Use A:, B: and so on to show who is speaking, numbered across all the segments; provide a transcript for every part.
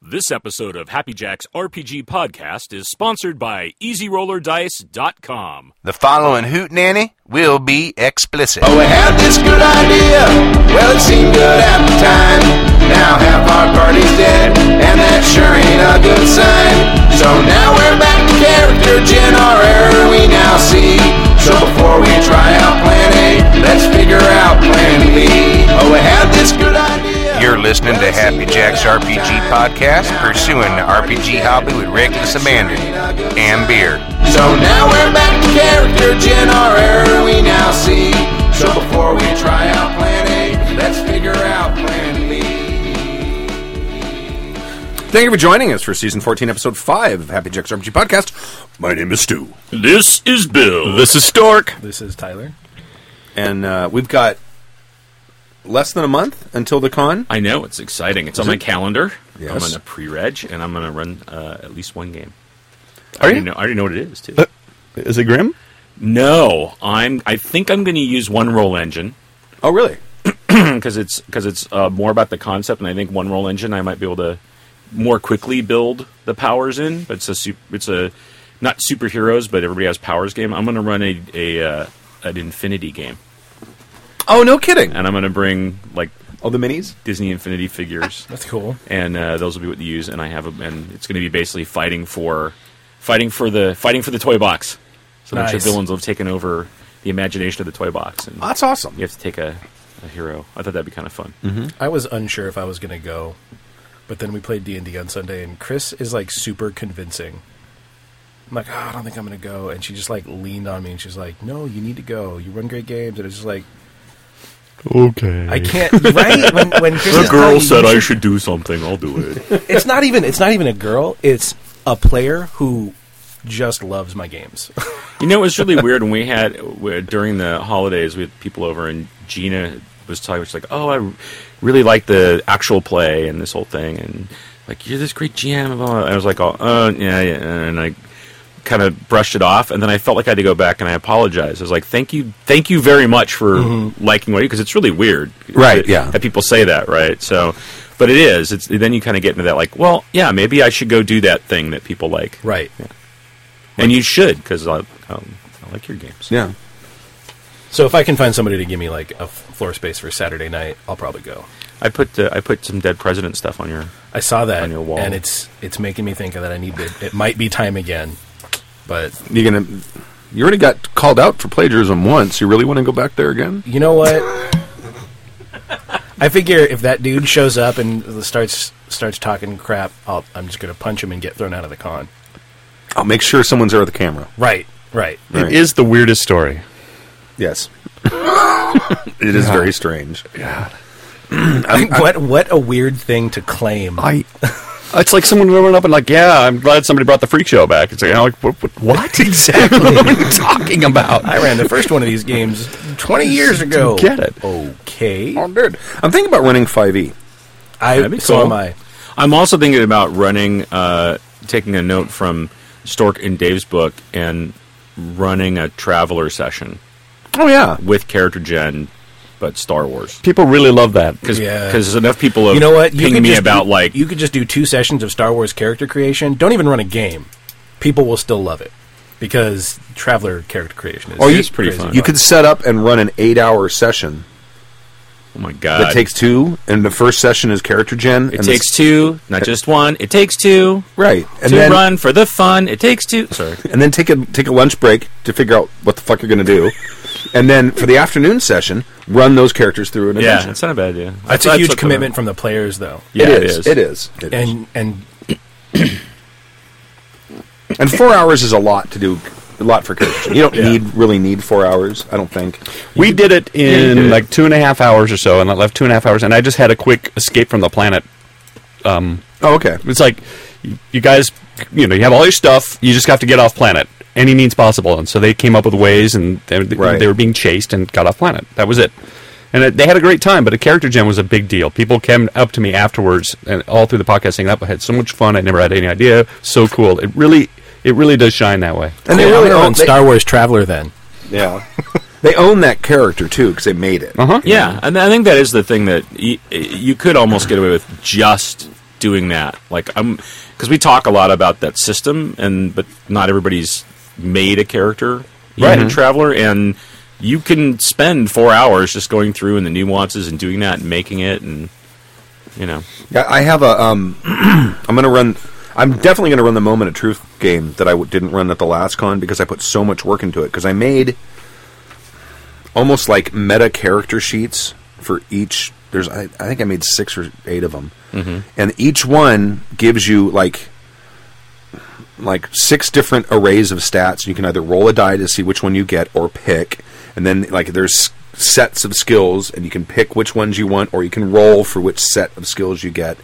A: This episode of Happy Jack's RPG podcast is sponsored by EasyRollerDice.com.
B: The following hoot nanny will be explicit.
C: Oh, we had this good idea. Well, it seemed good at the time. Now half our party's dead, and that sure ain't a good sign. So now we're back to character gin or error we now see. So before we try out plan A, let's figure out plan B. Oh, we had this good idea.
B: You're listening to
C: Well, it
B: Happy
C: seemed
B: Jack's
C: good at
B: RPG
C: the time.
B: podcast,
C: Now half
B: pursuing the
C: our party's
B: RPG
C: dead,
B: hobby with reckless
C: and that sure
B: abandon
C: ain't a good
B: and beer.
C: so now we're back to character gin or error we now see. So before we try out plan A, let's figure out plan B.
D: Thank you for joining us for season 14, episode 5 of Happy Jack's RPG Podcast. My name is Stu.
A: This is Bill.
D: This is Stork.
E: This is Tyler.
D: And uh, we've got less than a month until the con.
A: I know it's exciting. It's on my calendar. I'm
D: Yes.
A: going to pre-reg and I'm going to run uh, at least one game. I
F: Are
A: already
F: you?
A: know. I already know what it is too.
F: Is it Grim?
A: no, I'm. I think I'm going to use one roll engine
D: Oh, really?
A: because it's because it's uh, more about the concept, and I think one roll engine I might be able to more quickly build the powers in. But it's a sup- it's a not superheroes, but everybody has powers game. I'm going to run a a uh, an infinity game,
D: Oh, no kidding.
A: and I'm going to bring like
D: Oh, the minis?
A: Disney Infinity figures,
E: That's cool.
A: and uh, those will be what you use. And I have a, and it's going to be basically fighting for fighting for the fighting for the toy box. So a bunch of
E: Nice.
A: villains will have taken over the imagination of the toy box, and
D: Oh, that's awesome.
A: you have to take a, a hero. I thought that'd be kind of fun.
E: I was unsure if I was going to go, but then we played D and D on Sunday, and Chris is like super convincing. I'm like, oh, I don't think I'm going to go, and she just like leaned on me, and she's like, No, you need to go. You run great games, and it's just like
F: Okay.
E: I can't. right when, when Chris is telling you, you should-
A: do something. I'll do it.
E: It's not even. It's not even a girl. It's a player who just loves my games.
A: you know, it was really weird when we had w- during the holidays we had people over, and Gina was talking. She's like, "Oh, I really like the actual play and this whole thing," and like, "You're this great GM." Blah, blah. And I was like, "Oh, uh, yeah, yeah," and I kind of brushed it off, and then I felt like I had to go back and I apologized. I was like, "Thank you, thank you very much for liking what you," because it's really weird,
D: Right,
A: that-
D: yeah.
A: that people say that, right? So, but it is. It's then you kind of get into that, like, well, yeah, maybe I should go do that thing that people like,
E: right.
A: and you should because I, um, I like your games.
D: Yeah.
E: So if I can find somebody to give me like a f- floor space for Saturday night, I'll probably go.
A: I put uh, I put some dead president stuff on your.
E: I saw that
A: on your wall.
E: and it's it's making me think that I need to. It might be time again, but
D: You're going to. You already got called out for plagiarism once. You really want to go back there again?
E: you know what? I figure if that dude shows up and starts starts talking crap, I'll, I'm just gonna punch him and get thrown out of the con.
D: I'll make sure someone's there with the camera.
E: Right, right.
D: Right.
F: It is the weirdest story.
D: Yes. it is very strange.
E: what what a weird thing to claim.
F: I. Uh, It's like someone went up and like, yeah, I'm glad somebody brought the freak show back. It's like, I'm like, what, what, what exactly? what are you talking about?
E: I ran the first one of these games 20 years ago.
F: Get it.
E: Okay.
D: dude. I'm thinking about running E. 5e.
E: I
A: That'd be
E: so
A: cool.
E: am I.
A: I'm also thinking about running, uh, taking a note from Stork and Dave's book and running a traveler session
D: Oh, yeah.
A: with character gen, but Star Wars.
F: People really love that.
A: Because
E: Yeah.
A: enough people have
E: You know what? You
A: pinged
E: could
A: me
E: just
A: about
E: do-
A: like
E: you could just do two sessions of Star Wars character creation. Don't even run a game. People will still love it because Traveler character creation is.
D: Or you-
A: it's pretty
E: crazy.
A: fun.
D: You could set up and run an eight-hour session
A: oh my god,
D: that takes two, and the first session is character gen.
A: it
D: and
A: takes
D: the s-
A: two, not just one. It takes two
D: right, and
A: to
D: then
A: run for the fun. It takes two. Sorry.
D: and then take a take a lunch break to figure out what the fuck you're going to do, and then for the afternoon session, run those characters through an
A: Yeah,
D: adventure.
A: it's not a bad idea.
E: That's
A: That's
E: a huge
A: what-
E: commitment from the players, though.
A: Yeah,
D: it is. It is. It is.
E: And and
D: And four hours is a lot to do. A lot for character. gen. You don't
A: Yeah.
D: need really need four hours. I don't think.
F: We did it in
A: did it.
F: like two and a half hours or so, and I left two and a half hours, and I just had a quick escape from the planet
D: Oh, okay.
F: It's like you- you guys, you know, you have all your stuff. You just have to get off planet any means possible. And so they came up with ways, and they, they-
D: Right.
F: they were being chased and got off planet. That was it. And it, they had a great time, but a character gen was a big deal. People came up to me afterwards, and all through the podcast, saying, "That I had so much fun. I never had any idea. So cool. It really, it really does shine that way."
D: And
E: they
D: they really own
E: on
D: they-
E: Star Wars Traveler. Then
D: Yeah, they own that character too because they made it.
A: Uh-huh.
F: Uh huh.
A: Yeah, and I think that is the thing that y- you could almost get away with just doing that. Like I'm because we talk a lot about that system, and but not everybody's made a character yet in Traveler, and you can spend four hours just going through and the nuances and doing that and making it, and you know,
D: Yeah, I have a. Um, I'm going to run. I'm definitely going to run the Moment of Truth game that I w- didn't run at the last con because I put so much work into it. Because I made almost like meta character sheets for each. There's, I, I think I made six or eight of them, and each one gives you like like six different arrays of stats. You can either roll a die to see which one you get or pick, and then like there's sets of skills, and you can pick which ones you want, or you can roll for which set of skills you get,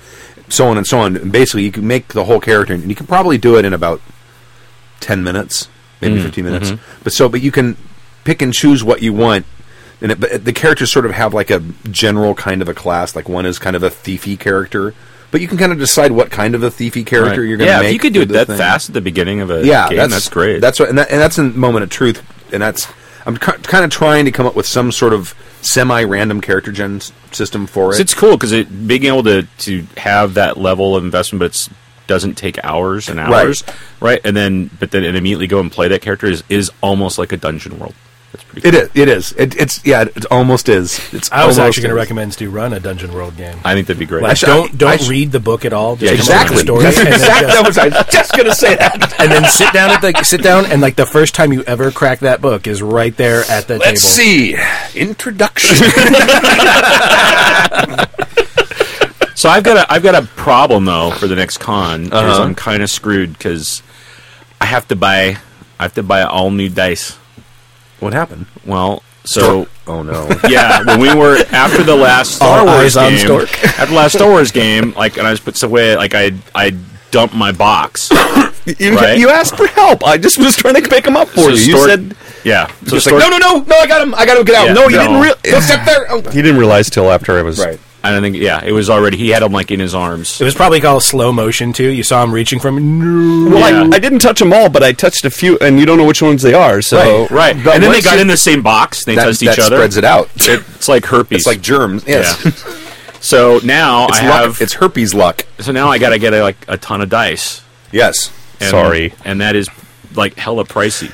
D: so on and so on. And basically, you can make the whole character, and you can probably do it in about ten minutes, maybe
A: Mm-hmm.
D: fifteen minutes. But so, but you can pick and choose what you want. And it, but the characters sort of have like a general kind of a class. Like one is kind of a thiefy character, but you can kind of decide what kind of a thiefy character
A: Right.
D: you're going to
A: yeah,
D: make.
A: if you could do
D: through
A: it
D: the
A: that
D: thing
A: fast at the beginning of a
D: yeah,
A: game,
D: that's,
A: that's, great.
D: That's what, and, that, and that's in moment of truth, and that's I'm kind of trying to come up with some sort of semi-random character gen s- system for it.
A: So it's cool because it being able to to have that level of investment, but it's doesn't take hours and
D: Right.
A: hours, right? And then, but then, and immediately go and play that character is is almost like a dungeon world. That's pretty. Cool.
D: it is. It is. It, it's yeah. It, it almost is. It's.
E: I was
D: almost
E: actually going
D: is.
E: to recommend Stu run a Dungeon World game.
A: I think that'd be great.
E: Like,
D: should- I-
E: don't
D: I
E: don't
D: should-
E: read the book at all. Just
A: Yeah,
E: come up
D: Exactly.
E: with the story
D: That's
E: and then
D: exactly.
E: just-
D: That was, I was just going to say that.
E: and then sit down at the sit down and like the first time you ever crack that book is right there at the
D: Let's
E: table.
D: see. Introduction.
A: So I've got a I've got a problem though for the next con. is
E: Uh-huh.
A: I'm kind of screwed because I have to buy I have to buy all new dice.
D: what happened?
A: Well, so
D: Oh no.
A: yeah, when we were after the last Star
E: All
A: Wars
E: eyes on
A: game,
E: Stork.
A: after the last Star Wars game, like, and I just put away, like, I I dumped my box.
G: You,
A: Right.
G: you asked for help. I just was trying to pick him up for
A: So
G: you. You
A: Stork-
G: said
A: yeah. So
D: Just like, no, no, no, no! I got him. I got to get out.
A: Yeah,
D: no, you
A: no.
D: didn't. Real- Look up there. Oh.
G: he didn't realize till after I was
D: Right.
A: I don't think. Yeah, it was already. He had him like in his arms.
E: It was probably called slow motion too. You saw him reaching from no.
G: Well,
A: Yeah.
G: I, I didn't touch them all, but I touched a few, and you don't know which ones they are. So
D: Right.
A: Oh, Right,
D: But
A: and then they
D: once
A: got
D: you-
A: in the same box. And they
D: That,
A: touched
D: that
A: each other.
D: spreads it out.
A: It's like herpes.
D: It's like germs. Yes.
A: Yeah. so now
D: It's
A: I
D: luck.
A: have.
D: It's herpes luck.
A: so now I got to get a, like a ton of dice.
D: Yes.
A: And,
G: Sorry.
A: and that is like hella pricey.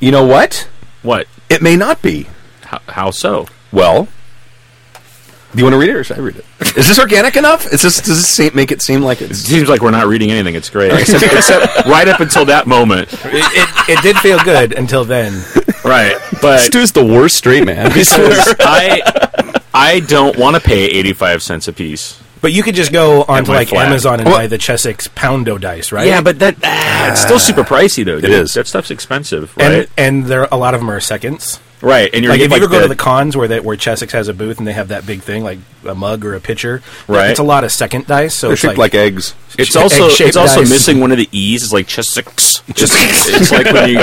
D: You know what?
A: What?
D: It may not be.
A: How, how so?
D: Well, do you want to read it or should I read it? Is this organic enough? Is this does this seem, make it seem like
A: It
D: it's?
A: seems like we're not reading anything. It's great, except, except right up until that moment.
E: It, it did feel good until then.
A: Right, but
G: Stu's the worst straight man. I swear.
A: I I don't want to pay eighty five cents a piece.
E: But you could just go onto
A: my
E: like
A: flat.
E: Amazon and
D: Well-
E: buy the Chessex Poundo dice, right?
A: Yeah, but that ah, it's still super pricey though. dude.
D: is.
A: That stuff's expensive,
E: and
A: right?
E: and there a lot of them are seconds.
A: right, and you're
E: Like if
A: getting,
E: you ever go to
A: the-
E: the cons where that where Chessex has a booth and they have that big thing like a mug or a pitcher,
A: Right.
E: It's a lot of second dice, so
D: They're
E: it's
D: shaped
E: like,
D: like, eggs.
A: It's also
E: egg-shaped
A: it's also
E: dice.
A: missing one of the e's. It's like chessex. it's like when you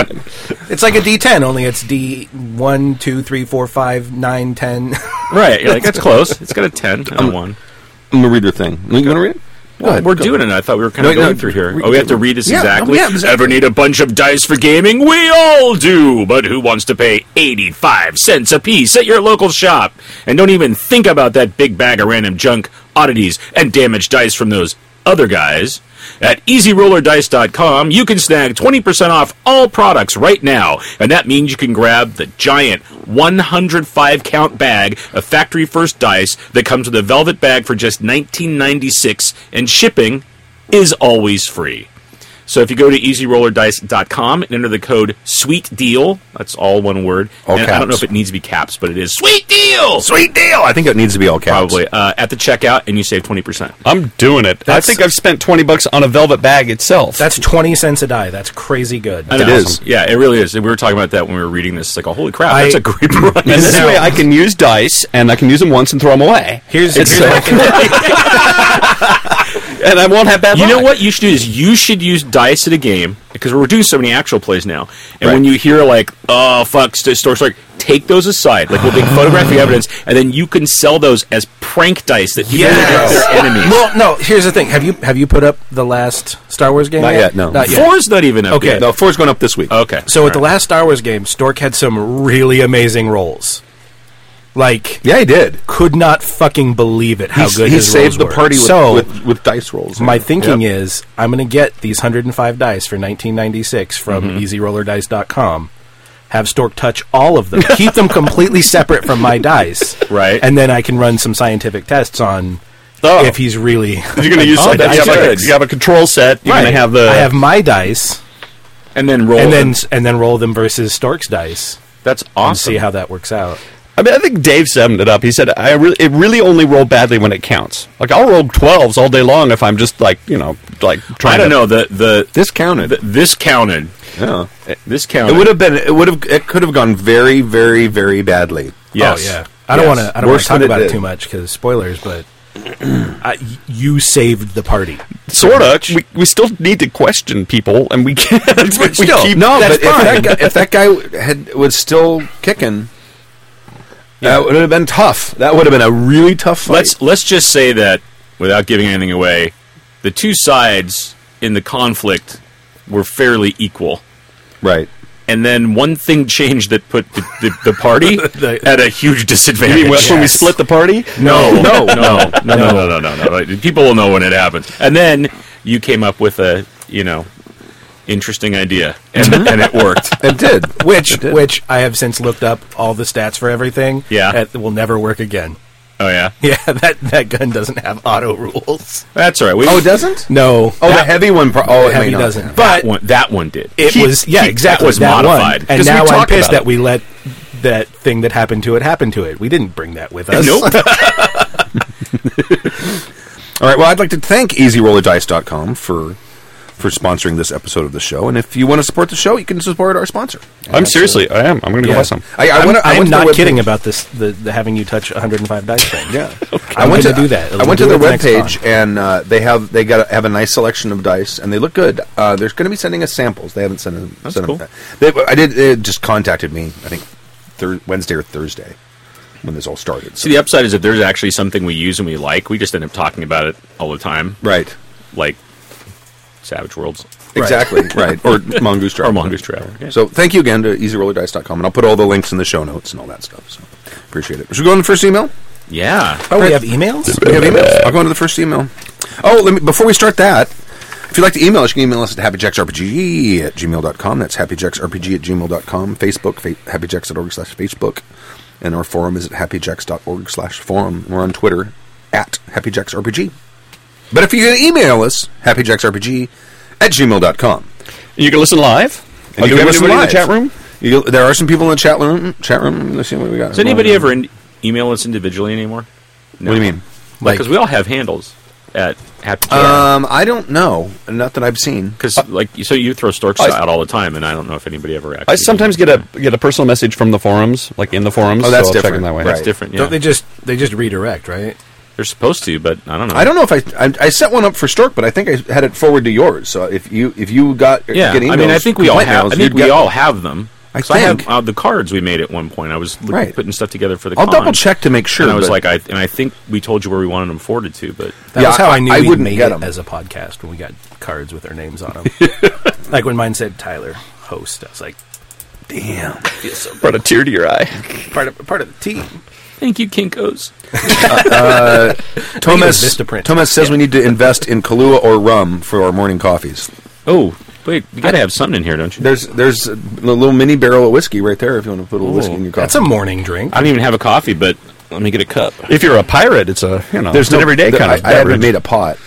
E: it's like a D10 only it's D one two three four five nine ten.
A: right. You're like that's close. It's got a ten and a one.
D: I'm gonna read your thing. You want to read it? Go ahead.
A: We're doing it. I thought we were kind
D: No,
A: of going
D: no,
A: through here.
D: we-
A: oh, we have to read this
D: Yeah,
A: exactly.
D: yeah, exactly.
A: Ever need a bunch of dice for gaming? We all do. But who wants to pay eighty-five cents a piece at your local shop? And don't even think about that big bag of random junk, oddities, and damaged dice from those other guys. At EasyRollerDice.com, you can snag 20% off all products right now, and that means you can grab the giant 105 count bag of factory first dice that comes with a velvet bag for just $19.96, and shipping is always free. So if you go to easyrollerdice.com and enter the code sweet deal, that's all one word.
D: All
A: and I don't know
D: caps.
A: if it needs to be caps, but it is sweet deal.
D: Sweet deal. I think it needs to be all caps.
A: Probably uh, at the checkout, and you save twenty percent.
G: I'm doing it. I
E: That's-
G: think I've spent twenty bucks on a velvet bag itself.
E: That's 20 cents a die. That's crazy good.
A: It is,
D: is.
A: yeah, it really is. We were talking about that when we were reading this. Like, oh, holy crap,
E: I-
A: that's a great price.
G: and this way I can use dice, and I can use them once and throw them away.
E: Here's,
G: It's
E: here's my
G: so- and I won't have bad.
A: You know
G: luck.
A: what you should do is you should use dice at a game because we're doing so many actual plays now. And when you hear like, "Oh fuck," st- store like take those aside. Like we'll take photographic evidence, and then you can sell those as prank dice that people
E: Yes.
A: yes. their enemies.
E: Well, no. Here's the thing. Have you have you put up the last Star Wars game?
D: Not yet, no.
E: Not yet.
A: Four's not even up
E: Okay.
A: yet.
D: No, four's going up this week.
A: Okay.
E: So at the last Star Wars game, Stork had some really amazing rolls. Like,
D: Yeah, he did.
E: could not fucking believe it how
D: He's-
E: good
D: he
E: his
D: saved
E: rolls
D: the
E: were.
D: party with,
E: so
D: with, with dice rolls.
E: my thinking is I'm going to get these 105 dice for 1996 from
A: Mm-hmm.
E: EasyRollerDice.com. Have Stork touch all of them. Keep them completely separate from my dice.
F: Right.
E: And then I can run some scientific tests on
A: Oh.
E: if he's really.
A: You're going to use
F: Oh,
A: like,
F: that's
A: you, have like
F: good.
A: a, you have a control set. You're going
E: Right.
A: to have the. Oh.
E: I have my dice
F: and then roll.
E: and then
F: them.
E: and then roll them versus Stork's dice
F: that's
E: and
F: awesome.
E: see how that works out.
A: I mean, I think Dave summed it up. He said, "I really, it really only roll badly when it counts. Like I'll roll twelves all day long if I'm just like you know, like trying
F: I don't
A: to
F: know the the
D: this counted.
F: th- this counted.
D: yeah.
F: This
D: It
F: counted.
D: would have been. It would have. It could have gone very, very, very badly.
F: Yes.
E: Oh yeah. I don't
D: Yes.
E: want to. I don't want
D: Worse
E: to talk
D: than it
E: about it
D: did.
E: too much because spoilers. But I, you saved the party.
A: sort of. We, we still need to question people, and we can't. but we
D: Still,
A: keep-
D: no,
A: that's
D: but if
A: fine.
D: that, guy, if that guy had was still kicking, that would have been tough. That would have been a really tough fight.
F: Let's let's just say that without giving anything away, the two sides in the conflict were fairly equal.
D: right.
F: And then one thing changed that put the, the, the party
E: The-
F: at a huge disadvantage.
A: You mean when when we
E: Yes.
A: split the party?
F: No, no, no, no, no, no, no, no, no. People will know when it happens. And then you came up with a, you know, interesting idea, and, and it worked.
D: It did.
E: Which which I have since looked up all the stats for everything.
F: Yeah.
E: that will never work again.
F: Oh yeah,
E: Yeah, that that gun doesn't have auto rules.
F: that's all right. We,
D: Oh, it doesn't.
E: No,
D: Oh, the heavy one. Pro- oh, it may
E: heavy
D: not.
E: doesn't.
F: that
E: But
F: one, that one did.
E: it
F: He-
E: was yeah
F: he-
E: exactly
F: That was
E: that one.
F: modified.
E: And
A: 'Cause we
E: now I'm
A: talked
E: pissed
A: about
E: that
A: it.
E: we let that thing that happened to it happen to it. We didn't bring that with us.
F: nope.
D: All right. Well, I'd like to thank EasyRollerDice.com for for sponsoring this episode of the show. And if you want to support the show, you can support our sponsor.
A: I'm seriously, I am. I'm going to go buy some.
D: I, I want to.
E: I'm not kidding about this. The, the having you touch 105 dice thing.
D: Yeah,
E: I'm gonna do that.
D: I
E: We'll
D: went to their
E: do it the next
D: webpage and uh, they have they got a, have a nice selection of dice and they look good. Uh, they're going to be sending us samples. They haven't sent them. sent
F: cool.
D: them that. They, I did. They just contacted me. I think thir- Wednesday or Thursday when this all started.
F: See, the upside is if there's actually something we use and we like, we just end up talking about it all the time,
D: right.
F: like Savage Worlds.
D: Exactly. Right. Or Mongoose Travel.
F: Or Mongoose Travel, yeah.
D: So thank you again to EasyRollerDice.com and I'll put all the links in the show notes and all that stuff. So appreciate it. Should we go on to the first email?
F: Yeah.
E: Oh, we have emails.
D: We have emails. I'll go into the first email. Oh, let me, before we start that, if you'd like to email us, you can email us at happyjacksrpg at gmail.com. That's happyjacksrpg at gmail.com. Facebook, fa- happyjacks.org slash Facebook. And our forum is at happyjacks.org slash forum. We're on Twitter at happyjacksrpg. But if you can email us, happyjacksrpg at gmail.com.
A: You can listen live.
D: And
A: Are
D: you
A: you
D: can
A: have
D: listen
A: anybody in the
D: live.
A: chat room?
D: You, there are some people in the chat room. Chat room. Let's see what we got.
F: Does anybody ever in- email us individually anymore?
D: What do you mean?
E: Like-
F: Because we all have handles at Happy
A: Uh,
D: Um, I don't know. Not that I've seen.
F: Because
A: Oh,
F: like, so you throw storks
A: I-
F: out all the time, and I don't know if anybody ever. Actually
A: I sometimes get a get a personal message from the forums, like in the forums.
D: Oh, that's
A: so I'll check them
D: different.
A: that way.
D: Right.
F: It's different. Yeah,
E: Don't they just they just redirect right?
F: are supposed to, but I don't know.
D: I don't know if I, I I set one up for Stork, but I think I had it forward to yours. So if you if you got
F: Yeah,
D: get emails,
F: I mean, I think we all
D: complaint
F: have.
D: mails,
F: I think
D: you'd
F: we
D: get-
F: all have them.
D: I
F: 'Cause have
D: think.
F: uh, the cards we made at one point. I was l-
D: Right.
F: putting stuff together for the.
D: I'll
F: con,
D: double check to make sure.
F: And I was
D: but-
F: like, I and I think we told you where we wanted them forwarded to, but
E: That
D: Yeah,
E: was how I knew
D: I
E: we
D: wouldn't
E: made
D: get
E: it
D: 'em.
E: as a podcast when we got cards with our names on them. like when mine said Tyler host, I was like,
D: damn.
E: feels so
A: Brought a tear to your eye.
E: part of part of the team.
F: thank you, Kinkos.
D: Thomas
E: Vista print.
D: Thomas says we need to invest in Kahlua or rum for our morning coffees.
F: Oh wait, you got to have something in here, don't you?
D: There's there's a little mini barrel of whiskey right there if you want to put a little whiskey in your coffee.
E: That's a morning drink.
F: I don't even have a coffee, but let me get a cup.
A: If you're a pirate, it's a you know,
D: there's
A: it's an
D: no
A: everyday
D: there-
A: kind
D: I,
A: of.
D: I haven't
A: beverage.
D: made a pot.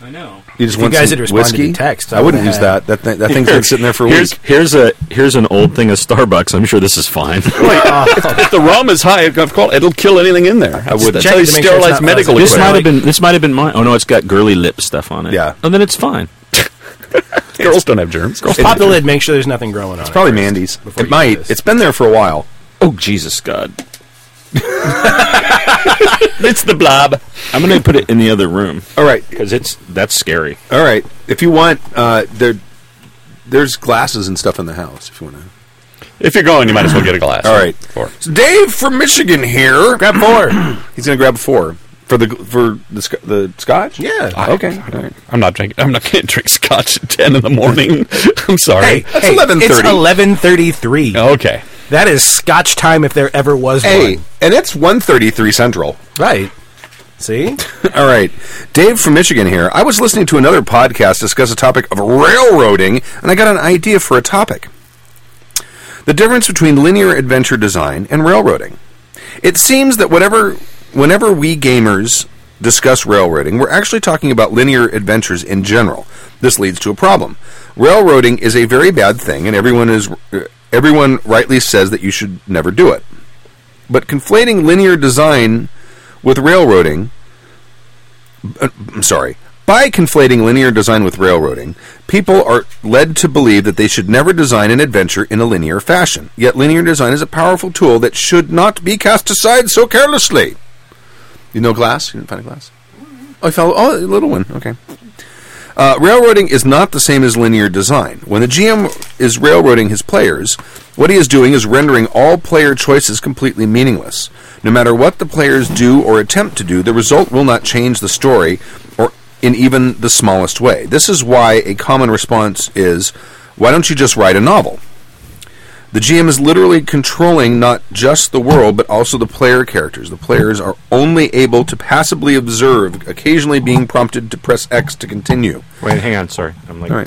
F: I know.
D: You just
E: you
D: want
E: guys
D: some
E: had responded to
D: whiskey.
E: text, I
D: I wouldn't
E: would've
D: use
E: had-
D: that. That thing, that thing's been sitting there for a
F: Here's
D: week.
F: here's a here's an old thing of Starbucks. I'm sure this is fine.
A: if the rum is high, I've called, it'll kill anything in there. I
E: would-
A: That's
E: Check
A: how you
E: to make sure it's
A: sterilize
E: not
A: medical
E: frozen.
F: this
A: equipment.
F: might have been this might have been mine. Oh no, it's got girly lip stuff on it.
D: Yeah.
F: and then it's fine.
A: Girls don't have germs. Girls
E: Pop the lid, make sure there's nothing growing on it.
D: Probably
E: first
D: Mandy's.
E: before
D: It
E: you do
D: might.
E: this.
D: It's been there for a while.
F: Oh Jesus God!
A: it's the blob.
F: I'm gonna put it in the other room
D: All right.
F: because it's that's scary.
D: All right. If you want, uh, there, there's glasses and stuff in the house. If you want to.
A: If you're going, you might as well get a glass.
D: All right.
A: Four.
D: So Dave from Michigan here. Grab four. He's gonna grab four for the for the sc- the scotch.
E: Yeah.
D: Okay. All right.
A: I'm not drinking. I'm not going to drink scotch at ten in the morning. I'm sorry.
E: Hey,
D: That's
E: hey,
D: 11:30.
E: It's eleven thirty-three.
A: Okay.
E: That is Scotch time if there ever was
D: Hey,
E: one.
D: and it's 133 Central.
E: Right. See?
D: All right. Dave from Michigan here. I was listening to another podcast discuss a topic of railroading, and I got an idea for a topic the difference between linear adventure design and railroading. It seems that whatever, whenever we gamers discuss railroading, we're actually talking about linear adventures in general. This leads to a problem. Railroading is a very bad thing, and everyone is uh, everyone rightly says that you should never do it. But conflating linear design with railroading I'm sorry. By conflating linear design with railroading, people are led to believe that they should never design an adventure in a linear fashion. Yet linear design is a powerful tool that should not be cast aside so carelessly. You know glass? You didn't find a glass? Oh, I found oh, a little one. Okay. Uh, railroading is not the same as linear design. When the GM is railroading his players, what he is doing is rendering all player choices completely meaningless. No matter what the players do or attempt to do, the result will not change the story or in even the smallest way. This is why a common response is, why don't you just write a novel? The GM is literally controlling not just the world, but also the player characters. The players are only able to passively observe, occasionally being prompted to press X to continue.
F: Wait, hang on. Sorry, I'm like
D: All right.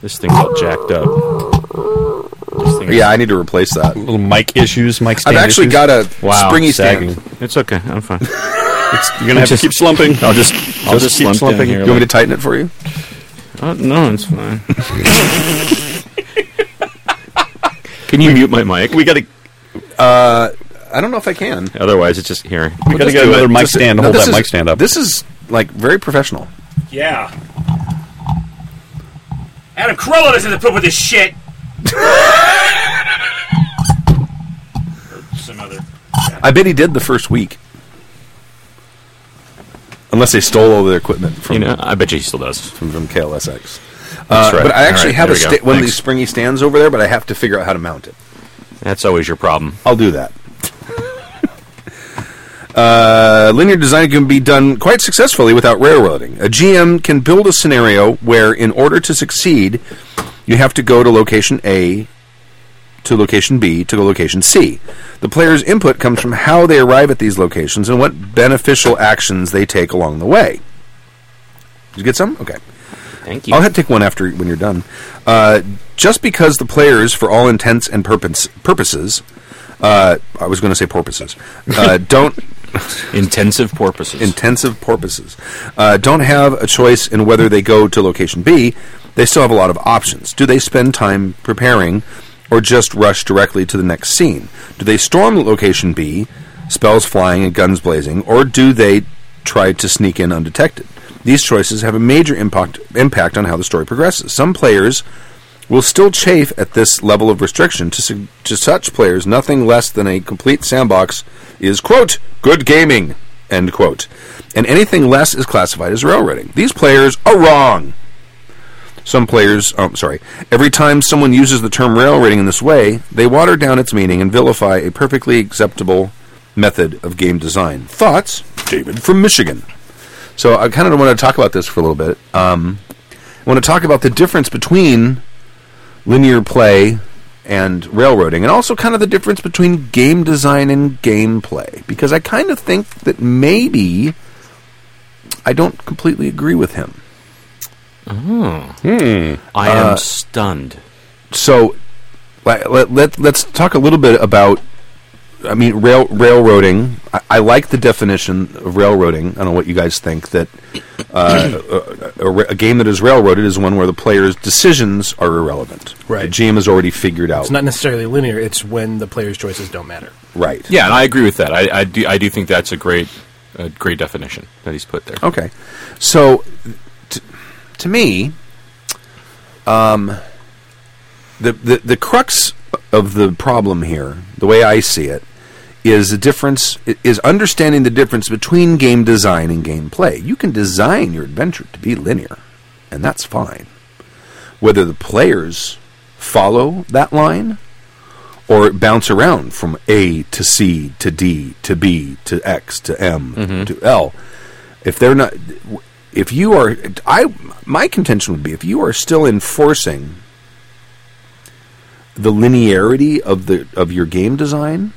F: this thing's all jacked up. This thing
D: Yeah, I need to replace that.
A: Little mic issues, mic stand
D: I've actually
A: issues.
D: got a
F: Wow,
D: springy
A: sagging.
D: stand.
F: it's okay. I'm fine.
A: You're gonna have
F: just-
A: to keep slumping. I'll just, I'll just,
F: just
A: keep
F: slump down
A: slumping.
F: here.
D: You want me to tighten it for you?
F: Oh, no, it's fine. Can you mute my mic?
A: We gotta,
D: I don't know if I can.
F: Otherwise, it's just here.
A: we gotta
D: Just
A: get
D: do
A: another
D: it.
A: mic
D: Just-
A: stand to
D: no,
A: hold
D: this
A: that
D: is-
A: mic stand up.
D: This is like very professional.
H: Yeah. Adam Carolla doesn't have to put up with this shit. Or Some other.
D: I bet he did the first week. Unless they stole all their equipment from
F: You know, I bet you he still does.
D: from, from KLSX. Uh,
F: right.
D: But I
F: All
D: actually
F: right,
D: have a
F: there we go.
D: sta- one of
F: Thanks.
D: these springy stands over there, but I have to figure out how to mount it.
F: That's always your problem.
D: I'll do that. Uh, linear design can be done quite successfully without railroading. A GM can build a scenario where, in order to succeed, you have to go to location A, to location B, to location C. The player's input comes from how they arrive at these locations and what beneficial actions they take along the way. Did you get some? Okay.
F: Thank you.
D: I'll have to take one after when you're done. Uh, just because the players, for all intents and purpose, purposes, uh, I was going to say porpoises, uh, don't
F: Intensive porpoises.
D: intensive porpoises uh, don't have a choice in whether they go to location B. They still have a lot of options. Do they spend time preparing, or just rush directly to the next scene? Do they storm location B, spells flying and guns blazing, or do they try to sneak in undetected? These choices have a major impact impact on how the story progresses. Some players will still chafe at this level of restriction. To, su- to such players, nothing less than a complete sandbox is, quote, good gaming, end quote. And anything less is classified as railroading. These players are wrong. Some players, oh, sorry, every time someone uses the term railroading in this way, they water down its meaning and vilify a perfectly acceptable method of game design. Thoughts? David from Michigan. So I kind of want to talk about this for a little bit. Um, I want to talk about the difference between linear play and railroading, and also kind of the difference between game design and gameplay. Because I kind of think that maybe I don't completely agree with him.
F: Oh.
D: Hmm. Uh,
F: I am stunned.
D: So let, let, let, let's talk a little bit about. I mean, rail, railroading. I, I like the definition of railroading. I don't know what you guys think. That uh, a, a, ra- a game that is railroaded is one where the player's decisions are irrelevant.
E: Right.
D: The GM has already figured out.
E: It's not necessarily linear, it's when the player's choices don't matter.
D: right.
F: Yeah, and I agree with that. I, I do. I do think that's a great, a great definition that he's put there.
D: Okay. So, t- to me, um, the, the the crux of the problem here, the way I see it, is the difference i- is understanding the difference between game design and gameplay. You can design your adventure to be linear, and that's fine. Whether the players follow that line or bounce around from A to C to D to B to X to M to L, if they're not if you are i my contention would be if you are still enforcing the linearity of the of your game design,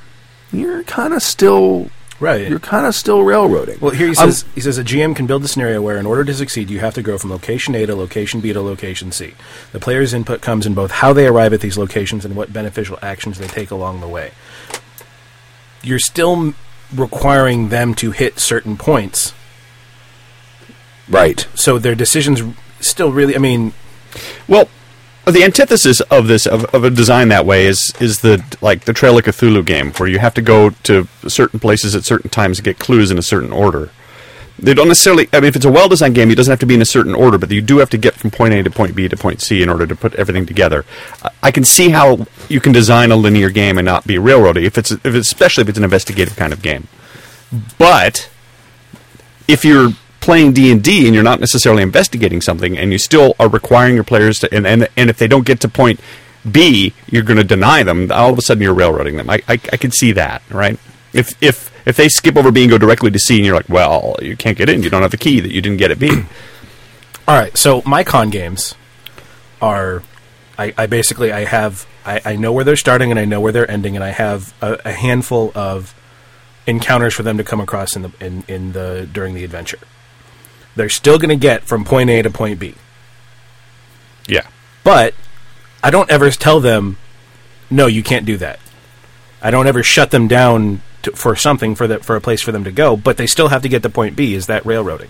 D: you're kind of still
E: Right.
D: you're kind of still railroading.
E: Well, here he
D: I'm-
E: says he says a GM can build a scenario where, in order to succeed, you have to go from location A to location B to location C. The player's input comes in both how they arrive at these locations and what beneficial actions they take along the way. You're still m- requiring them to hit certain points,
D: right.
E: so their decisions r- still really. I mean,
A: Well, the antithesis of this of, of a design that way is is the like the Trail of Cthulhu game where you have to go to certain places at certain times to get clues in a certain order. They don't necessarily. I mean, if it's a well-designed game, it doesn't have to be in a certain order, but you do have to get from point A to point B to point C in order to put everything together. I- I can see how you can design a linear game and not be railroady, if it's if it's- especially if it's an investigative kind of game. But if you're playing D and D and you're not necessarily investigating something, and you still are requiring your players to, and and, and if they don't get to point B, you're going to deny them. All of a sudden, you're railroading them. I, I I can see that, right? If if if they skip over B and go directly to C, and you're like, well, you can't get in. You don't have the key that you didn't get at B.
E: all right. So my con games are, I, I basically I have I, I know where they're starting and I know where they're ending, and I have a, a handful of encounters for them to come across in the in, in the during the adventure. They're still going to get from point A to point B,
A: yeah.
E: but I don't ever tell them, no, you can't do that. I don't ever shut them down to, for something for that for a place for them to go, but they still have to get to point B. Is that railroading?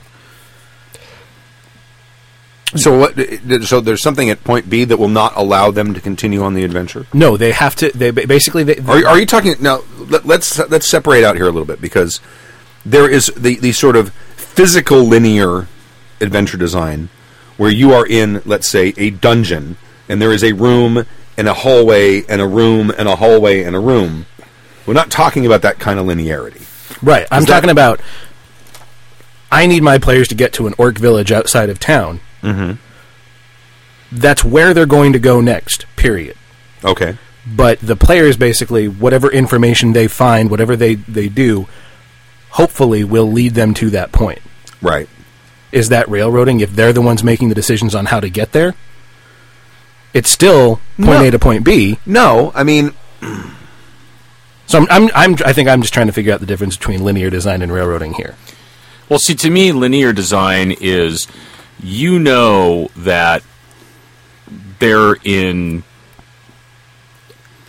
D: So what? So there's something at point B that will not allow them to continue on the adventure.
E: No, they have to. They ba- basically they,
D: Are, are you talking now? Let, let's let's separate out here a little bit because there is the the sort of physical linear adventure design where you are in, let's say, a dungeon, and there is a room and a hallway and a room and a hallway and a room. We're not talking about that kind of linearity.
E: Right. I'm
D: that-
E: talking about. I need my players to get to an orc village outside of town. Mm-hmm. That's where they're going to go next. Period.
D: Okay.
E: But the players basically, whatever information they find, whatever they they do, hopefully will lead them to that point.
D: Right.
E: Is that railroading? If they're the ones making the decisions on how to get there, it's still point
D: No.
E: A to point B.
D: No, I mean,
E: So I'm, I'm, I'm I think I'm just trying to figure out the difference between linear design and railroading here.
F: Well, see, to me, linear design is you know that they're in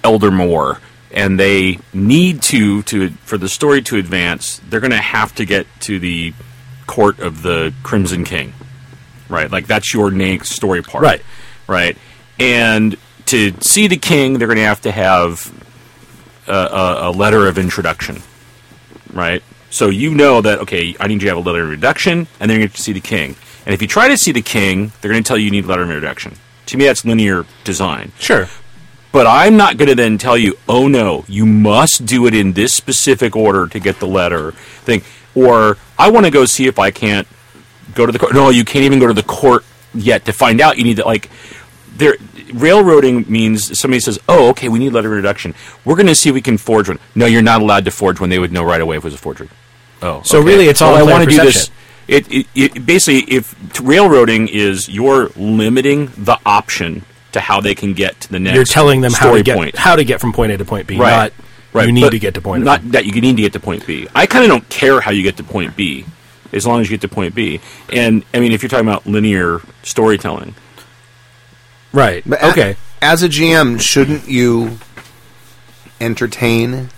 F: Eldermore and they need to to for the story to advance. They're going to have to get to the court of the Crimson King, right? Like that's your next story part,
E: Right.
F: Right, and to see the king, they're going to have to have a, a letter of introduction, right? So you know that okay, I need you to have a letter of introduction, and then you're going to see the king. And if you try to see the king, they're going to tell you you need a letter of introduction. To me, that's linear design.
E: Sure.
F: But I'm not going to then tell you, oh no, you must do it in this specific order to get the letter thing. Or I want to go see if I can't go to the court. No, you can't even go to the court yet to find out. You need to like there. Railroading means somebody says, "Oh, okay, we need letter of introduction. We're going to see if we can forge one." No, you're not allowed to forge one. They would know right away if it was a forgery. Oh,
E: So really, it's all
F: I
E: player
F: wanna do this.
E: perception.
F: It, it, it basically, if t- railroading is you're limiting the option to how they can get to the next.
E: you're telling them how
F: story
E: to get
F: point.
E: how to get from point A to point B. Not you need
F: but
E: to get to point.
F: Not
E: A.
F: that you need to get to point B. I kind of don't care how you get to point B, as long as you get to point B. And I mean, if you're talking about linear storytelling,
E: Right.
D: But uh, a-
E: okay.
D: As a GM, shouldn't you entertain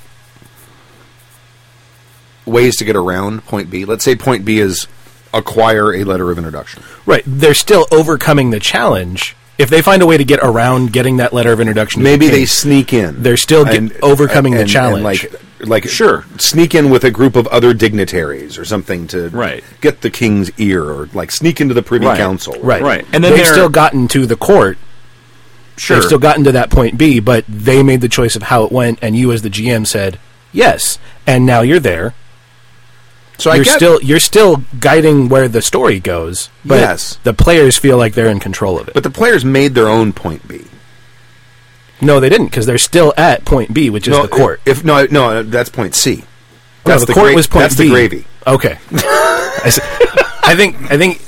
D: ways to get around point B? Let's say point B is acquire a letter of introduction.
E: Right. They're still overcoming the challenge. If they find a way to get around getting that letter of introduction, to the
D: Maybe they
E: king-
D: sneak in.
E: They're still get- overcoming the challenge.
D: like, like
F: Sure.
D: sneak in with a group of other dignitaries or something to
F: Right.
D: get the king's ear, or like sneak into the privy
F: Right.
D: council.
E: right,
F: Right.
E: and
F: And then
E: they've
F: they're-
E: still gotten to the court.
F: sure,
E: They've still gotten to that point B, but they made the choice of how it went, and you, as the GM, said yes, and now you're there.
D: So I
E: you're
D: get,
E: still you're still guiding where the story goes, but
D: Yes.
E: the players feel like they're in control of it.
D: but the players made their own point B.
E: no, they didn't because they're still at point B, which is the court.
D: If no, no, that's point C.
E: No,
D: That's
E: the, court
D: gra-
E: was point
D: That's
E: B.
D: the gravy.
E: Okay. I s- I think I think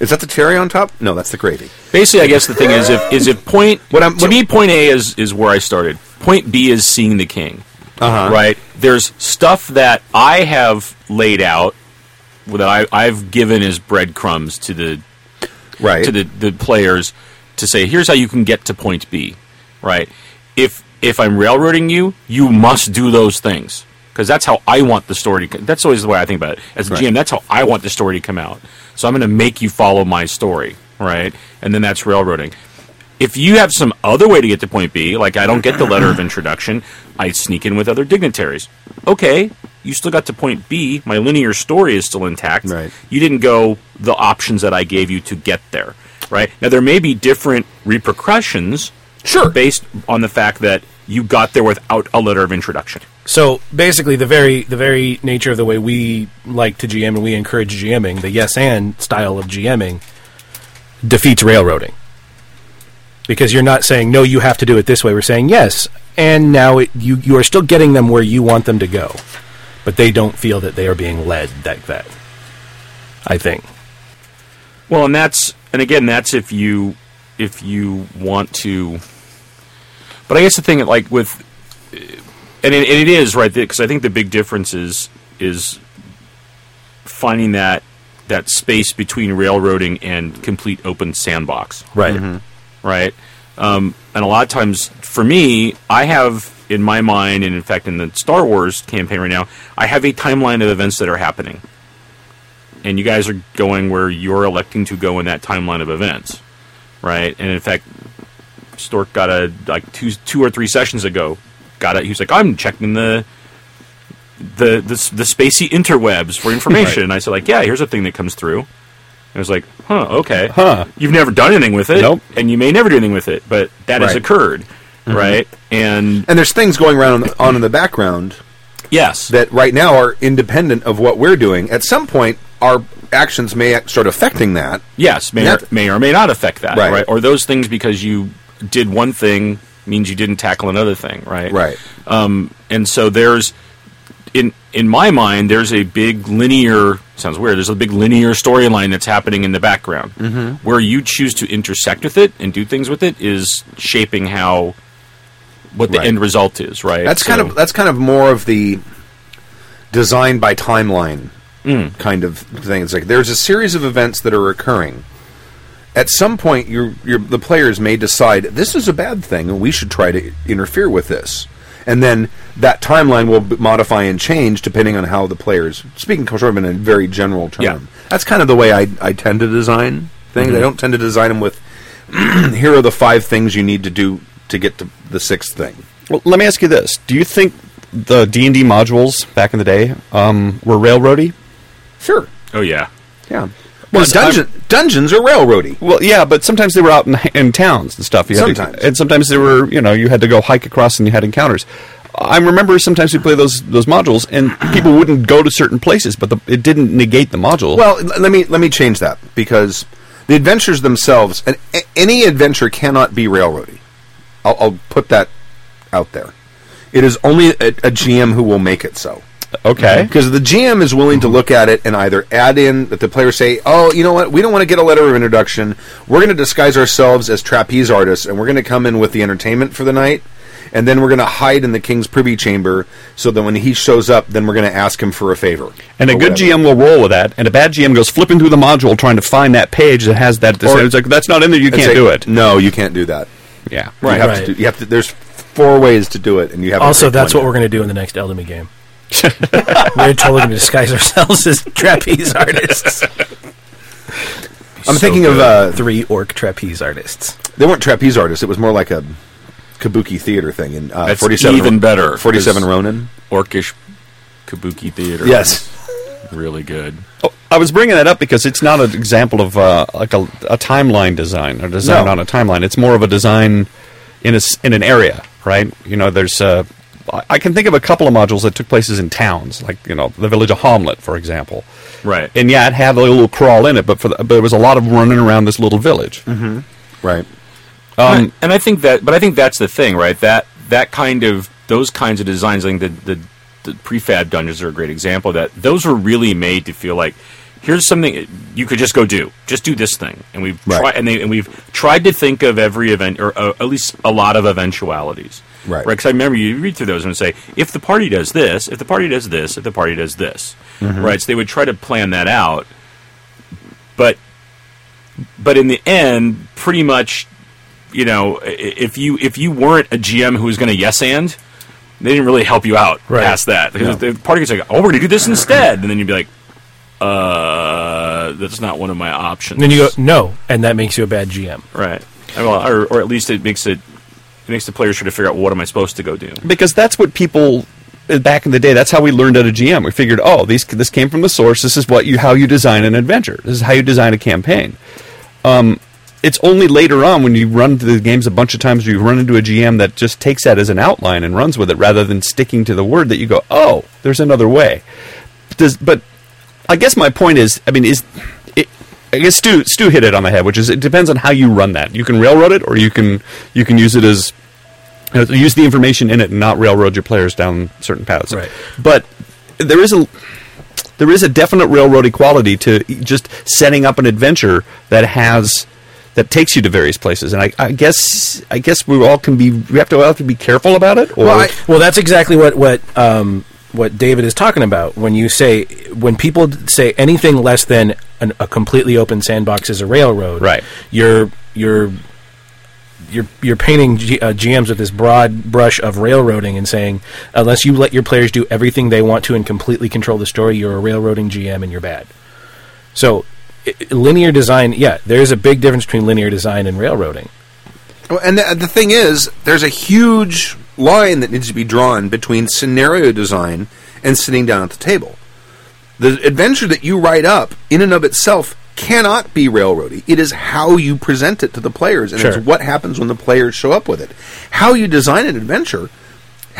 D: Is that the cherry on top? No, that's the gravy.
F: Basically, I guess the thing is if is if point
D: What I'm-
F: to
D: what-
F: me point A is is where I started. Point B is seeing the king.
D: Uh-huh.
F: Right? There's stuff that I have laid out that I, I've given as breadcrumbs to the
D: Right.
F: to the, the players to say here's how you can get to point B, right? If if I'm railroading you, you must do those things because that's how I want the story. To, that's always the way I think about it as a
D: Right.
F: GM. That's how I want the story to come out. So I'm going to make you follow my story, right? And then that's railroading. If you have some other way to get to point B, like I don't get the letter of introduction, I sneak in with other dignitaries. Okay, you still got to point B. My linear story is still intact.
D: Right.
F: You didn't go the options that I gave you to get there. Right. Now there may be different repercussions
D: Sure.
F: based on the fact that you got there without a letter of introduction.
E: So basically, the very the very nature of the way we like to GM and we encourage GMing, the yes and style of GMing, defeats railroading. Because you're not saying no, you have to do it this way. We're saying yes, and now it, you you are still getting them where you want them to go, but they don't feel that they are being led like that. I think.
F: Well, and that's and again that's if you if you want to. But I guess the thing like with, and it, and it is right because I think the big difference is is finding that that space between railroading and complete open sandbox.
E: Right.
F: right? Um, and a lot of times, for me, I have in my mind, and in fact, in the Star Wars campaign right now, I have a timeline of events that are happening, and you guys are going where you're electing to go in that timeline of events, right? And in fact, Stork got a like two two or three sessions ago, got it. He was like, "I'm checking the." The, the s- the spacey interwebs for information. And I said like, yeah, here's a thing that comes through. And I was like, huh, okay,
A: Huh.
F: You've never done anything with it,
A: Nope.
F: and you may never do anything with it, but that has
D: Right.
F: occurred, right? And
D: and there's things going around on, the- on in the background
F: yes,
D: that right now are independent of what we're doing. At some point, our actions may ac- start affecting that.
F: yes, may or,
D: that-
F: may or may not affect that, right.
D: Right.
F: Or those things because you did one thing means you didn't tackle another thing, right? Um, and so there's in in my mind there's a big linear sounds weird. There's a big linear storyline that's happening in the background. Mm-hmm. Where you choose to intersect with it and do things with it is shaping how what the
D: Right.
F: end result is, right?
D: That's kind
F: So-
D: of that's kind of more of the design by timeline
F: Mm.
D: kind of thing. It's like there's a series of events that are occurring. At some point, you you the players may decide this is a bad thing, and we should try to interfere with this. And then that timeline will b- modify and change depending on how the players. Speaking sort of in a very general term,
F: Yeah. Mm-hmm.
D: that's kind of the way I, I tend to design things. I don't tend to design them with here are the five things you need to do to get to the sixth thing.
A: Well, let me ask you this: Do you think the D and D modules back in the day um, were railroady?
D: Sure.
F: Oh yeah.
D: Yeah.
A: Well,
D: Well, dungeon, dungeons are railroady.
A: Well, yeah, but sometimes they were out in, in towns and stuff. You had to-
D: Sometimes.
A: and sometimes they were, you know, you had to go hike across and you had encounters. I remember sometimes we play those those modules and people wouldn't go to certain places, but the, it didn't negate the module.
D: Well, l- let me let me change that because the adventures themselves, and a- any adventure cannot be railroady. I'll, I'll put that out there. It is only a, a GM who will make it so.
A: okay,
D: Because the GM is willing to look at it and either add in that the players say, "Oh, you know what? We don't want to get a letter of introduction. We're going to disguise ourselves as trapeze artists, and we're going to come in with the entertainment for the night, and then we're going to hide in the king's privy chamber, so that when he shows up, then we're going to ask him for a favor."
A: and a
D: Or
A: good
D: whatever.
A: GM will roll with that, and a bad GM goes flipping through the module trying to find that page that has that.
D: Or-
A: it's like that's not in there. You
D: And
A: can't
D: say,
A: do it.
D: No, you can't do that.
A: Yeah,
D: You have
E: Right.
D: to. Do, you have to. There's four ways to do it, and you have. to
E: Also,
D: pick
E: that's
D: one.
E: what we're going to do in the next Elden game. we're totally going to disguise ourselves as trapeze artists.
D: I'm thinking of. Uh,
E: three orc trapeze artists.
D: they weren't trapeze artists. It was more like a kabuki theater thing in uh,
F: That's
D: 47.
F: even better,
D: 47
F: 'cause-
D: Ronin.
F: Orcish Kabuki Theater.
D: Yes.
F: was Really good.
A: Oh, I was bringing that up because it's not an example of uh, like a, a timeline design or design
D: No.
A: on a timeline. It's more of a design in a s in an area, right? You know, there's uh, I I can think of a couple of modules that took places in towns, like you know, the village of Hamlet, for example.
F: Right.
A: And yeah, it had a little crawl in it, but for the, but it was a lot of running around this little village.
D: Mm-hmm. Right.
F: Um, and I think that, but I think that's the thing, right? That that kind of those kinds of designs, I think the the, the prefab dungeons are a great example. Of that those were really made to feel like, here's something you could just go do. Just do this thing, and we've
D: Right.
F: tried and, they, and we've tried to think of every event or uh, at least a lot of eventualities.
D: Right.
F: Right. Because I remember you read through those and say, if the party does this, if the party does this, if the party does this,
D: Mm-hmm.
F: right? So they would try to plan that out, but but in the end, pretty much, you know, i- if you if you weren't a GM who was going to yes and, they didn't really help you out
E: Right.
F: past that because the party gets like, oh, we're going to do this instead, and then you'd be like, uh, that's not one of my
E: And
F: options.
E: then you go no, and that makes you a bad GM.
F: right, well, or, or at least it makes it. It makes the players try to figure out well, what am I supposed to go do.
A: because that's what people uh, back in the day. That's how we learned at a GM. We figured, oh, these this came from the source. This is what you how you design an adventure. This is how you design a campaign. Um, it's only later on when you run into the games a bunch of times, you run into a GM that just takes that as an outline and runs with it rather than sticking to the word that you go, oh, there's another way. Does but I guess my point is, I mean, is it, I guess Stu Stu hit it on the head, which is it depends on how you run that. You can railroad it, or you can you can use it as you know, use the information in it and not railroad your players down certain paths.
E: Right.
A: But there is a there is a definite railroad equality to e, just setting up an adventure that has that takes you to various places, and I, I guess I guess we all can be we have to all have to be careful about it. Or
E: Well, well, that's exactly what what um, what David is talking about when you say when people d- say anything less than an, a completely open sandbox is a railroad.
A: Right.
E: You're you're you're you're painting G, uh, GMs with this broad brush of railroading and saying unless you let your players do everything they want to and completely control the story, you're a railroading GM and you're bad. So. i- i- Linear design, yeah, there's a big difference between linear design and railroading.
D: Well, and the, the thing is, there's a huge line that needs to be drawn between scenario design and sitting down at the table. The adventure that you write up, in and of itself, cannot be railroady. It is how you present it to the players, and
E: Sure.
D: it's what happens when the players show up with it. How you design an adventure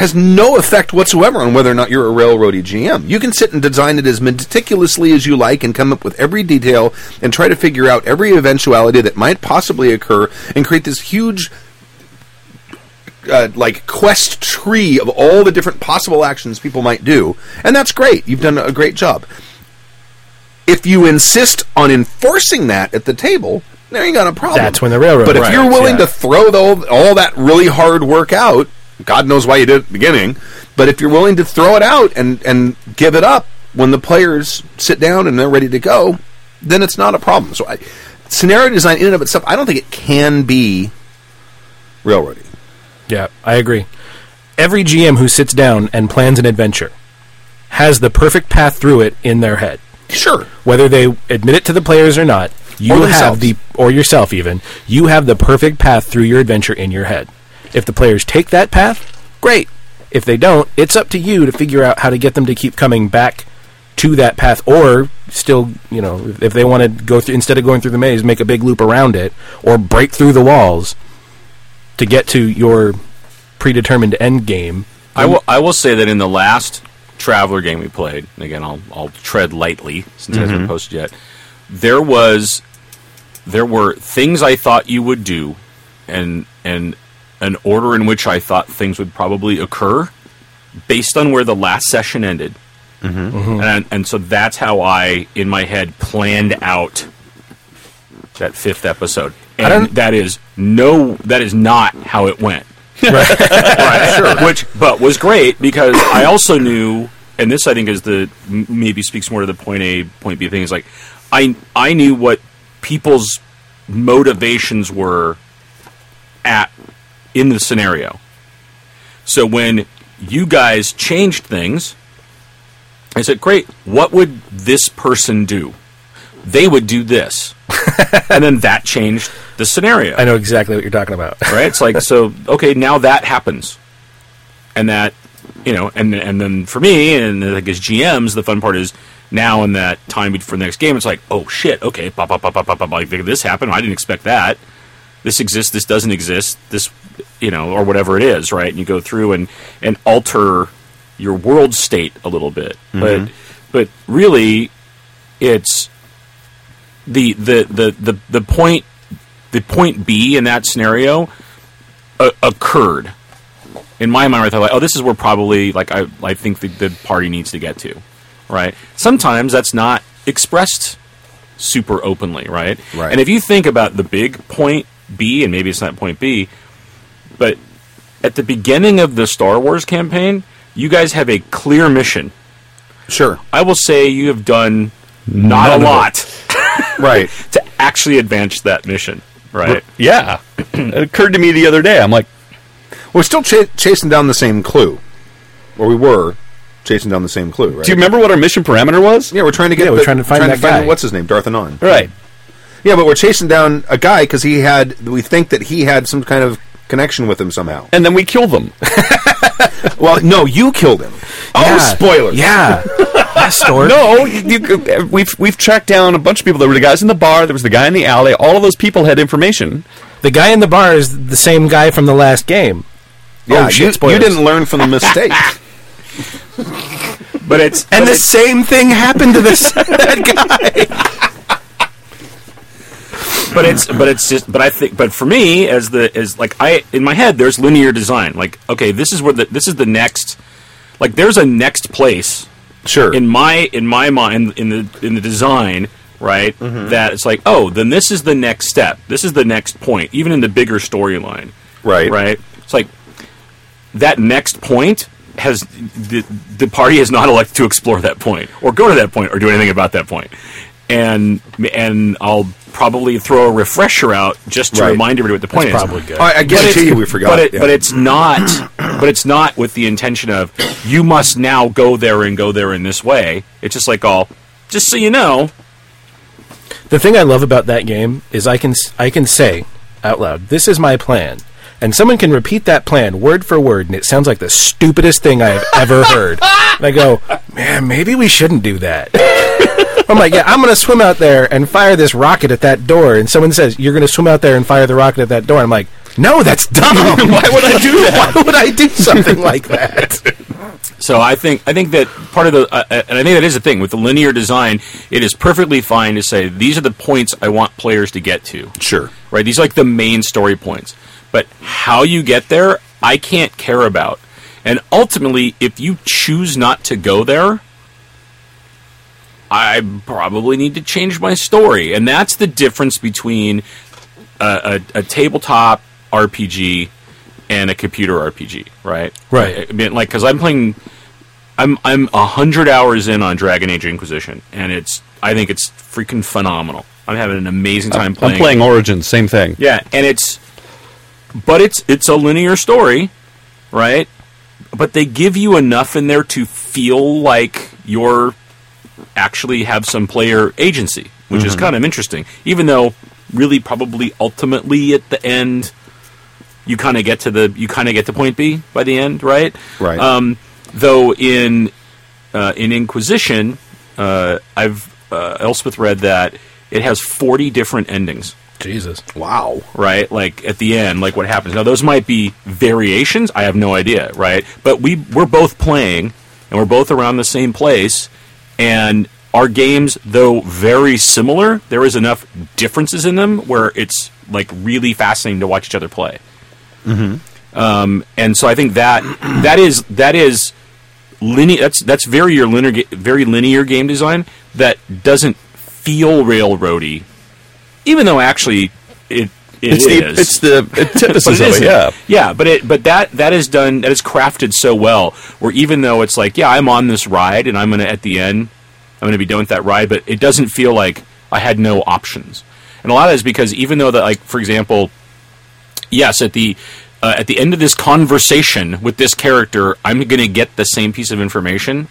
D: has no effect whatsoever on whether or not you're a railroady GM. You can sit and design it as meticulously as you like and come up with every detail and try to figure out every eventuality that might possibly occur and create this huge uh, like quest tree of all the different possible actions people might do, and that's great. You've done a great job. If you insist on enforcing that at the table, there ain't got a problem.
E: That's when the railroad
D: But if
E: arrives,
D: you're willing to
E: yeah.
D: throw the, all- all that really hard work out, God knows why you did it at the beginning. But if you're willing to throw it out and and give it up when the players sit down and they're ready to go, then it's not a problem. So I, scenario design in and of itself, I don't think it can be railroading.
E: Yeah, I agree. Every GM who sits down and plans an adventure has the perfect path through it in their head.
D: Sure.
E: Whether they admit it to the players or not, you
D: themselves.
E: have the or yourself even, you have the perfect path through your adventure in your head. If the players take that path, great. If they don't, it's up to you to figure out how to get them to keep coming back to that path or still, you know, if- if they want to go through instead of going through the maze, make a big loop around it or break through the walls to get to your predetermined end game.
F: I will. I will say that in the last Traveler game we played, and again, I'll I'll tread lightly since it hasn't been posted yet. There was, there were things I thought you would do, and and an order in which I thought things would probably occur, based on where the last session ended, and and so that's how I in my head planned out that fifth episode, and
E: don't-
F: that is no, that is not how it went right, sure. Which, but was great because I also knew, and this I think is the m- maybe speaks more to the point A, point B thing. Is like, I I knew what people's motivations were at in the scenario. So when you guys changed things, I said, "Great, what would this person do? They would do this." and then that changed the scenario
E: I know exactly what you're talking about.
F: right? It's like so. Okay, now that happens, and that you know, and and then for me, and I guess GMs, the fun part is now in that time for the next game. It's like, oh shit, okay, pop, pop, pop, pop, pop, pop, like this happened. I didn't expect that. This exists. This doesn't exist. This, you know, or whatever it is, right? And you go through and and alter your world state a little bit, but but really, it's the the the the, the point the point B in that scenario uh, occurred. In my mind, I thought, like, oh, this is where probably like I, I think the, the party needs to get to, right? Sometimes that's not expressed super openly, right?
D: Right.
F: And if you think about the big point B, and maybe it's not point B, but at the beginning of the Star Wars campaign, you guys have a clear mission.
D: Sure.
F: I will say you have done not
A: None of
F: a
A: it.
F: lot
D: Right.
F: to actually advance that mission, right?
A: Yeah, it occurred to me the other day. I'm like,
D: We're still ch- chasing down the same clue, or we were chasing down the same clue. Right?
A: do you remember what our mission parameter was?
D: yeah, we're trying to get.
E: Yeah, we're
D: the-
E: trying to find that guy.
D: what's his name, Darth Anon.
A: Right.
D: Yeah, but we're chasing down a guy because he had. We think that he had some kind of connection with him somehow.
A: And then we kill them.
D: Well, no, you killed him.
E: Yeah.
D: Oh, spoiler!
E: Yeah. That's stork.
A: No, you, you- we've we've tracked down a bunch of people. There were the guys in the bar. There was the guy in the alley. All of those people had information.
E: The guy in the bar is the same guy from the last game.
D: yeah.
E: Oh, shit,
D: you- you,
E: spoilers.
D: didn't learn from the mistake.
F: But it's
E: And the same thing happened to this that guy.
F: but it's but it's just but I think but for me as the as like I in my head there's linear design like okay this is where the this is the next like there's a next place
D: sure.
F: in my in my mind in the in the design right that it's like oh then this is the next step this is the next point even in the bigger storyline
D: Right.
F: right it's like that next point has the, the party has not elected to explore that point or go to that point or do anything about that point and and I'll probably throw a refresher out just to
D: Right.
F: remind everybody what the point
E: That's
F: is
E: probably good.
D: I, I
F: it's-
D: guarantee you, we forgot.
F: But, it,
D: yeah.
F: but it's not. but it's not with the intention of you must now go there and go there in this way. It's just like all. Just so you know,
E: The thing I love about that game is I can s- I can say out loud, "This is my plan." And someone can repeat that plan word for word, and it sounds like the stupidest thing I have ever heard. And I go, man, maybe we shouldn't do that. I'm like, yeah, I'm going to swim out there and fire this rocket at that door. And someone says, you're going to swim out there and fire the rocket at that door. I'm like, no, that's dumb. Why would I do that? Why would I do something like that?
F: so I think I think that part of the uh, uh, and I think that is the thing with the linear design. It is perfectly fine to say these are the points I want players to get to.
D: sure.
F: right? These are like the main story points. But how you get there, I can't care about. And ultimately, if you choose not to go there, I probably need to change my story. And that's the difference between a, a, a tabletop RPG and a computer RPG, right?
E: Right.
F: I mean, like, because I'm playing, I'm I'm a hundred hours in on Dragon Age Inquisition, and it's I think it's freaking phenomenal. I'm having an amazing time
A: I'm playing Origins. Same thing.
F: yeah, and it's but it's it's a linear story, right? But they give you enough in there to feel like you're actually have some player agency, which is kind of interesting. Even though really probably ultimately at the end you kind of get to the you kind of get to point B by the end, right?
D: Right.
F: Um, though in uh, in Inquisition, uh, I've uh, Elspeth read that it has forty different endings
E: Jesus.
D: Wow.
F: right? Like at the end, like what happens. Now those might be variations. I have no idea, right? But we we're both playing, and we're both around the same place, and our games, though very similar, there is enough differences in them where it's like really fascinating to watch each other play. Um, and so I think that that is that is linear. That's that's very your linear, ga- very linear game design that doesn't feel railroady, even though actually it, it
A: It's the
F: is.
A: it's the antithesis
F: but
A: of
F: it
A: it.
F: isn't.
A: Yeah.
F: yeah, but it but that that is done that is crafted so well. Where even though it's like, yeah, I'm on this ride, and I'm gonna at the end, I'm gonna be done with that ride, but it doesn't feel like I had no options. And a lot of that is because even though that, like for example, yes, at the uh, at the end of this conversation with this character, I'm going to get the same piece of information.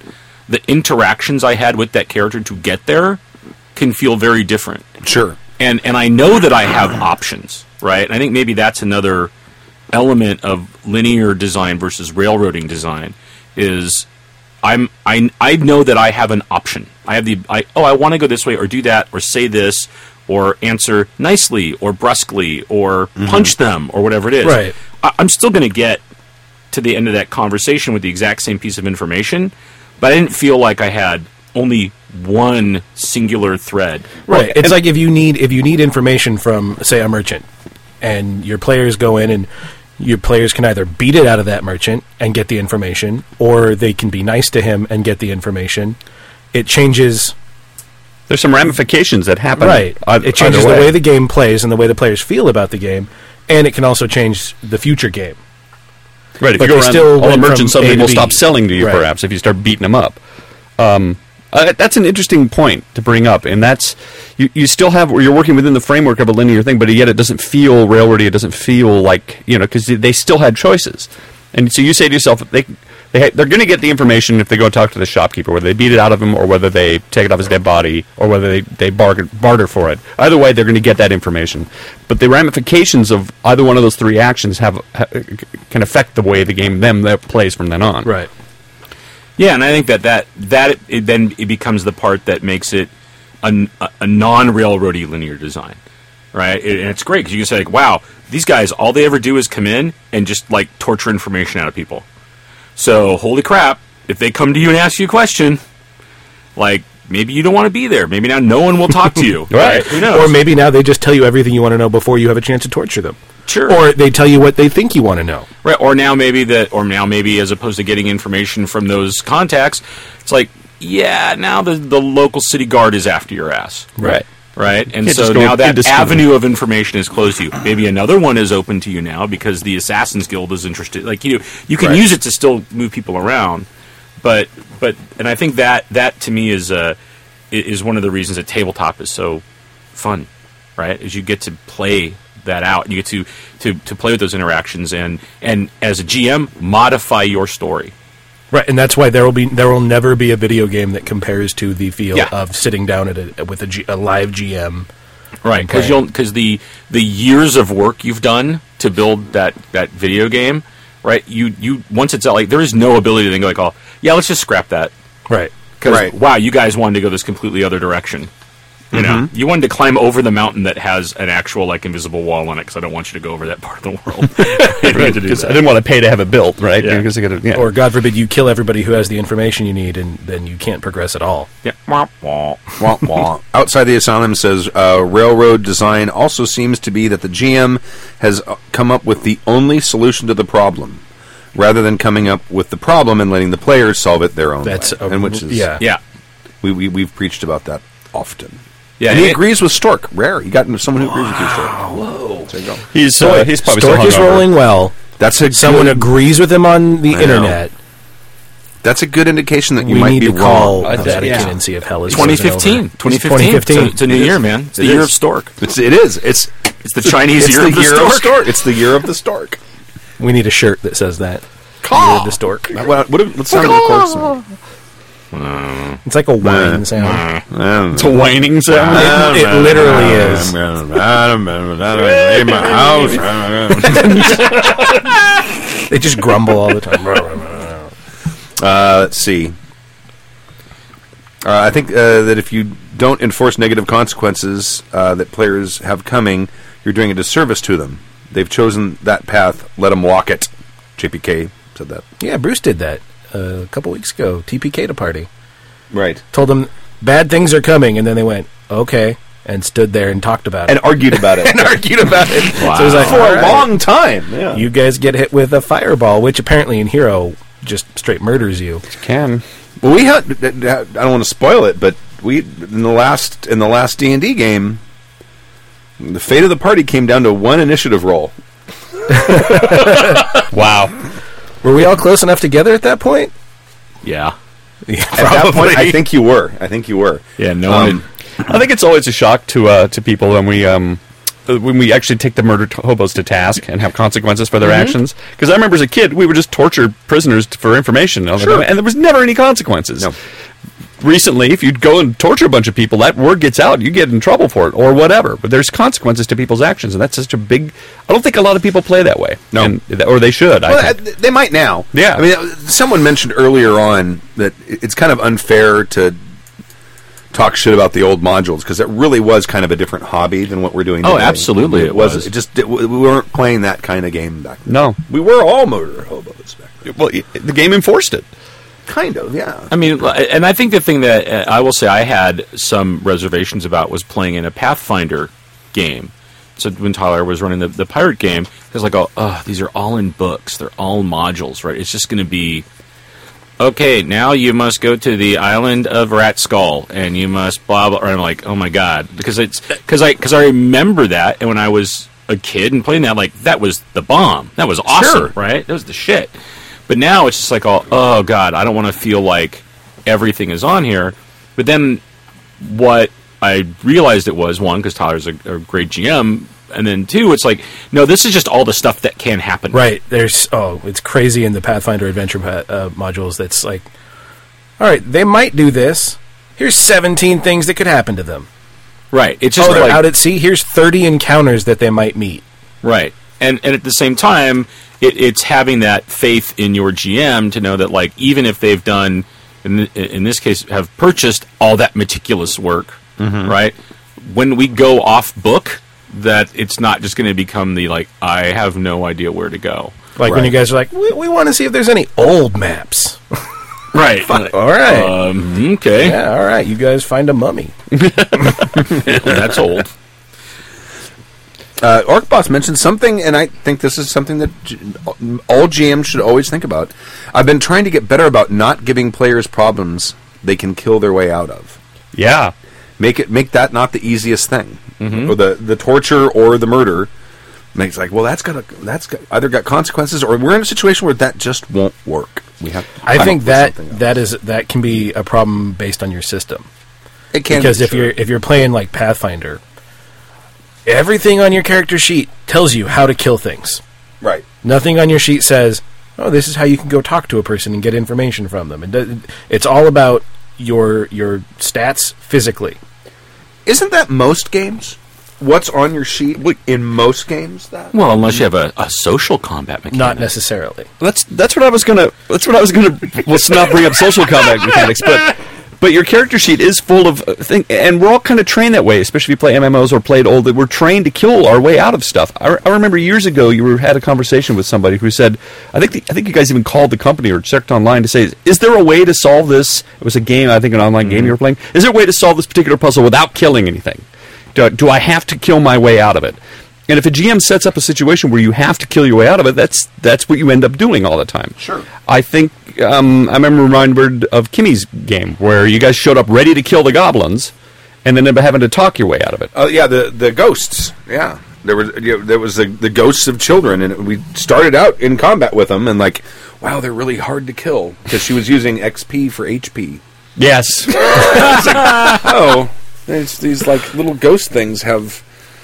F: The interactions I had with that character to get there can feel very different,
D: Sure.
F: and and I know that I have options, right? And I think maybe that's another element of linear design versus railroading design is I'm I I know that I have an option. I have the I oh I want to go this way or do that or say this or answer nicely or brusquely or punch them or whatever it is.
E: Right.
F: I, I'm still going to get to the end of that conversation with the exact same piece of information, but I didn't feel like I had only one singular thread.
E: Right. It's like if you need if you need information from say a merchant and your players go in and your players can either beat it out of that merchant and get the information or they can be nice to him and get the information. It changes
A: There's some ramifications that happen.
E: right.
A: ei-
E: it changes
A: Uh, either
E: the way the game plays and the way the players feel about the game, and it can also change the future game.
A: Right, if
E: But
A: you go
E: they
A: around,
E: still
A: all the
E: went from
A: merchants suddenly
E: A to
A: will
E: B.
A: stop selling to you,
E: Right.
A: perhaps, if you start beating them up. Um, uh, that's an interesting point to bring up, and that's you, you still have you're working within the framework of a linear thing, but yet it doesn't feel railroady. It doesn't feel like you know because they still had choices, and so you say to yourself they. They ha- they're going to get the information if they go talk to the shopkeeper, whether they beat it out of him or whether they take it off his dead body or whether they, they bargain, barter for it. Either way, they're going to get that information. But the ramifications of either one of those three actions have, ha- can affect the way the game them that plays from then on.
F: Yeah, and I think that that that it, then it becomes the part that makes it an, a, a non-railroady linear design, right? It, and it's great because you can say like, "Wow, these guys all they ever do is come in and just like torture information out of people." So holy crap, if they come to you and ask you a question, like maybe you don't want to be there. Maybe now no one will talk to you.
A: Right.
F: Who knows?
E: Or maybe now they just tell you everything you want to know before you have a chance to torture them.
F: Sure.
E: Or they tell you what they think you want to know.
F: Right, or now maybe that, or now maybe as opposed to getting information from those contacts, it's like, yeah, now the the local city guard is after your ass,
A: Right.
F: right? And
A: Can't
F: so
A: just go
F: now that
A: indiscriminate.
F: avenue of information is closed to you. Maybe another one is open to you now because the Assassin's Guild is interested. Like you, you can
A: Right.
F: use it to still move people around, but but and I think that that to me is uh i- is one of the reasons that tabletop is so fun, right? Is you get to play that out, you get to to to play with those interactions, and and as a GM, modify your story.
E: Right, and that's why there will be there will never be a video game that compares to the feel
F: Yeah.
E: of sitting down at a, with a, G, a live GM.
F: right because
E: Okay.
F: you'll because the the years of work you've done to build that that video game right you you once it's out like there is no ability to then go like oh yeah let's just scrap that
E: Right.
F: because
D: Right.
F: wow you guys wanted to go this completely other direction you know
D: Mm-hmm.
F: you wanted to climb over the mountain that has an actual like invisible wall on it because i don't want you to go over that part of the world I didn't mean to do
A: Because I
F: that.
A: didn't want to pay to have it built, right?
F: Yeah.
A: Because I gotta- yeah.
E: Or God forbid you kill everybody who has the information you need, and then you can't progress at all.
F: yeah. Womp, womp.
D: Wah, wah. Outside the asylum says uh, railroad design also seems to be that the GM has uh, come up with the only solution to the problem, rather than coming up with the problem and letting the players solve it their own.
E: That's
D: way.
E: a-
D: and which is
E: yeah.
F: yeah
D: we, we we've preached about that often.
F: yeah
D: and he
F: it-
D: agrees with Stork. Rare. You got someone who agrees with you, Stork. Whoa. There you go.
A: he's uh, he's probably
E: Stork
A: still
E: is
A: hungover.
E: rolling well.
D: That's a
E: Someone
D: good,
E: agrees with him on the
D: I know.
E: internet.
D: that's a good indication that you
E: we
D: might
E: need
D: be
E: to call
D: wrong.
A: I
E: that
A: think-
E: again
A: yeah.
E: and see if hell is frozen
F: 2015 2015
E: over.
F: It's a- it's a new year man it's the
D: It
F: year
D: is.
F: of stork
D: It's, it is. It's
F: it's the chinese
D: it's
F: year,
D: the
F: of, the
D: year
F: stork.
D: of Stork. It's the year of the Stork.
E: We need a shirt that says that.
D: Call.
E: You're the stork.
D: What, what, what, what sound records?
E: It's like a whine sound.
A: It's a whining sound.
E: It, it literally is.
D: in my house.
E: They just grumble all the time.
D: Uh, let's see. Uh, I think uh, that if you don't enforce negative consequences uh, that players have coming, you're doing a disservice to them. They've chosen that path. Let them walk it. JPK said that.
E: yeah, Bruce did that uh, a couple weeks ago. TPK to party.
D: Right.
E: told them bad things are coming, and then they went okay and stood there and talked about
D: And
E: it.
D: argued about it. and argued about it
E: Wow. So it was like,
D: for
E: all
D: a
E: right.
D: long time. Yeah.
E: you guys get hit with a fireball, which apparently in Hero just straight murders you.
A: Can
D: Well, we had. I don't want to spoil it, but we in the last in the last D and D game, the fate of the party came down to one initiative roll.
A: wow.
E: Were we all close enough together at that point?
F: yeah
D: At that point, I think you were. I think you were.
F: yeah no
D: Um,
F: one
A: I think it's always a shock to uh, to people when we um, uh, when we actually take the murder t- hobos to task and have consequences for their actions. Because I remember as a kid, we would just torture prisoners t- for information, and, all that, and there was never any consequences.
D: No.
A: Recently, if you'd go and torture a bunch of people, that word gets out, you get in trouble for it or whatever. But there's consequences to people's actions, and that's such a big. I don't think a lot of people play that way.
D: No.
A: and, or they should. I
D: Well, uh,
A: think.
D: th- they might now.
A: Yeah.
D: I mean, uh, someone mentioned earlier on that i- it's kind of unfair to talk shit about the old modules because it really was kind of a different hobby than what we're doing.
F: Oh,
D: today.
F: absolutely it
D: was.
F: was.
D: It just it, we weren't playing that kind of game back. then.
A: No.
D: we were all murder hobos back. then.
A: well, y- the game enforced it.
D: Kind of, yeah.
F: I mean, li- and I think the thing that uh, I will say I had some reservations about was playing in a Pathfinder game. So when Tyler was running the, the pirate game, it was like, oh, ugh, these are all in books. They're all modules, right? It's just going to be okay, now you must go to the island of Rat Skull, and you must blah blah. And I'm like, oh my god, because it's because I because I remember that, and when I was a kid and playing that, like that was the bomb. That was awesome, right? That was the shit. But now it's just like, all, oh god, I don't want to feel like everything is on here. But then what I realized it was one because Tyler's a, a great GM, and then two, it's like, no, this is just all the stuff that can happen.
E: Right. There's oh, it's crazy in the Pathfinder adventure pa- uh, modules. That's like, all right, they might do this. Here's 17 things that could happen to them.
F: right. It's just
E: Oh, they're
F: like
E: out at sea. Here's 30 encounters that they might meet.
F: Right. And and at the same time, it, it's having that faith in your GM to know that like even if they've done in, th- in this case have purchased all that meticulous work, right? When we go off book, that it's not just going to become the like I have no idea where to go.
E: Like when you guys are like, we, we want to see if there's any old maps.
F: Right.
E: All right.
F: Um, okay.
E: yeah. All right. You guys find a mummy.
F: That's old.
D: Uh, Orcboss mentioned something, and I think this is something that G- all GMs should always think about. I've been trying to get better about not giving players problems they can kill their way out of.
A: Yeah.
D: Make it make that not the easiest thing,
E: Mm-hmm.
D: or the the torture or the murder. And it's like, well, that's got to that's got, either got consequences, or we're in a situation where that just won't work. We have. to
E: I
D: come up
E: think
D: with
E: that
D: something else.
E: that is that can be a problem based on your system.
D: it can
E: because
D: be,
E: if you're if you're playing like Pathfinder, everything on your character sheet tells you how to kill things.
D: sure. right,
E: Nothing on your sheet says, "Oh, this is how you can go talk to a person and get information from them." It does, it's all about your your stats physically.
D: isn't that most games? What's on your sheet in most games? That
F: Well, unless you have a, a social combat mechanic.
E: Not necessarily.
A: That's that's what I was gonna. That's what I was gonna. Let's not bring up social combat mechanics, but but your character sheet is full of uh, thing, and we're all kind of trained that way. Especially if you play MMOs or played old, that we're trained to kill our way out of stuff. I, re- I remember years ago, you were, had a conversation with somebody who said, I think the, I think you guys even called the company or checked online to say, is there a way to solve this? It was a game, I think, an online game you were playing. Is there a way to solve this particular puzzle without killing anything? Do, do I have to kill my way out of it? And if a GM sets up a situation where you have to kill your way out of it, that's that's what you end up doing all the time. Sure. I think um, I remember reminded of Kimmy's game where you guys showed up ready to kill the goblins, and then ended up having to talk your way out of it.
D: Oh yeah, the the ghosts. Yeah, there was you know, there was the, the ghosts of children, and we started out in combat with them, and like, wow, they're really hard to kill because she was using XP for HP.
A: Yes.
D: Oh, it's, these like little ghost things have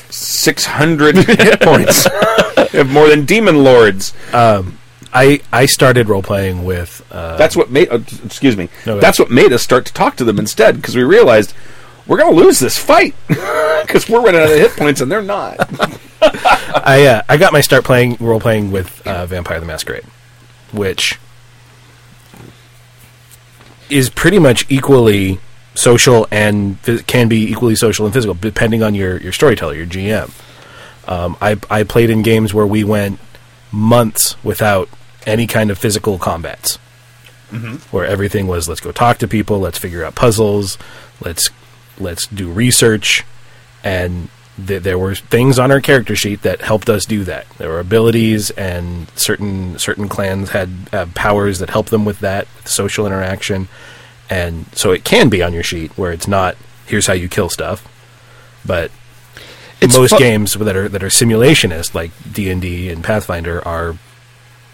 D: six hundred hit points. They have more than demon lords.
E: I I started role playing with uh,
D: That's what made. Uh, excuse me.
E: No, go
D: that's what made us start to talk to them instead because we realized. We're gonna lose this fight because we're running out of hit points and they're not.
E: I uh, I got my start playing role playing with uh, Vampire the Masquerade, which is pretty much equally social and phys- can be equally social and physical depending on your your storyteller, your GM. Um, I I played in games where we went months without any kind of physical combats, where everything was let's go talk to people, let's figure out puzzles, let's let's do research and th- there were things on our character sheet that helped us do that. There were abilities, and certain certain clans had uh, powers that helped them with that with social interaction, and so it can be on your sheet where it's not here's how you kill stuff, but
A: It's
E: most
A: fu-
E: games that are that are simulationist like D and D and Pathfinder are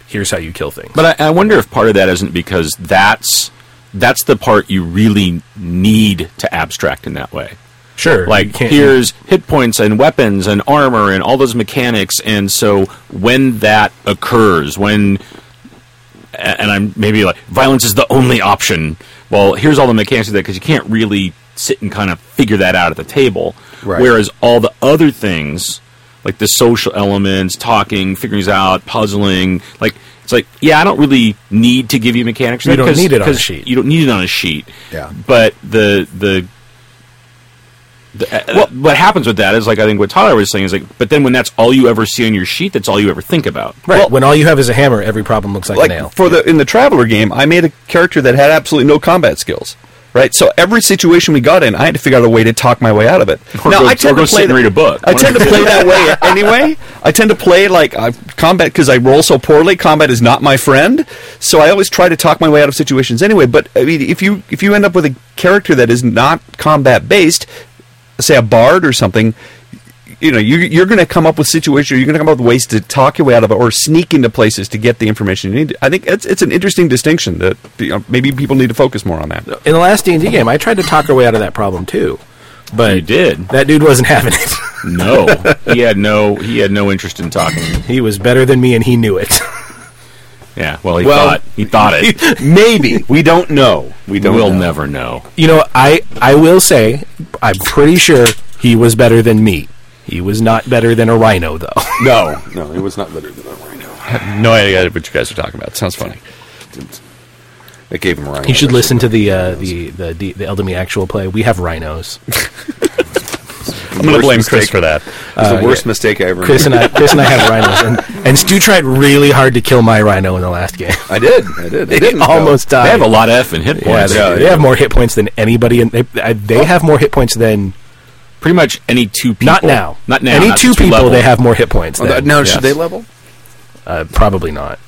E: here's how you kill things.
F: But I, I wonder if part of that isn't because that's that's the part you really need to abstract in that way.
E: sure, you
F: Like
E: can't-
F: here's hit points and weapons and armor and all those mechanics, and so when that occurs, when a- and I'm maybe like violence is the only option. Well, here's all the mechanics of that because you can't really sit and kind of figure that out at the table.
D: Right.
F: Whereas all the other things, like the social elements, talking, figuring things out, puzzling, like it's like yeah, I don't really need to give you mechanics.
E: You don't
F: 'cause-
E: need it on a
F: 'cause
E: sheet.
F: You don't need it on a sheet.
D: Yeah.
F: But the the the, well, what happens with that is like I think what Tyler was saying is like, but then when that's all you ever see on your sheet, that's all you ever think about.
E: right when all you have is a hammer, every problem looks like, a
A: like
E: nail.
A: for the in the traveler game, I made a character that had absolutely no combat skills. Right, so every situation we got in, I had to figure out a way to talk my way out of it.
F: Or
A: now
F: go-
A: I
F: or
A: tend
F: go
A: to play
F: sit and
A: that-
F: read a book.
A: I
F: One
A: tend
F: of
A: to
F: the
A: play that way anyway. I tend to play like uh, combat because I roll so poorly. Combat is not my friend, so I always try to talk my way out of situations anyway. But I mean, if you if you end up with a character that is not combat based, say a bard or something, you know, you, you're going to come up with situations, you're going to come up with ways to talk your way out of it, or sneak into places to get the information you need. I think it's it's an interesting distinction that you know, maybe people need to focus more on that.
E: In the last D and D game, I tried to talk our way out of that problem too, but
F: You did.
E: That dude wasn't having it.
F: No, he had no. He had no interest in talking.
E: he was better than me, and he knew it.
F: Yeah. Well, he
D: Well,
F: thought. He thought it.
D: Maybe we don't know. We don't.
F: we'll
D: know.
F: never know.
E: you know, I I will say, I'm pretty sure he was better than me. He was not better than a rhino, though.
D: No, no, it was not better than that right now.
A: No idea what you guys are talking about. Sounds funny.
D: It gave him right.
E: You should listen to the uh, the the the, the Elden Ring actual play. We have rhinos.
A: I'm going to
D: Worst
A: blame Chris
D: mistake.
A: for that.
D: It was the worst mistake I ever.
E: uh, Chris and I Chris and I have rhinos, and, and Stu tried really hard to kill my rhino in the last game.
D: I did. I did. I
E: They
D: didn't, though.
E: almost died.
F: They have a lot of F in hit
E: Yeah,
F: points.
E: they, they have more hit points than anybody, and they I- they have more hit points than
F: Pretty much any two people.
E: not now.
F: Not now.
E: Any
F: not
E: two
F: the
E: people,
F: level.
E: they have more hit points.
D: Oh, that-
E: Than,
D: now
F: Yes.
D: should they level?
E: uh, probably not.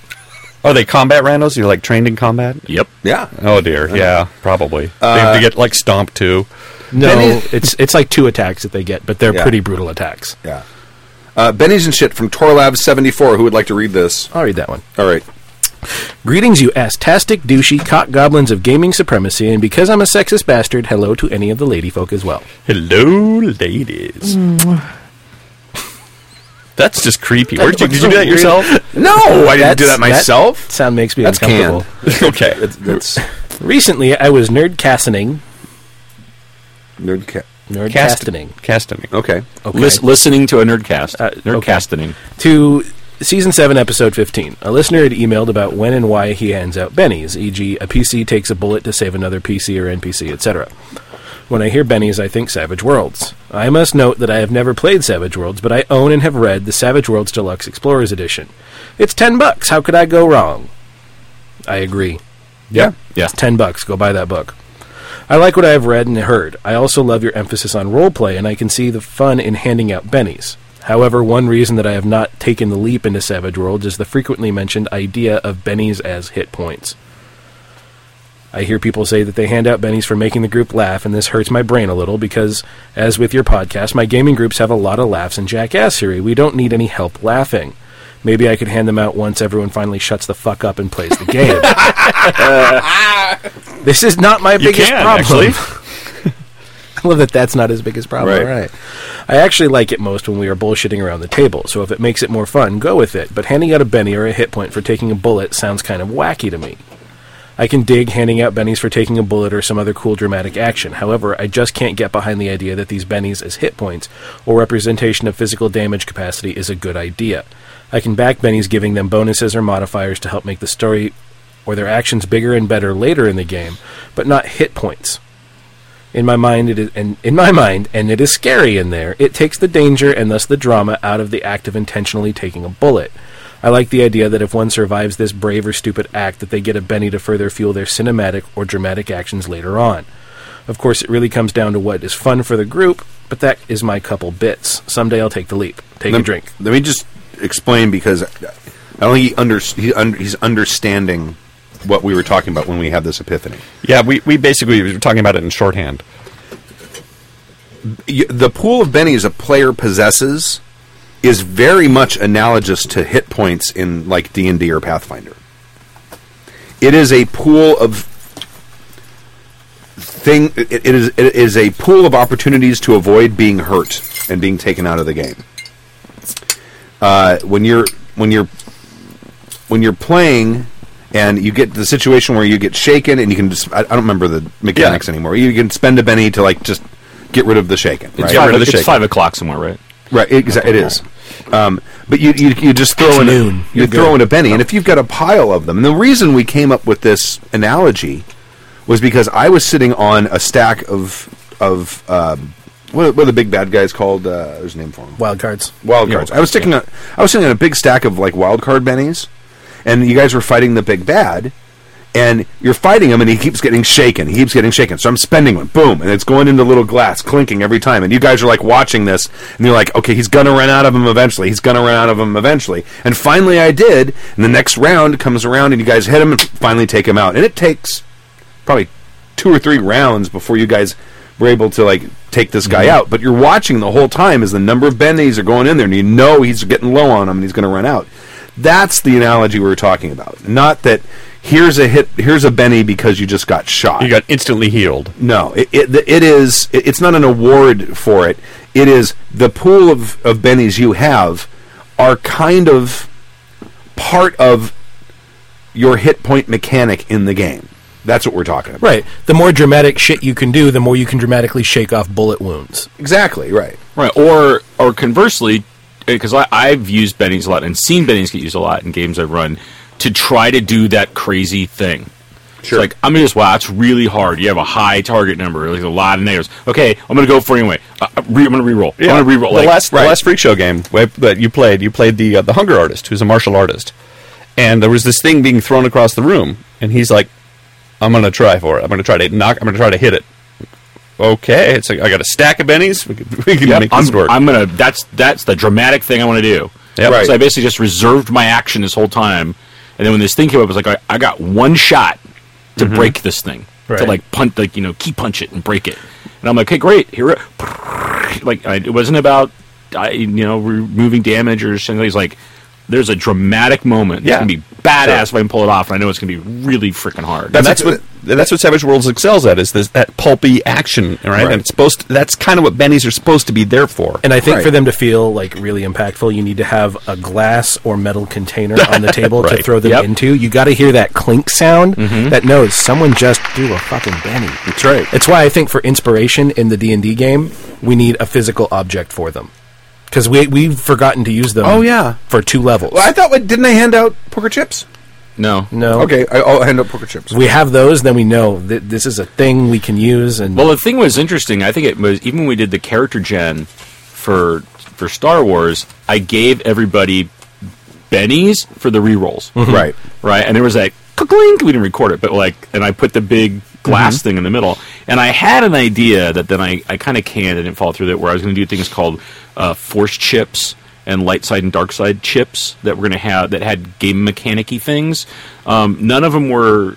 A: Are they combat randos? You're like trained in combat?
F: Yep.
D: Yeah. Uh,
A: Oh dear, yeah, probably. they have to get like stomped too.
E: No,
D: Then it-
E: it's it's like two attacks that they get, but they're
D: Yeah.
E: pretty brutal attacks.
D: Yeah. Uh, Benny's and shit from Torlab seventy four. Who would like to read this?
E: I'll read that one.
D: All right.
E: Greetings, you astastic, douchey cock goblins of gaming supremacy, and because I'm a sexist bastard, hello to any of the lady folk as well.
A: Hello, ladies.
D: Mm.
A: That's just creepy. Where'd you, did you do that yourself?
D: No, Oh, I didn't do
E: That's-
D: that myself.
E: sound makes me
D: That's
E: uncomfortable.
D: canned.
A: okay.
D: It's, that's
E: Recently, I was nerdcastening.
D: nerd cat.
E: Nerdcastening.
A: Castaning.
D: Okay.
E: Okay.
F: Lis- listening to a nerdcast.
E: Uh, okay.
F: nerdcastening.
E: to season 7 episode 15 a listener had emailed about when and why he hands out bennies e.g a pc takes a bullet to save another pc or npc etc when i hear bennies i think savage worlds i must note that i have never played savage worlds but i own and have read the savage worlds deluxe explorers edition it's 10 bucks how could i go wrong i agree
A: Yeah.
F: Yeah.
E: it's 10 bucks. Go buy that book. I like what I have read and heard. I also love your emphasis on role play, and I can see the fun in handing out bennies. However, one reason that I have not taken the leap into Savage Worlds is the frequently mentioned idea of bennies as hit points. I hear people say that they hand out bennies for making the group laugh, and this hurts my brain a little because, as with your podcast, my gaming groups have a lot of laughs and jackassery. We don't need any help laughing. Maybe I could hand them out once everyone finally shuts the fuck up and plays the game. This is not my biggest
A: can,
E: problem. I love that that's not his biggest problem.
D: Right.
E: All right. I actually like it most when we are bullshitting around the table, so if it makes it more fun, go with it. But handing out a Benny or a hit point for taking a bullet sounds kind of wacky to me. I can dig handing out bennies for taking a bullet or some other cool dramatic action. However, I just can't get behind the idea that these bennies as hit points or representation of physical damage capacity is a good idea. I can back bennies giving them bonuses or modifiers to help make the story or their actions bigger and better later in the game, but not hit points. In my mind, it is, and in my mind, and it is scary in there. It takes the danger and thus the drama out of the act of intentionally taking a bullet. I like the idea that if one survives this brave or stupid act, that they get a Benny to further fuel their cinematic or dramatic actions later on. Of course, it really comes down to what is fun for the group, but that is my couple bits. Someday I'll take the leap, take a
D: Lem-
E: drink.
D: Let me just explain because I don't think he under, he un, he's understanding what we were talking about when we had this epiphany.
A: Yeah, we, we basically were talking about it in shorthand.
D: Y- The pool of bennies a player possesses is very much analogous to hit points in like D and D or Pathfinder. It is a pool of thing. It, it is it is a pool of opportunities to avoid being hurt and being taken out of the game. Uh, when you're when you're when you're playing and you get to the situation where you get shaken and you can just I, I don't remember the mechanics
A: Yeah.
D: anymore. You can spend a penny to like just get rid of the shaken. Right?
F: It's,
A: Get
F: five,
A: rid of the
F: it's
A: shaking.
F: five o'clock somewhere, right?
D: Right, it, exa- it is. Um, but you, you you just throw in
E: noon.
D: A, you
E: You're
D: throw
E: good.
D: in a penny, and if you've got a pile of them, and the reason we came up with this analogy was because I was sitting on a stack of of um, what, what are the big bad guys called? Uh, there's a name for them.
E: Wild cards.
D: Wild cards. I was sticking on. I was sitting on a big stack of like wild card bennies, and you guys were fighting the big bad, and you're fighting him, and he keeps getting shaken. He keeps getting shaken. So I'm spending one, boom, and it's going into little glass, clinking every time. And you guys are like watching this, and you're like, okay, he's gonna run out of him eventually. He's gonna run out of him eventually. And finally, I did. And the next round comes around, and you guys hit him, and finally take him out. And it takes probably two or three rounds before you guys were able to like take this
A: Mm-hmm.
D: guy out. But you're watching the whole time as the number of bendies are going in there, and you know he's getting low on him, and he's going to run out. That's the analogy we were talking about. Not that here's a hit, here's a Benny because you just got shot.
A: You got instantly healed.
D: No, it it, it is. It, it's not an award for it. It is the pool of of bennies you have are kind of part of your hit point mechanic in the game. That's what we're talking about.
E: Right. The more dramatic shit you can do, the more you can dramatically shake off bullet wounds.
D: Exactly. Right.
F: Right, or or conversely, because I, I've used Bennies a lot and seen Bennies get used a lot in games I've run to try to do that crazy thing. Sure. like I'm gonna just wow, it's really hard. You have a high target number, like a lot of negatives. Okay, I'm gonna go for it anyway. Uh, uh, re- I'm gonna reroll. I'm gonna reroll.
A: The
F: like,
A: last the last freak show game wa- that you played, you played the uh, the hunger artist, who's a martial artist, and there was this thing being thrown across the room, and he's like, "I'm gonna try for it. I'm gonna try to knock. I'm gonna try to hit it." Okay, it's like I got a stack of bennies. We can, we can
F: Yep,
A: make
F: I'm,
A: this work.
F: I'm gonna. That's that's the dramatic thing I want to do.
A: Yep. Right.
F: So I basically just reserved my action this whole time, and then when this thing came up, I was like, I, I got one shot to
A: Mm-hmm.
F: break this thing to
E: Right.
F: like punt, like you know, key punch it and break it. And I'm like, okay, great, here, it- like I, it wasn't about I, you know removing damage or something. It's like there's a dramatic moment.
A: Yeah.
F: It's gonna be badass if I can pull it off, and I know it's gonna be really freaking hard.
A: and that's what that's what Savage Worlds excels at is this that pulpy action, right?
D: Right.
A: And it's supposed to- that's kind of what bennies are supposed to be there for.
E: And I think
D: Right.
E: for them to feel like really impactful, you need to have a glass or metal container on the table to
A: Right.
E: throw them
F: Yep.
E: into. You got to hear that clink sound that knows someone just threw a fucking Benny.
D: That's right.
E: It's why I think for inspiration in the D and D game, we need a physical object for them because we we've forgotten to use them.
D: Oh, yeah.
E: for two levels.
D: Well, I thought like, didn't I hand out poker chips?
F: no,
E: No,
D: Okay, I, I'll hand out poker chips.
E: We have those, then we know that this is a thing we can use. And
F: Well, the thing was interesting. I think it was even when we did the character gen for for Star Wars, I gave everybody bennies for the rerolls,
D: Right.
F: right? And there was that clink. We didn't record it, but like, and I put the big glass thing in the middle. And I had an idea that then I, I kind of canned. I didn't follow through that. Where I was going to do things called uh, force chips and light side and dark side chips that were going to have that had game mechanicy things. Um, none of them were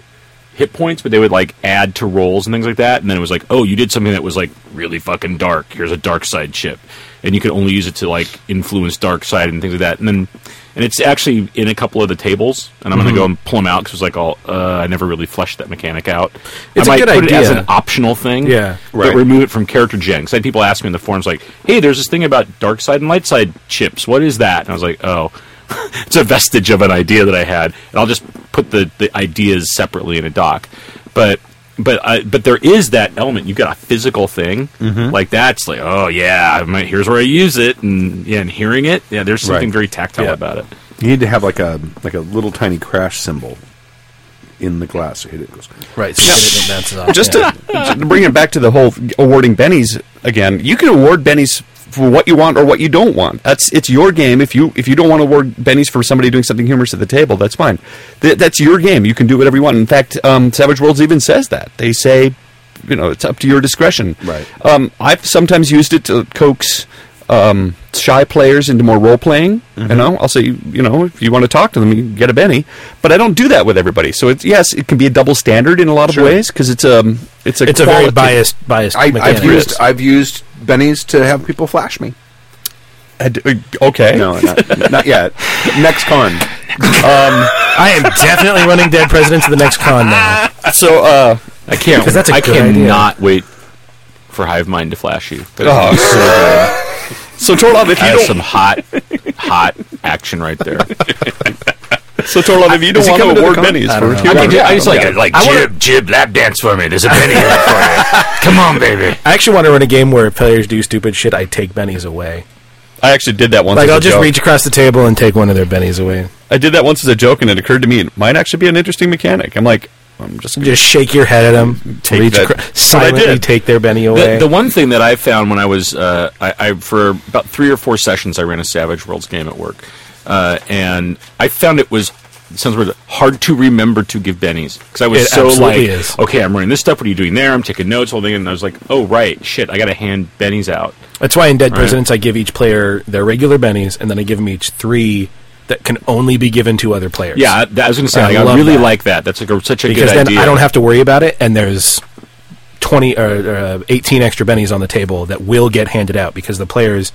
F: hit points, but they would like add to rolls and things like that. And then it was like, oh, you did something that was like really fucking dark. Here's a dark side chip, and you could only use it to like influence dark side and things like that. And then, and it's actually in a couple of the tables, and I'm
E: Mm-hmm.
F: gonna go and pull them out because it's like, all uh, I never really fleshed that mechanic out.
E: It's a
F: I might
E: good
F: put it as
E: idea.
F: an optional thing,
E: Yeah.
F: But remove it from character gen. 'Cause I had people ask me in the forums like, hey, there's this thing about dark side and light side chips. What is that? And I was like, oh. it's a vestige of an idea that I had, and I'll just put the, the ideas separately in a doc. But but I, but there is that element. You've got a physical thing
E: Mm-hmm.
F: like that's like oh yeah, I might, here's where I use it, and yeah, and hearing it, yeah, there's something
D: Right.
F: very tactile
E: Yeah.
F: about it.
D: You need to have like a like a little tiny crash symbol in the glass. Hit it goes.
E: right, so it bounces off.
A: just
E: yeah.
A: to, to bring it back to the whole awarding bennies again you can award bennies for what you want or what you don't want that's it's your game if you if you don't want to award bennies for somebody doing something humorous at the table that's fine Th- that's your game you can do whatever you want in fact um, savage worlds even says that they say you know it's up to your discretion
D: Right.
A: um, i've sometimes used it to coax um, shy players into more role playing. You know, I'll say, you know, if you want to talk to them, you get a Benny. But I don't do that with everybody. So it's yes, it can be a double standard in a lot of ways because it's um, it's a
E: it's a very
A: quality-
E: biased biased.
D: I, I've
E: mechanic.
D: used I've used bennies to have people flash me.
A: I d- uh, Okay,
D: No, not, not yet. Next con.
E: I am definitely running dead presidents to the next con now.
A: so uh,
F: I can't.
E: 'Cause that's a
F: I
E: good idea.
F: cannot wait for Hive Mind to flash you. But
A: oh, so Torlov, if you
F: that's
A: don't,
F: some hot hot action right there.
A: so Torlov, if you don't
D: he
A: want to
D: coming to the
A: award
D: con?
A: bennies
D: I
A: for what
D: don't know.
A: you
D: I
A: want,
D: can do-
F: I just like like
E: I wanna-
F: jib jib lap dance for me. There's a penny in it for you. Come on, baby.
E: I actually want to run a game where players do stupid shit. I take bennies away.
A: I actually did that once.
E: Like
A: as a
E: I'll just
A: joke.
E: reach across the table and take one of their bennies away.
A: I did that once as a joke, and it occurred to me it might actually be an interesting mechanic. I'm like, I'm just gonna
E: Just shake your head at them.
A: Take
E: reach
A: that-
E: acro-
A: what I did.
E: silently take their benny away.
F: The, the one thing that I found when I was, uh, I, I for about three or four sessions, I ran a Savage Worlds game at work, uh, and I found it was sounds weird. Hard to remember to give bennies because I was
E: It
F: so like,
E: absolutely is.
F: okay, I'm running this stuff. What are you doing there? I'm taking notes, holding it, and I was like, oh right, shit, I got to hand bennies out.
E: That's why in Dead
F: Right.
E: Presidents I give each player their regular bennies, and then I give them each three that can only be given to other players.
F: Yeah, that, I was going to say,
E: I
F: like, I,
E: love
F: really
E: that.
F: like that. That's like a, such a
E: because
F: good
E: then
F: idea.
E: I don't have to worry about it, and there's twenty or uh, eighteen extra bennies on the table that will get handed out because the players,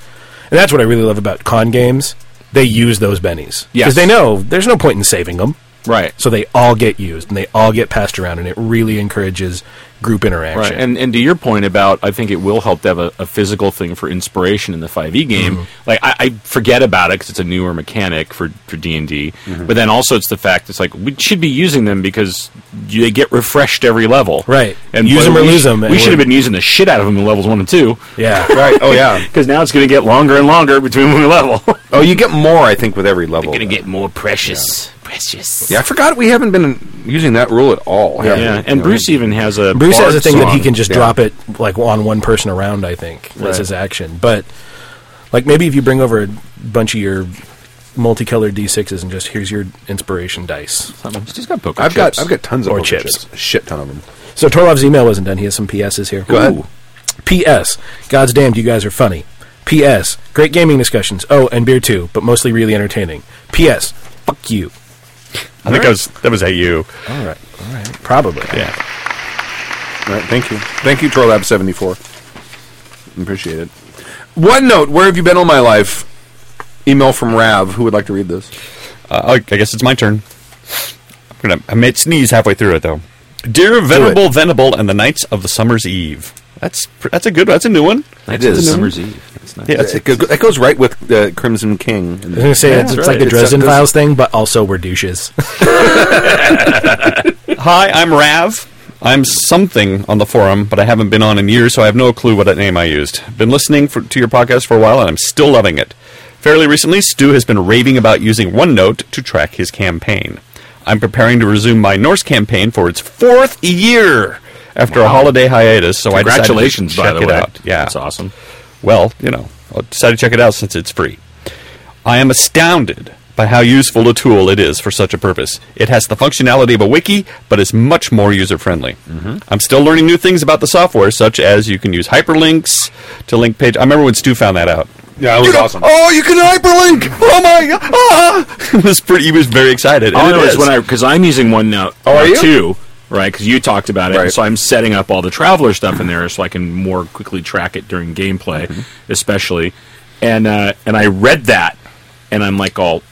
E: and that's what I really love about con games. They use those bennies because
F: Yes.
E: they know there's no point in saving them,
F: right.
E: so they all get used and they all get passed around, and it really encourages group
F: Right,
E: interaction.
F: and and to your point about, I think it will help to have a, a physical thing for inspiration in the five E game.
E: Mm-hmm.
F: Like I, I forget about it because it's a newer mechanic for for D and D.
E: Mm-hmm.
F: But then also it's the fact it's like we should be using them because you, they get refreshed every level.
E: Right. Use
F: but
E: 'em or
F: we
E: lose
F: sh-
E: 'em, and
F: We should have
E: we're-
F: been using the shit out of them in levels one and two
E: yeah,
D: Right. Oh yeah.
F: because now it's going to get longer and longer between one level.
D: Oh, you get more, I think, with every level.
F: Gonna
D: though.
F: more precious, precious.
D: Yeah, I forgot we haven't been using that rule at all. have we?
F: Yeah, and
D: You know,
F: Bruce even has a
E: Bruce has
F: bard
E: a thing that he
F: song.
E: can just
D: yeah.
E: drop it like on one person around. I think that's his action. But like maybe if you bring over a bunch of your multicolored d sixes and just here's your inspiration dice.
F: He's got poker
D: I've
F: chips.
D: got I've got tons of
E: Or
D: poker
E: chips.
D: a shit ton of them.
E: So Torov's email isn't done. He has some PSs here.
D: Go ahead.
E: Ooh. PS. God's damned, you guys are funny. PS. Great gaming discussions. Oh, and beer too, but mostly really entertaining. PS. Fuck you.
A: I think I was that was at you.
E: All right. All right. Probably.
A: Yeah.
D: All right, thank you, thank you, Trollab seventy four. Appreciate it. One note: Where have you been all my life? Email from Rav. Who would like to read this?
A: Uh, I I guess it's my turn. I'm gonna, I might sneeze halfway through it though. Dear venerable Venable and the Knights of the Summer's Eve. That's pr- that's a good. That's a new one.
F: It
D: is.
F: Summer's Eve. That's nice.
A: Yeah, that's
D: It go- that goes right with the Crimson King.
E: I was going to say, it's,
F: that's
E: it's
F: right.
E: like the
F: It's
E: Dresden
D: this-
E: Files thing, but also we're douches.
A: Hi, I'm Rav. I'm something on the forum, but I haven't been on in years, so I have no clue what name I used. Been listening for, to your podcast for a while, and I'm still loving it. Fairly recently, Stu has been raving about using OneNote to track his campaign. I'm preparing to resume my Norse campaign for its fourth year after a holiday hiatus, so
F: Congratulations,
A: I
F: by
A: decided to
F: the
A: check
F: way.
A: it out. Yeah,
F: that's awesome.
A: well, you know, I decided to check it out since it's free. I am astounded by how useful a tool it is for such a purpose. It has the functionality of a wiki, but is much more user friendly.
F: Mm-hmm.
A: I'm still learning new things about the software, such as you can use hyperlinks to link page. I remember when Stu found that out.
D: Yeah, it was
A: You know,
D: awesome.
A: Oh, you can hyperlink! Oh my god! Ah! It was pretty, he was very excited. and
D: Oh,
F: All I
A: it
F: know is
A: is.
F: when I because I'm using one now,
D: are
F: now
D: you?
F: too, right? Because you talked about it,
D: Right.
F: so I'm setting up all the traveler stuff in there so I can more quickly track it during gameplay,
D: Mm-hmm.
F: especially. And uh, and I read that, and I'm like all.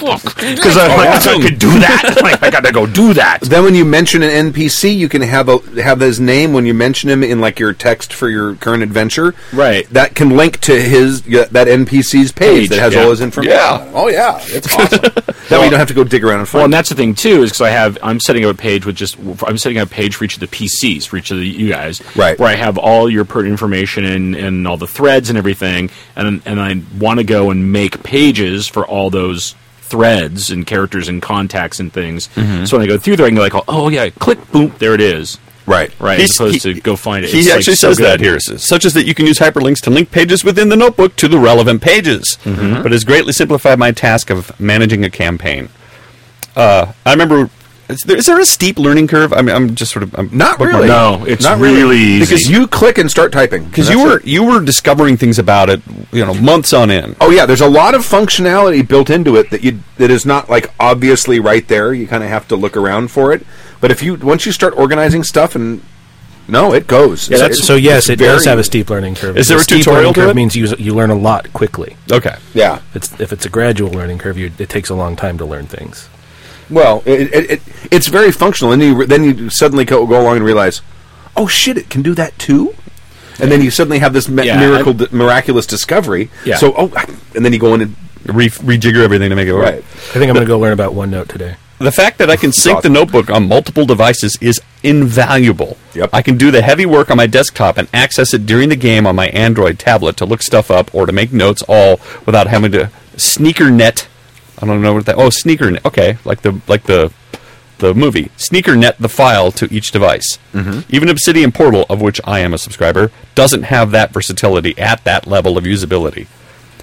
F: Because
D: Oh,
F: I'm like, I could do that. like, I gotta go do that.
D: Then when you mention an NPC, you can have a have his name when you mention him in like your text for your current adventure.
F: Right.
D: That can link to his yeah, that NPC's page,
F: Page,
D: that has
F: yeah.
D: all his information.
A: Yeah.
D: Oh yeah, it's awesome. that way you don't have to go dig around and
F: Well,
D: find.
F: and that's the thing too, is because I have I'm setting up a page with just I'm setting up a page for each of the PCs for each of the you guys,
D: Right.
F: Where I have all your per information and, and all the threads and everything, and and I want to go and make pages for all those threads and characters and contacts and things.
A: Mm-hmm.
F: So when I go through there, I can go like, oh yeah, click, boom, there it is,
D: right.
F: right?
A: He's-
F: As opposed
A: he-
F: to go find it.
A: He
F: It's, like,
A: actually
F: so
A: says that
F: good.
A: here, s- such as that you can use hyperlinks to link pages within the notebook to the relevant pages,
F: Mm-hmm.
A: but has greatly simplified my task of managing a campaign. Uh, I remember. Is there, is there a steep learning curve? I mean, I'm just sort of I'm
D: Not really.
F: No, it's
D: Not
F: really easy.
D: because you click and start typing.
A: because you
D: That's
A: were
D: it.
A: you were discovering things about it, you know, months on end.
D: Oh yeah, there's a lot of functionality built into it that you that is not like obviously right there. You kind of have to look around for it. But if you once you start organizing stuff and no, it goes.
E: So-
D: It's-
E: so yes,
D: it's
E: it does
D: very-
E: have a steep learning curve.
A: Is there
E: The
A: a
E: steep
A: tutorial
E: learning
A: to
E: curve
A: it?
E: means you, you learn a lot quickly.
F: Oh.
A: Okay,
D: Yeah.
E: If It's, if it's a gradual learning curve, you, it takes a long time to learn things.
D: Well, it, it, it, it's very functional, and you, re- then you suddenly go, go along and realize, oh shit, it can do that too. And then you suddenly have this mi-
F: Yeah,
D: miracle, miraculous discovery.
F: Yeah.
D: So oh, I- and then you go in and
A: Re- rejigger everything to make it work.
D: right.
E: I think I'm going to go learn about OneNote today.
A: The fact that I can sync the notebook on multiple devices is invaluable.
D: Yep.
A: I can do the heavy work on my desktop and access it during the game on my Android tablet to look stuff up or to make notes all without having to sneaker net. I don't know what that. Oh, sneaker net. Okay, like the like the the movie sneaker net the file to each device. Mm-hmm. Even Obsidian Portal, of which I am a subscriber, doesn't have that versatility at that level of usability.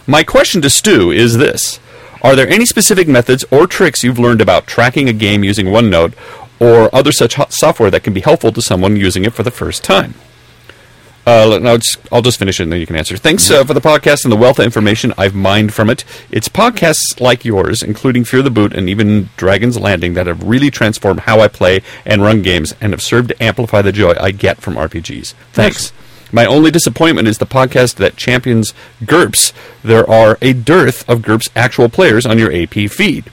A: My question to Stu is this Are there any specific methods or tricks you've learned about tracking a game using OneNote or other such ho- software that can be helpful to someone using it for the first time? Uh, let- no, it's- I'll just finish it and then you can answer. Thanks uh, for the podcast and the wealth of information I've mined from it. It's podcasts like yours, including Fear the Boot and even Dragon's Landing, that have really transformed how I play and run games and have served to amplify the joy I get from RPGs. Thanks. My only disappointment is the podcast that champions GURPS. There are a dearth of GURPS actual players on your AP feed.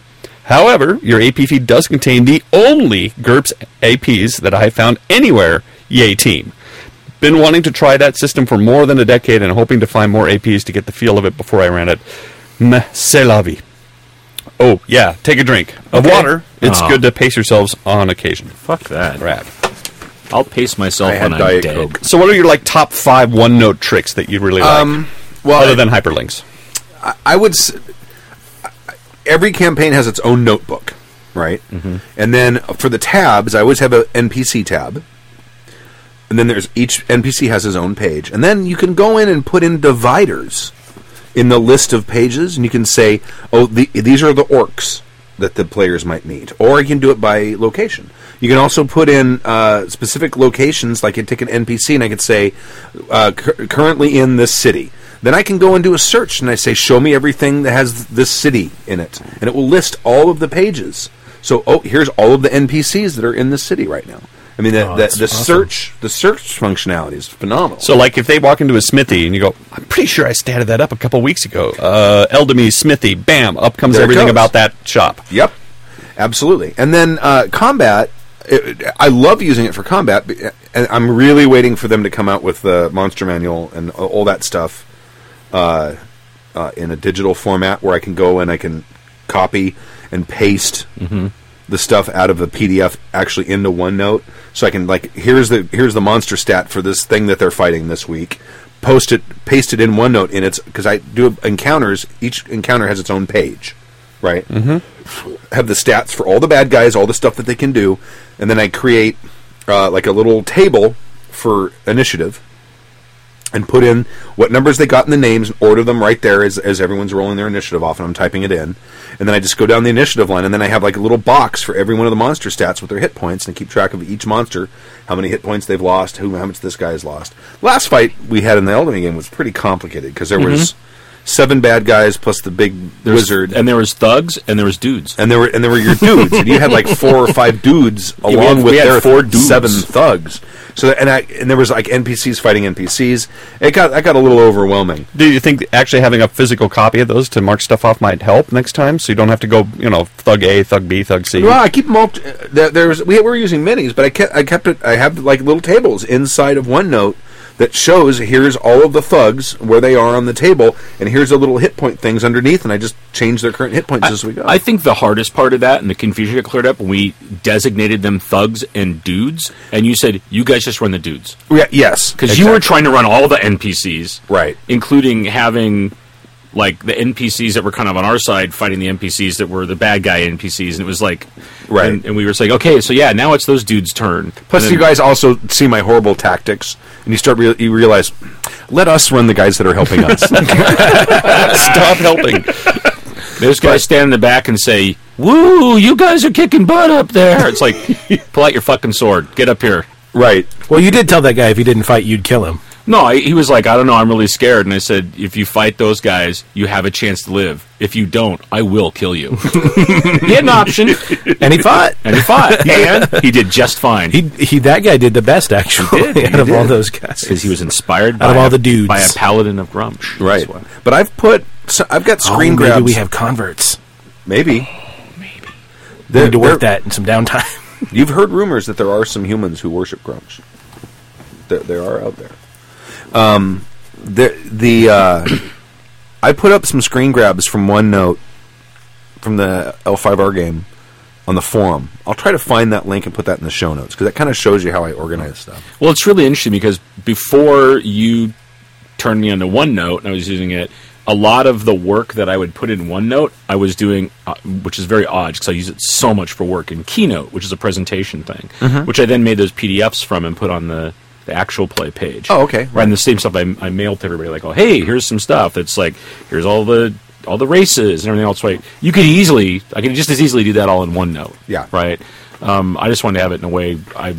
A: However, your AP feed does contain the only GURPS APs that I have found anywhere, Yay Team. Been wanting to try that system for more than a decade and hoping to find more APs to get the feel of it before I ran it. Meh, c'est la vie. Oh, yeah, take a drink of water. It's
D: Ah.
F: Aw.
A: good to pace yourselves on occasion.
F: Fuck that.
A: Crap.
F: I'll pace myself
D: I had
F: when I'm
D: Diet
F: dead.
D: Coke.
A: So what are your like top five one note tricks that you really like?
D: Um, well,
A: other
D: I-
A: than hyperlinks.
D: I would. s- Every campaign has its own notebook, right? And then for the tabs, I always have a NPC tab, and then there's each NPC has his own page, and then you can go in and put in dividers in the list of pages, and you can say, "Oh, the, these are the orcs that the players might meet," or you can do it by location. You can also put in uh, specific locations, like I take an NPC and I could say, uh, cur- "Currently in this city." Then I can go and do a search, and I say, "Show me everything that has this city in it," and it will list all of the pages. So, oh, here's all of the NPCs that are in the city right now. I mean, the,
E: Oh,
D: the,
E: that's
D: the
E: awesome.
D: search, the search functionality is phenomenal.
A: So like if they walk into a smithy and you go, I'm pretty sure I statted that up a couple weeks ago. Uh, Eldamy's smithy, bam, up comes
D: There it
A: everything
D: goes.
A: about that shop.
D: Yep, absolutely. And then uh, combat. It, I love using it for combat, b- and I'm really waiting for them to come out with the monster manual and all that stuff uh, uh, in a digital format where I can go and I can copy and paste the stuff out of the PDF actually into OneNote, so I can like here's the here's the monster stat for this thing that they're fighting this week. Post it, paste it in OneNote in its because I do encounters. Each encounter has its own page, right? have the stats for all the bad guys, all the stuff that they can do, and then I create uh, like a little table for initiative and put in what numbers they got in the names and order them right there as, as everyone's rolling their initiative off and I'm typing it in. And then I just go down the initiative line and then I have like a little box for every one of the monster stats with their hit points and I keep track of each monster, how many hit points they've lost, who how much this guy has lost. Last fight we had in the Elden Ring game was pretty complicated because there was seven bad guys plus the big
F: There's-
D: wizard
F: And there was thugs and there was dudes.
D: and there were and there were your dudes, and you had like four or five dudes along
F: we had-
D: with
F: we had
D: their
F: four dudes.
D: seven thugs. So and I and there was like NPCs fighting NPCs. It got that got a little overwhelming.
A: Do you think actually having a physical copy of those to mark stuff off might help next time? So you don't have to go, you know, thug A, thug B, thug C.
D: Well, I keep them all. uh, There, there was we were using minis, but I kept I kept it. I have like little tables inside of OneNote that shows here's all of the thugs where they are on the table, and here's the little hit point things underneath, and I just change their current hit points as we go.
F: I think the hardest part of that and the confusion got cleared up when we designated them thugs and dudes, and you said you guys just run the dudes
D: yeah, yes,
F: because you were trying to run all the NPCs,
D: Right.
F: Including having like the NPCs that were kind of on our side fighting the NPCs that were the bad guy NPCs, and it was like,
D: Right.
F: And, and we were saying, okay, so yeah, now it's those dudes' turn.
D: Plus,
F: And then-
D: you guys also see my horrible tactics, and you start rea- you realize, let us run the guys that are helping us.
A: Stop helping.
F: Those guys stand in the back and say, "Woo, you guys are kicking butt up there." It's like, pull out your fucking sword, get up here.
D: right?
E: Well, you did tell that guy if he didn't fight, you'd kill him.
F: No, I, he was like, "I don't know, I'm really scared." And I said, "If you fight those guys, you have a chance to live. If you don't, I will kill you." he had an option,
E: And he fought.
F: and he fought, and he did just fine
E: He, he that guy did the best actually
F: He did,
E: out
F: he
E: of all
F: did.
E: those guys.
F: because he was inspired by
E: Out of all
F: a,
E: the dudes.
F: by a paladin of Grumsh.
D: Right.
F: That's why.
D: But I've put so I've got
E: Oh,
D: screen
E: maybe
D: grabs.
E: we have converts.
D: maybe.
E: We
D: There-
E: need to work
D: there-
E: that in some downtime.
D: You've heard rumors that there are some humans who worship grunge. There, there are out there. Um, the the uh, I put up some screen grabs from OneNote from the L5R game on the forum. I'll try to find that link and put that in the show notes because that kind of shows you how I organize stuff.
F: Well, it's really interesting because before you turned me on to OneNote and I was using it, a lot of the work that I would put in OneNote, I was doing, uh, which is very odd because I use it so much for work in Keynote, which is a presentation thing,
D: Mm-hmm.
F: which I then made those PDFs from and put on the, the actual play page.
D: Oh, okay.
F: Right. And the same stuff I, I mailed to everybody, like, oh, hey, here's some stuff. It's like, here's all the all the races and everything else right. You could easily, I could just as easily do that all in one note.
D: Yeah.
F: Right. Um, I just wanted to have it in a way I,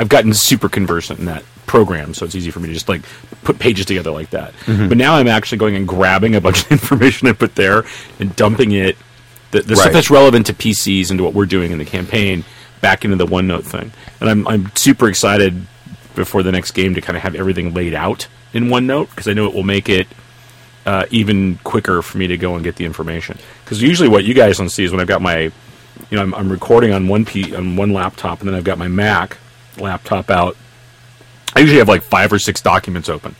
F: I've gotten super conversant in that program, so it's easy for me to just like put pages together like that. But now I'm actually going and grabbing a bunch of information I put there and dumping it, the, the stuff
D: Right.
F: that's relevant to PCs and to what we're doing in the campaign, back into the OneNote thing. And I'm I'm super excited before the next game to kind of have everything laid out in OneNote because I know it will make it uh, even quicker for me to go and get the information. Because usually, what you guys don't see is when I've got my, you know, I'm, I'm recording on one p on one laptop, and then I've got my Mac laptop out. I usually have like five or six documents open,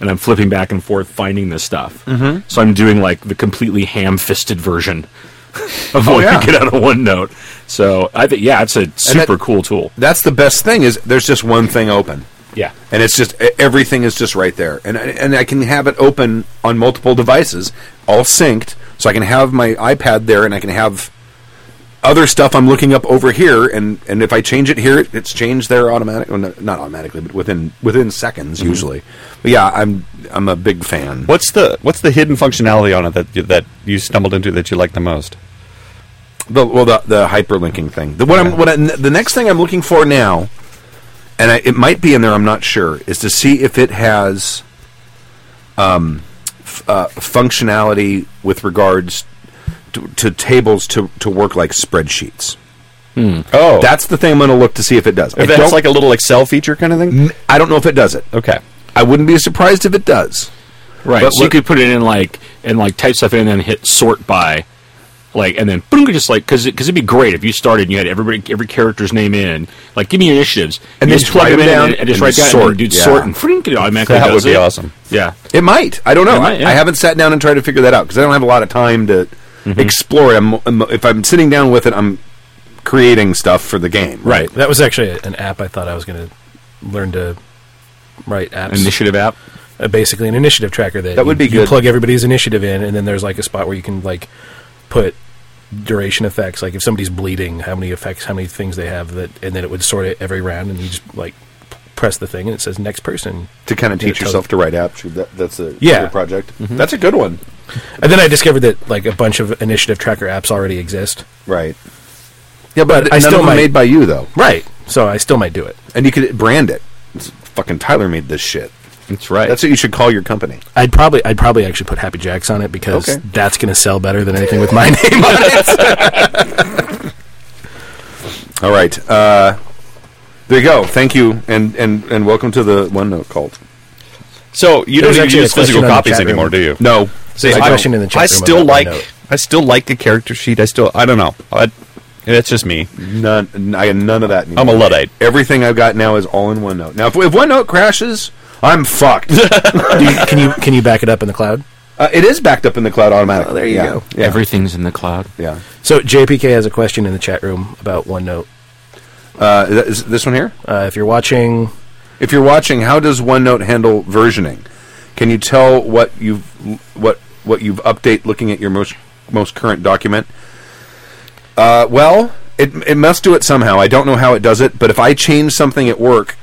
F: and I'm flipping back and forth finding this stuff. Mm-hmm. So I'm doing like the completely ham-fisted version of what
D: Oh, yeah.
F: you get out of OneNote. So I think yeah, it's a
D: that-
F: super cool tool.
D: That's the best thing is there's just one thing open.
F: Yeah.
D: and it's just e- everything is just right there, and I- and I can have it open on multiple devices, all synced, so I can have my iPad there, and I can have other stuff I'm looking up over here, and and if I change it here, it- it's changed there automatic, well, no, not automatically, but within within seconds usually. But yeah, I'm I'm a big fan.
A: What's the what's the hidden functionality on it that you, that you stumbled into that you like the most?
D: The, well, the the hyperlinking thing. The, what I'm what I, the next thing I'm looking for now, and I, it might be in there. I'm not sure. Is to see if it has um, f- uh, functionality with regards to, to tables to to work like spreadsheets.
A: Oh,
D: That's the thing I'm going to look to see if it does.
A: if
D: I
A: that's
D: don't,
A: like a little Excel feature kind of thing.
D: I don't know if it does it.
A: Okay,
D: I wouldn't be surprised if it does.
F: Right.
D: But
F: so you
D: what-
F: could put it in like and like type stuff in and then hit sort by, like and then boom, just like because because it, would be great if you started and you had everybody every character's name in like give me your initiatives
D: And
F: you
D: then write
F: them
D: it down
F: and, and just
D: and
F: write down and
D: sort,
F: then do
D: yeah.
F: sort and frink, it automatically
A: that
F: does
A: would be
F: it.
A: awesome.
F: Yeah.
D: It might. I don't know.
F: It might, yeah.
D: I haven't sat down and tried to figure that out because I don't have a lot of time to explore. it. I'm, I'm- if I'm sitting down with it, I'm creating stuff for the game.
F: Right.
E: That was actually an app I thought I was going to learn to write apps.
F: Initiative app.
E: uh, basically an initiative tracker that
D: That would
E: you,
D: be
E: you
D: good.
E: plug everybody's initiative in, and then there's like a spot where you can like put duration effects, like if somebody's bleeding, how many effects, how many things they have that, and then it would sort it every round, and you just like p- press the thing, and it says next person.
D: To kind of
E: Yeah,
D: teach
E: totally.
D: yourself to write apps. That, that's a
E: Yeah.
D: your project. That's a good one.
E: And then I discovered that like a bunch of initiative tracker apps already exist.
D: Right. Yeah, but,
E: I
D: none
E: still
D: of them
E: might-
D: made by you though,
E: Right. So I still might do it.
D: and you could brand it. It's fucking Tyler made this shit.
F: That's right.
D: That's what you should call your company.
E: I'd probably I'd probably actually put Happy Jacks on it because
D: Okay.
E: that's going to sell better than anything with my name on it.
D: All right. Uh, there you go. Thank you, and and and welcome to the OneNote cult.
A: So you
E: There was
A: don't even
E: actually a
A: use physical
E: question on the
A: copies
E: chat room.
A: anymore, do you?
D: No.
A: See,
E: There's a
A: I-
E: question in the chat
A: I
E: room
A: still
E: about
A: like
E: OneNote.
A: I still like the character sheet. I still I don't know. I, that's just me.
D: None. I none of that. Anymore.
A: I'm a luddite.
D: Everything I've got now is all in OneNote. Now, if, if OneNote crashes, I'm fucked. uh,
E: Do you- can you can you back it up in the cloud?
D: it is backed up in the cloud automatically.
E: Oh, there you
D: yeah.
E: go.
D: Yeah.
F: Everything's in the cloud.
D: yeah.
E: So JPK has a question in the chat room about OneNote.
D: Uh, th- is this one here?
E: Uh, if you're watching,
D: If you're watching, how does OneNote handle versioning? Can you tell what you've what what you've update looking at your most most current document? Uh, well, it it must do it somehow. I don't know how it does it, but if I change something at work,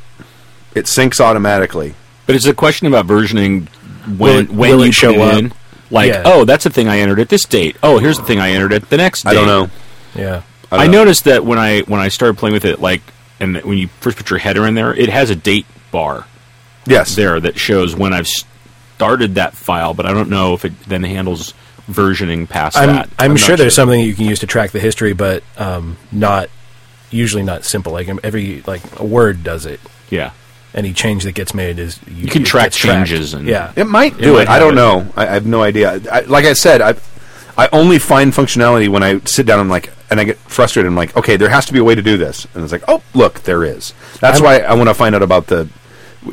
D: it syncs automatically.
F: But it's a question about versioning when
E: Will it-
F: when
E: will
F: you
E: it show
F: put it
E: up?
F: in. Like,
E: Yeah.
F: oh, that's a thing I entered at this date. Oh, here's the thing I entered at the next date.
D: I don't know.
E: yeah,
F: I, noticed that when I when I started playing with it, like, and when you first put your header in there, it has a date bar
D: Yes.
F: there that shows when I've started that file, but I don't know if it then handles versioning past
E: I'm
F: that.
E: I'm,
F: not
E: sure there's something you can use to track the history, but um, not usually not simple. Like um, every like a word does it.
F: Yeah,
E: Any change that gets made is you,
F: can
E: it
F: track
E: gets
F: changes and-
E: yeah.
D: It might do
F: might
D: it. I don't
F: have it.
D: know. I, I have no idea. I, like I said, I I only find functionality when I sit down and like and I get frustrated. I'm like, okay, there has to be a way to do this, and it's like, oh, look, there is. That's why I want to find out about the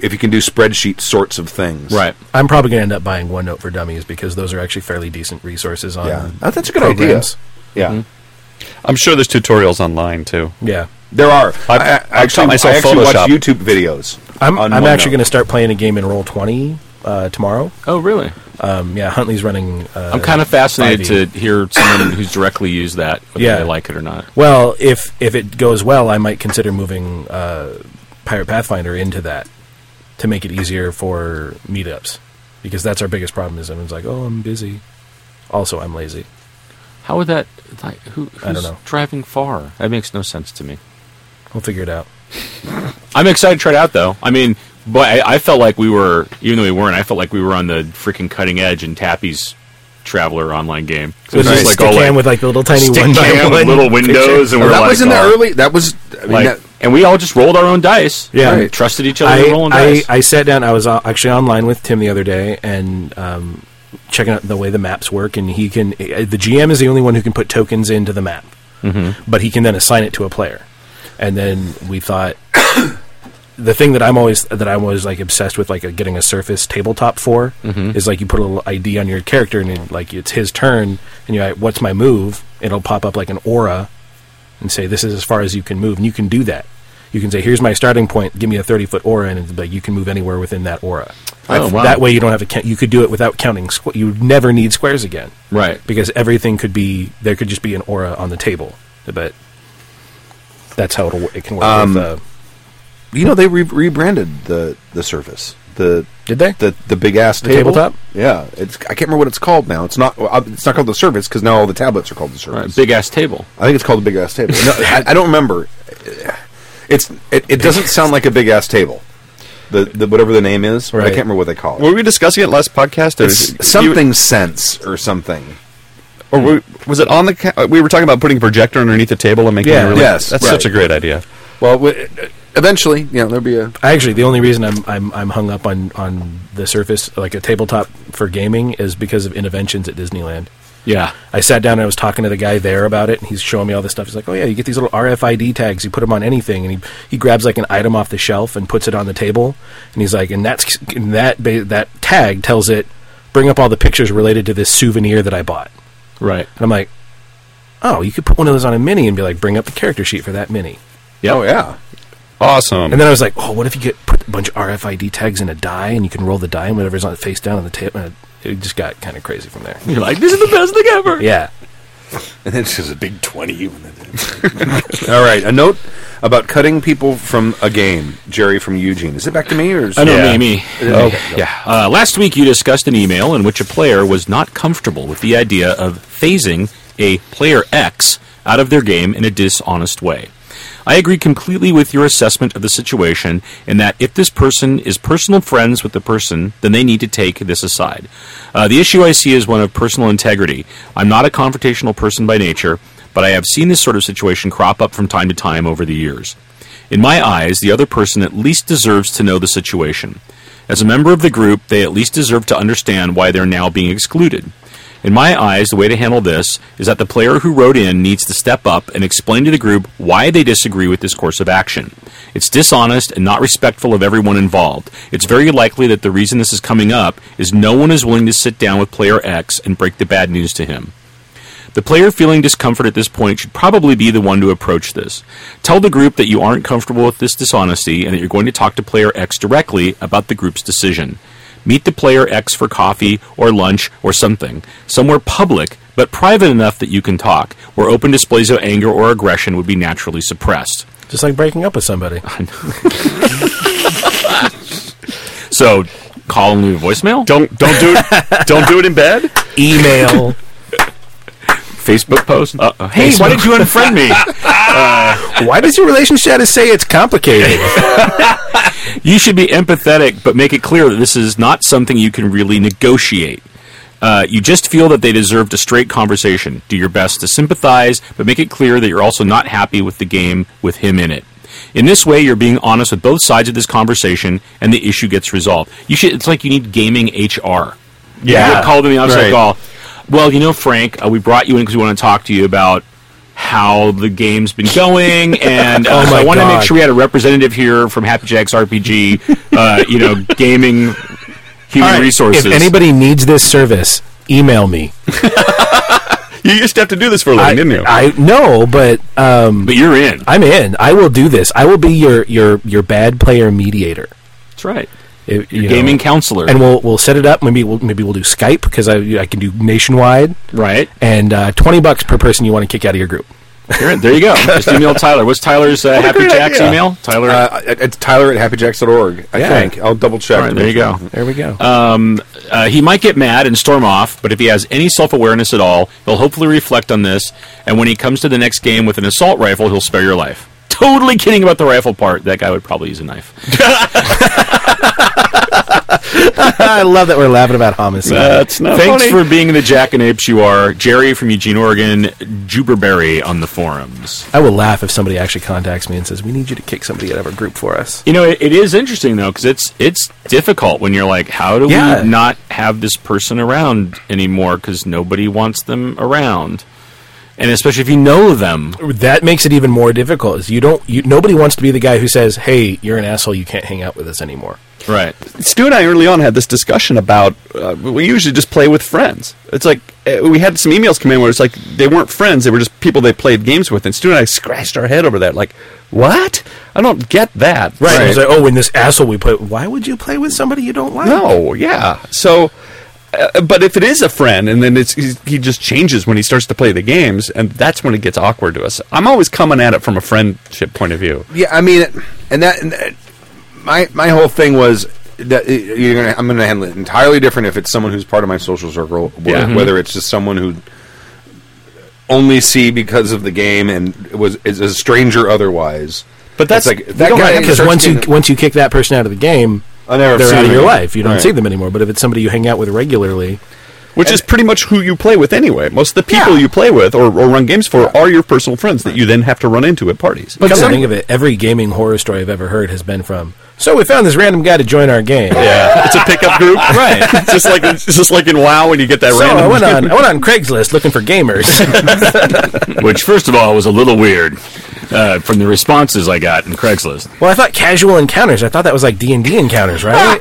D: if you can do spreadsheet sorts of things.
F: right.
E: I'm probably going to end up buying OneNote for Dummies because those are actually fairly decent resources on.
D: Yeah. Oh, that's a good
E: Uh, programs.
D: idea. Yeah.
A: I'm sure there's tutorials online too.
E: Yeah,
D: There are.
A: I've-
D: I, I,
A: I've taught
D: actually,
A: myself
D: I actually watch
A: Photoshop.
D: YouTube videos.
E: I'm
D: on
E: I'm actually
D: OneNote.
E: going to start playing a game in Roll Twenty uh, tomorrow.
F: Oh, really?
E: Um, yeah, Huntley's running. Uh,
F: I'm kind of fascinated
E: 5e.
F: to hear someone who's directly used that, whether
E: Yeah.
F: they like it or not.
E: Well, if if it goes well, I might consider moving uh, Pirate Pathfinder into that to make it easier for meetups because that's our biggest problem. Is everyone's like, "Oh, I'm busy," Also, I'm lazy.
F: How would that? Like, who, who's
E: I don't know.
F: driving far? That makes no sense to me.
E: We'll figure it out.
F: I'm excited to try it out, though. I mean, but I, I felt like we were, even though we weren't, I felt like we were on the freaking cutting edge in Tappy's Traveler online game. So
E: With
F: it's
E: the
F: just like all
E: stick cam
F: like
E: with like the little tiny
F: stick
E: one by
F: cam
E: one
F: with little windows, and
D: Oh,
F: we're
D: that
F: like,
D: was in the
F: oh,
D: early. That was. I mean,
F: like-
D: that,
F: and we all just rolled our own dice.
E: Yeah.
F: and trusted each other.
E: I,
F: in rolling
E: I,
F: dice.
E: I sat down. I was uh, actually online with Tim the other day and um, checking out the way the maps work. And he can, uh, the GM is the only one who can put tokens into the map, mm-hmm. but he can then assign it to a player. And then we thought the thing that I'm always that I'm always like obsessed with, like uh, getting a surface tabletop for, is like you put a little ID on your character and it, like it's his turn, and you're like, "What's my move?" It'll pop up like an aura and say this is as far as you can move, and you can do that. You can say, "Here's my starting point. Give me a 30 foot aura," and it's like you can move anywhere within that aura.
F: Oh,
E: Like,
F: wow.
E: That way, you don't have to. Count, you could do it without counting. Squ- you would never need squares again,
F: right.
E: because everything could be there. Could just be an aura on the table, but that's how it'll, wo- it can work. with, uh,
D: you know, they re- rebranded the the Surface. The
E: did they?
D: the the big ass
E: The
D: table.
E: tabletop?
D: Yeah, it's. I can't remember what it's called now. It's not. well, ob- It's not called the Surface because now all the tablets are called the Surface.
F: Right, big ass table.
D: I think it's called the big ass table. No, I, I don't remember. It's. It, it doesn't sound like a big ass table. The, the whatever the name is, I
E: Right.
D: can't remember what they call it.
A: Were we discussing it last podcast? Or
D: It's
A: you-
D: something sense or something.
A: or were- was it on the? Ca- we were talking about putting a projector underneath the table and making.
E: Yeah.
A: it really,
D: Yes,
A: that's
D: right.
A: such a great idea.
D: Well, w- eventually, you know, there'll be a.
E: Actually, the only reason I'm I'm I'm hung up on on the Surface, like a tabletop for gaming, is because of interventions at Disneyland.
F: Yeah,
E: I sat down and I was talking to the guy there about it, and he's showing me all this stuff. He's like, "Oh yeah, you get these little RFID tags. You put them on anything, and he he grabs like an item off the shelf and puts it on the table, and he's like, and that's and that ba- that tag tells it, bring up all the pictures related to this souvenir that I bought."
F: right.
E: And I'm like, "Oh, you could put one of those on a mini and be like, bring up the character sheet for that mini."
D: Oh yeah.
A: Awesome.
E: And then I was like, oh, what if you get put a bunch of RFID tags in a die and you can roll the die and whatever's on face down on the table? and It it just got kind of crazy from there.
F: You're like, this is the best thing ever.
E: Yeah.
D: And it's just a
H: Big 20. when they do.
D: All right, a note about cutting people from a game. Jerry from Eugene. Is it back to me or is
F: I know
A: Yeah.
F: me, me. Oh, yeah. Uh, last week, you discussed an email in which a player was not comfortable with the idea of phasing a player X out of their game in a dishonest way. I agree completely with your assessment of the situation in that if this person is personal friends with the person, then they need to take this aside. Uh, the issue I see is one of personal integrity. I'm not a confrontational person by nature, but I have seen this sort of situation crop up from time to time over the years. In my eyes, the other person at least deserves to know the situation. As a member of the group, they at least deserve to understand why they're now being excluded. In my eyes, the way to handle this is that the player who wrote in needs to step up and explain to the group why they disagree with this course of action. It's dishonest and not respectful of everyone involved. It's very likely that the reason this is coming up is no one is willing to sit down with player X and break the bad news to him. The player feeling discomfort at this point should probably be the one to approach this. Tell the group that you aren't comfortable with this dishonesty and that you're going to talk to player X directly about the group's decision. Meet the player X for coffee or lunch or something, somewhere public but private enough that you can talk, where open displays of anger or aggression would be naturally suppressed.
E: Just like breaking up with somebody.
F: So, call and leave a voicemail,
A: don't don't do it. don't do it in bed.
E: Email.
F: Facebook post. Uh, uh, hey, why did you unfriend me?
E: Why does your relationship status say it's complicated?
F: You should be empathetic, but make it clear that this is not something you can really negotiate. Uh, you just feel that they deserved a straight conversation. Do your best to sympathize, but make it clear that you're also not happy with the game with him in it. In this way, you're being honest with both sides of this conversation, and the issue gets resolved. You should. It's like you need gaming HR.
A: Yeah.
F: you would call them the outside
A: Right.
F: call. "Oh." Well, you know, Frank, uh, we brought you in because we want to talk to you about how the game's been going, and uh, so
E: Oh my
F: I want to make
E: God.
F: sure we had a representative here from Happy Jacks RPG, uh, you know, gaming, human resources.
E: if anybody needs this service, email me.
A: You used to have to do this for a living,
E: I,
A: didn't you?
E: I know, but um,
F: but you're in.
E: I'm in. I will do this. I will be your your your bad player mediator.
F: That's right.
E: If-
F: Your
E: you know.
F: gaming counselor.
E: And we'll we'll set it up. Maybe we'll maybe we'll do Skype because I I can do nationwide.
F: right.
E: And uh, twenty bucks per person you want to kick out of your group.
F: You're in. There you go. Just email Tyler. What's Tyler's uh, Happy
A: great
F: Jacks
A: idea.
F: email?
E: Uh,
F: Tyler.
D: Uh, it's Tyler at happyjacks.org. I
E: Yeah.
D: think I'll double check.
F: All right, there you go.
E: There we go.
F: Uh, he might get mad and storm off, but if he has any self awareness at all, he'll hopefully reflect on this, and when he comes to the next game with an assault rifle, he'll spare your life. Totally kidding about the rifle part. That guy would probably use a knife.
E: I love that we're laughing about homicide.
A: That's not
F: Thanks
A: funny.
F: for being the jack and apes you are. Jerry from Eugene, Oregon, Juberberry on the forums.
E: I will laugh if somebody actually contacts me and says, "We need you to kick somebody out of our group for us."
F: You know, it, it is interesting though because it's it's difficult when you're like, how do
E: Yeah.
F: we not have this person around anymore because nobody wants them around, and especially if you know them.
E: That makes it even more difficult. Is you don't you nobody wants to be the guy who says, "Hey, you're an asshole. You can't hang out with us anymore."
F: Right.
A: Stu and I early on had this discussion about uh, we usually just play with friends. It's like uh, we had some emails come in where it's like they weren't friends; they were just people they played games with. And Stu and I scratched our head over that, like, what? I don't get that.
E: Right. It's like, oh, when this asshole we play, why would you play with somebody you don't like?
A: No, yeah. So, uh, but if it is a friend, and then it's he's, he just changes when he starts to play the games, and that's when it gets awkward to us. I'm always coming at it from a friendship point of view.
D: Yeah, I mean, and that, and that- my my whole thing was that uh, you're gonna I'm gonna handle it entirely different if it's someone who's part of my social circle, wh-
E: Mm-hmm.
A: Yeah.
D: whether it's just someone who only see because of the game and was is a stranger otherwise.
A: But that's
D: It's like
A: we
D: that
A: don't
D: guy
A: have-
E: because
D: starts
E: once you
D: getting-
E: once you kick that person out of the game,
D: I never
E: they're
D: seen
E: out of
D: them
E: your
D: again.
E: life. You don't
D: Right.
E: see them anymore. But if it's somebody you hang out with regularly,
A: which is pretty much who you play with anyway. Most of the people you play with or, or run games for are your personal friends that you then have to run into at parties.
E: but come to think of it, every gaming horror story I've ever heard has been from. So we found this random guy to join our game.
A: yeah, it's a pickup group, right? just like it's just like in WoW when you get that
E: So
A: random.
E: I went on I went on Craigslist looking for gamers.
F: Which, first of all, was a little weird uh, from the responses I got in Craigslist.
E: well, I thought casual encounters. I thought that was like D and D encounters, right?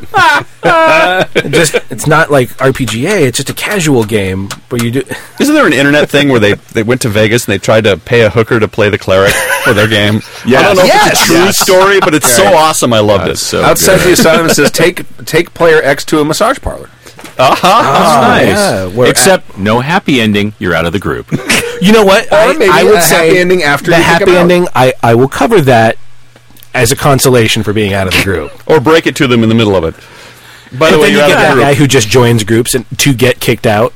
E: just it's not like RPGA. It's just a casual game where you do.
A: Isn't there an internet thing where they, they went to Vegas and they tried to pay a hooker to play the cleric for their game? I don't know if it's a
D: Yes.
A: true
D: Yes.
A: story, but it's so awesome. I loved it. So
D: Outside the asylum it says take take player X to a massage parlor.
E: Uh-huh.
F: Nice.
E: yeah, we're
F: Except no happy ending. You're out of the group.
E: You know what?
D: Or maybe a happy ending after you
E: the
D: kick
E: happy
D: them out.
E: ending. I, I will cover that as a consolation for being out of the group.
A: or break it to them in the middle of it. By the
E: But
A: way,
E: then you
A: you're out
E: get
A: of the
E: that
A: group.
E: guy who just joins groups and to get kicked out.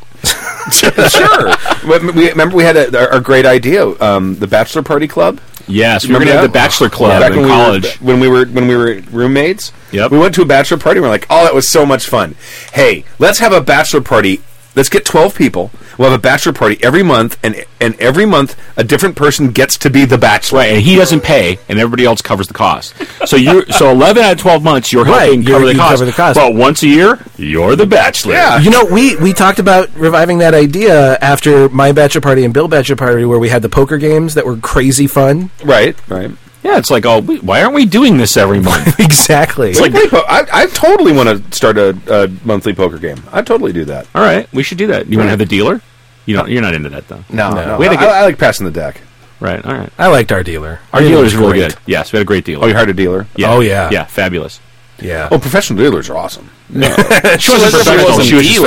D: sure. But we, remember we had a, our- our great idea, um, the bachelor party club.
F: yes, we're
D: Remember
F: going to have the
D: that?
F: Bachelor Club
D: Back
F: in
D: when
F: college.
D: We were, when we were when we were roommates.
F: Yep.
D: We went to a bachelor party. and We're like, oh, that was so much fun. Hey, let's have a bachelor party. Let's get twelve people. We'll have a bachelor party every month, and and every month a different person gets to be the bachelor.
F: Right, and he doesn't pay, and everybody else covers the cost. So you, so eleven out of twelve months, you're
E: Right,
F: helping
E: you're-
F: cover, the
E: you
F: cost,
E: cover the cost.
F: But once a year, you're the bachelor.
D: Yeah.
E: You know, we, we talked about reviving that idea after my bachelor party and Bill bachelor party, where we had the poker games that were crazy fun.
D: Right. Right.
F: yeah. It's like, oh, we, why aren't we doing this every month?
E: exactly.
D: It's like po- I, I totally want to start a, a monthly poker game. I totally do that.
F: All right, we should do that. You want to have the dealer? You don't. You're not into that though.
D: no.
F: We had
D: I,
F: to get-
D: I like passing the deck.
F: Right. All right.
E: I liked our dealer.
F: Our dealer is really
E: great.
F: good. Yes, we had a great dealer.
D: Oh, you hired a dealer.
F: yeah.
E: Oh, yeah.
F: Yeah. Fabulous.
E: Yeah.
D: Oh, professional dealers are awesome.
F: She wasn't
A: wasn't- she
F: professional.
A: wasn't
F: She was just
E: Oh.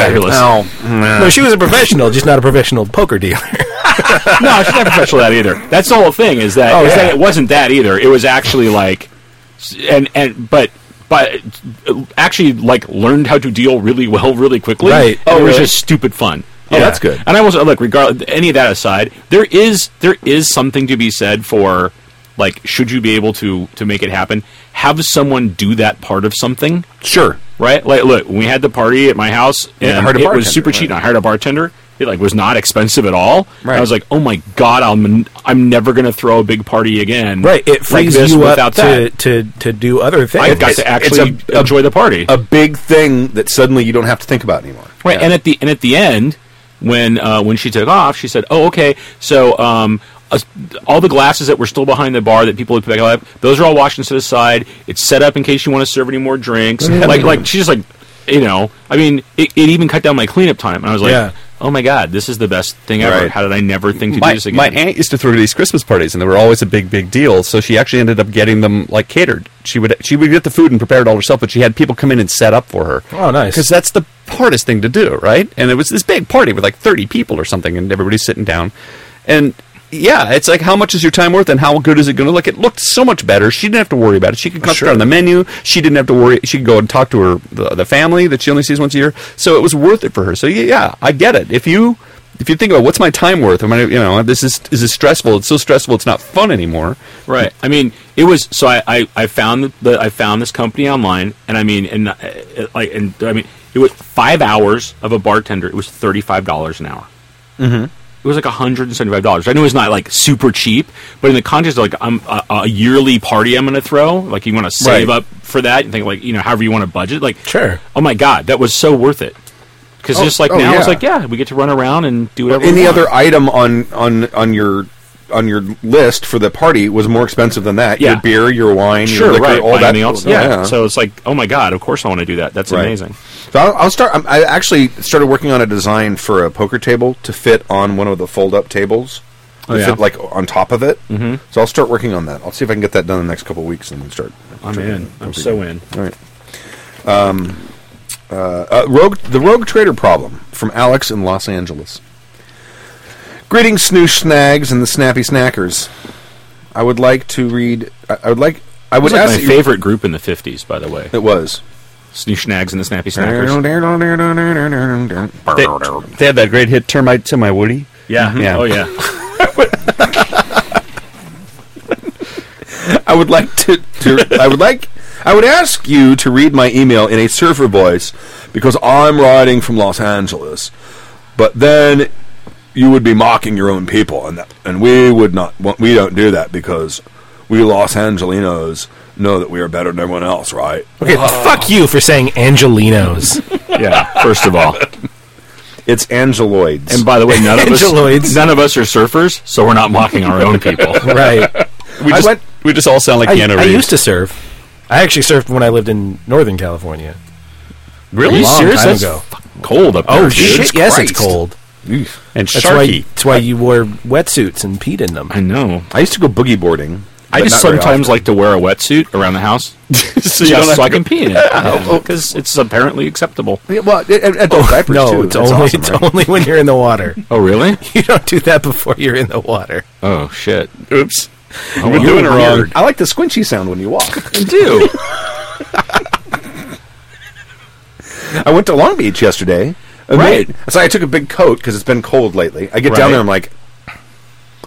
F: fabulous.
E: no, she was a professional, just not a professional poker dealer.
F: no, she's not professional at that either. That's the whole thing. Is that, is that it wasn't that either. It was actually like, and and but but actually like learned how to deal really well really quickly.
E: Right.
F: Oh,
E: Oh,
F: it was
E: really?
F: just stupid fun.
D: Oh, that's good.
F: And I was look, regardless, any of that aside, there is there is something to be said for like, should you be able to to make it happen? Have someone do that part of something
D: Sure.
F: right? Like, look, we had the party at my house,
D: Yeah, I
F: and
D: hired a
F: it was
D: bartender,
F: super
D: right.
F: cheap. and I hired a bartender. It like was not expensive at all.
D: Right.
F: I was like, oh my god, I'm I'm never gonna throw a big party again.
E: right. It
F: like
E: frees
F: this
E: you
F: without
E: up to,
F: that.
E: to, to do other things.
F: I got
D: it's-
F: to
D: it's
F: actually
D: a- a-
F: enjoy the party.
D: a big thing that suddenly you don't have to think about anymore.
F: Right, and at the and at the end, when uh, when she took off, she said, "Oh, okay. So um, us- all the glasses that were still behind the bar that people had picked up, those are all washed and set aside. It's set up in case you want to serve any more drinks. like like she's just like, you know, I mean, it, it even cut down my cleanup time. And I was like,
E: Yeah.
F: oh my god, this is the best thing ever.
D: Right.
F: How did I never think to do
A: my,
F: this again?
A: my aunt used to throw these Christmas parties, and they were always a big, big deal. So she actually ended up getting them like catered. She would she would get the food and prepare it all herself, but she had people come in and set up for her.
E: Oh, nice.
A: Because that's the hardest thing to do, right? And it was this big party with like thirty people or something, and everybody's sitting down, and yeah, it's like how much is your time worth and how good is it going to look? It looked so much better. She didn't have to worry about it. She
F: Uh,
A: could concentrate
D: sure.
A: on the menu. She didn't have to worry. She could go and talk to her the, the family that she only sees once a year. So it was worth it for her. So yeah, yeah, I get it. If you if you think about what's my time worth, am I you know this is is this stressful? It's so stressful. It's not fun anymore.
F: Right. I mean, it was so I, I, I found the I found this company online, and I mean, and uh, uh, like, and I mean, it was five hours of a bartender. It was thirty five dollars an hour. Mm-hmm. It was like hundred and seventy five dollars. I know it's not like super cheap, but in the context of like I'm a, a yearly party I'm going to throw, like you want to save
D: Right.
F: up for that and think like you know however you want to budget. Like
E: Sure.
F: Oh my god, that was so worth it. Because just like
E: oh,
F: now, it's
E: yeah.
F: like yeah, we get to run around and do whatever. we
D: Any
F: want.
D: other item on on on your on your list for the party was more expensive than that.
F: Yeah.
D: Your beer, your wine, your
F: sure,
D: liquor,
F: right?
D: all
F: buying
D: that.
F: the else, yeah. So it's like, oh my god, of course I want to do that. That's
D: Right.
F: amazing.
D: So I'll, I'll start. I'm, I actually started working on a design for a poker table to fit on one of the fold-up tables.
F: Oh,
D: To
F: yeah.
D: fit, like on top of it. Mm-hmm. So I'll start working on that. I'll see if I can get that done in the next couple of weeks, and we can start.
F: I'm in. I'm so in.
D: All right. Um, uh, uh, rogue, the rogue trader problem from Alex in Los Angeles. Greetings, snoosh snags and the snappy snackers. I would like to read. I, I would like. I
F: It was
D: would
F: like
D: ask
F: my
D: that you-
F: favorite group in the '50s, by the way.
D: It was.
F: Snoo Snags and the Snappy Snackers.
A: They, they had that great hit "Termite to My Woody."
F: Yeah.
A: Yeah.
F: Oh yeah.
D: I would like to, to I would like I would ask you to read my email in a surfer voice because I'm writing from Los Angeles. But then you would be mocking your own people and that, and we would not want- we don't do that because we Los Angelinos know that we are better than everyone else, right?
E: Okay, fuck you for saying Angelinos.
F: Yeah. First of all,
D: It's Angeloids.
F: and by the way, none of us
E: Angeloids.
F: none of us are surfers, so we're not mocking our own people.
E: right.
A: We
D: I
A: just
D: went-
A: we just all sound like
E: I,
A: Keanu
E: I
A: Reeves.
E: used to surf. I actually surfed when I lived in Northern California.
F: Are
A: really
F: you
E: Long
F: serious?
E: time
F: That's
E: ago. Oh,
F: fucking cold up there. dude.
E: yes, it's cold.
A: and
E: That's
A: sharky.
E: why. That's why you wore wetsuits and peed in them.
F: I know.
D: I used to go boogie boarding.
F: I
D: but
F: just
D: not very
F: sometimes like to wear a wetsuit around the house
A: so you don't
F: just
A: have
F: so I
A: to go-
F: can pee in it because it's apparently acceptable.
D: often. Yeah, well, it- it- it-
A: Oh,
D: those diapers
E: no,
D: too.
E: it's
D: That's
E: only
D: awesome,
E: it's
D: right?
E: only when you're in the water.
F: Oh really?
E: You don't do that before you're in the water.
F: Oh shit. Oh,
A: Oops. We're
F: wow.
A: doing it
F: Weird.
A: wrong.
D: I like the squinchy sound when you walk.
F: I do.
D: I went to Long Beach yesterday. I
F: Right.
D: made- so I took a big coat because it's been cold lately. I get down
F: Right.
D: there, I'm like,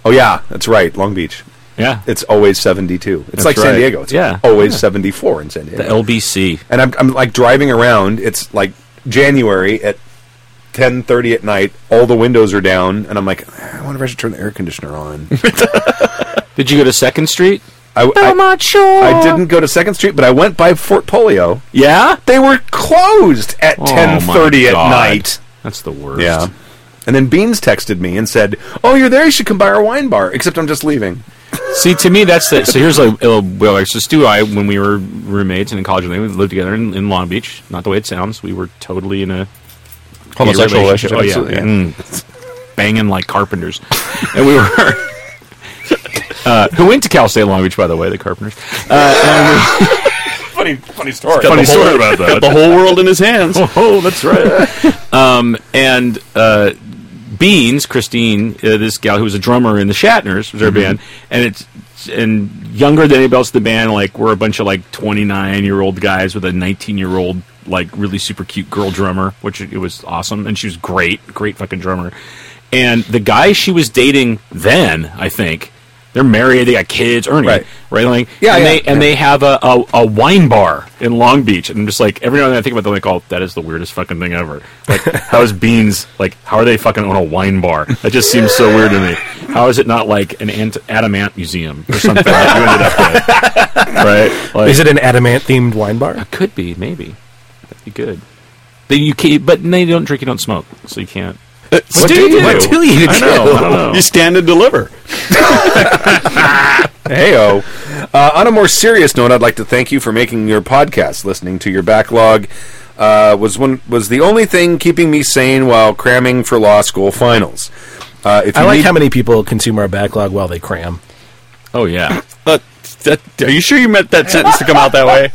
D: oh yeah, that's right, Long Beach.
F: Yeah.
D: It's always 72. It's
F: That's
D: like San
F: right.
D: Diego. It's
F: Yeah.
D: always 74 in San Diego.
F: The LBC.
D: and I'm, I'm like driving around. It's like January at 10:30 at night. All the windows are down, and I'm like, "Ah, I wonder if I should turn the air conditioner on.
F: Did you go to Second Street?
D: I, I, I didn't go to Second Street, but I went by Fort Polio.
F: Yeah.
D: They were closed at
F: Oh,
D: 10:30
F: my
D: at
F: God.
D: night.
F: That's the worst.
D: Yeah. And then Beans texted me and said, "Oh, you're there. You should come by our wine bar." Except I'm just leaving.
F: See, to me, that's the. So here's a, a well, like, so Stu and I, when we were roommates and in college, we lived together in, in Long Beach. Not the way it sounds. We were totally in a
A: Homosexual
F: gay
A: relationship.
F: Oh yeah,
D: absolutely,
F: yeah. Mm. banging like carpenters, and we were. Uh, who went to Cal State Long Beach, by the way, the carpenters.
H: Funny, funny story.
A: Got
F: Funny
A: the whole-
F: story about
A: got
F: that.
A: The whole world in his hands.
F: Oh, that's right. um, and uh, Beans, Christine, uh, this gal who was a drummer in the Shatners, was her band, and it's and younger than anybody else in the band. Like we're a bunch of like twenty nine year old guys with a nineteen year old like really super cute girl drummer, which it was awesome, and she was great, great fucking drummer. And the guy she was dating then, I think. They're married. They got kids. Ernie,
D: Right.
F: right? Like,
D: Yeah,
F: and
D: yeah,
F: they and
D: yeah.
F: they have a, a, a wine bar in Long Beach, and I'm just like every now and then I think about them, like, oh, that is the weirdest fucking thing ever. Like, how is Beans like? How are they fucking on a wine bar? That just seems so weird to me. How is it not like an ant- adamant museum or something that you ended up with, right? Like,
E: Is it an adamant themed wine bar?
F: could be maybe that'd be good. Then you can, but no, you don't drink, you don't smoke, so you can't.
A: Uh, What
F: do you
E: What do you
F: I know, I don't know.
A: You stand and deliver.
D: Heyo. Uh, on a more serious note, I'd like to thank you for making your podcast. Listening to your backlog uh, was one was the only thing keeping me sane while cramming for law school finals. Uh, if you
E: I like
D: need-
E: how many people consume our backlog while they cram.
F: Oh yeah,
A: Uh, that, are you sure you meant that sentence to come out that way?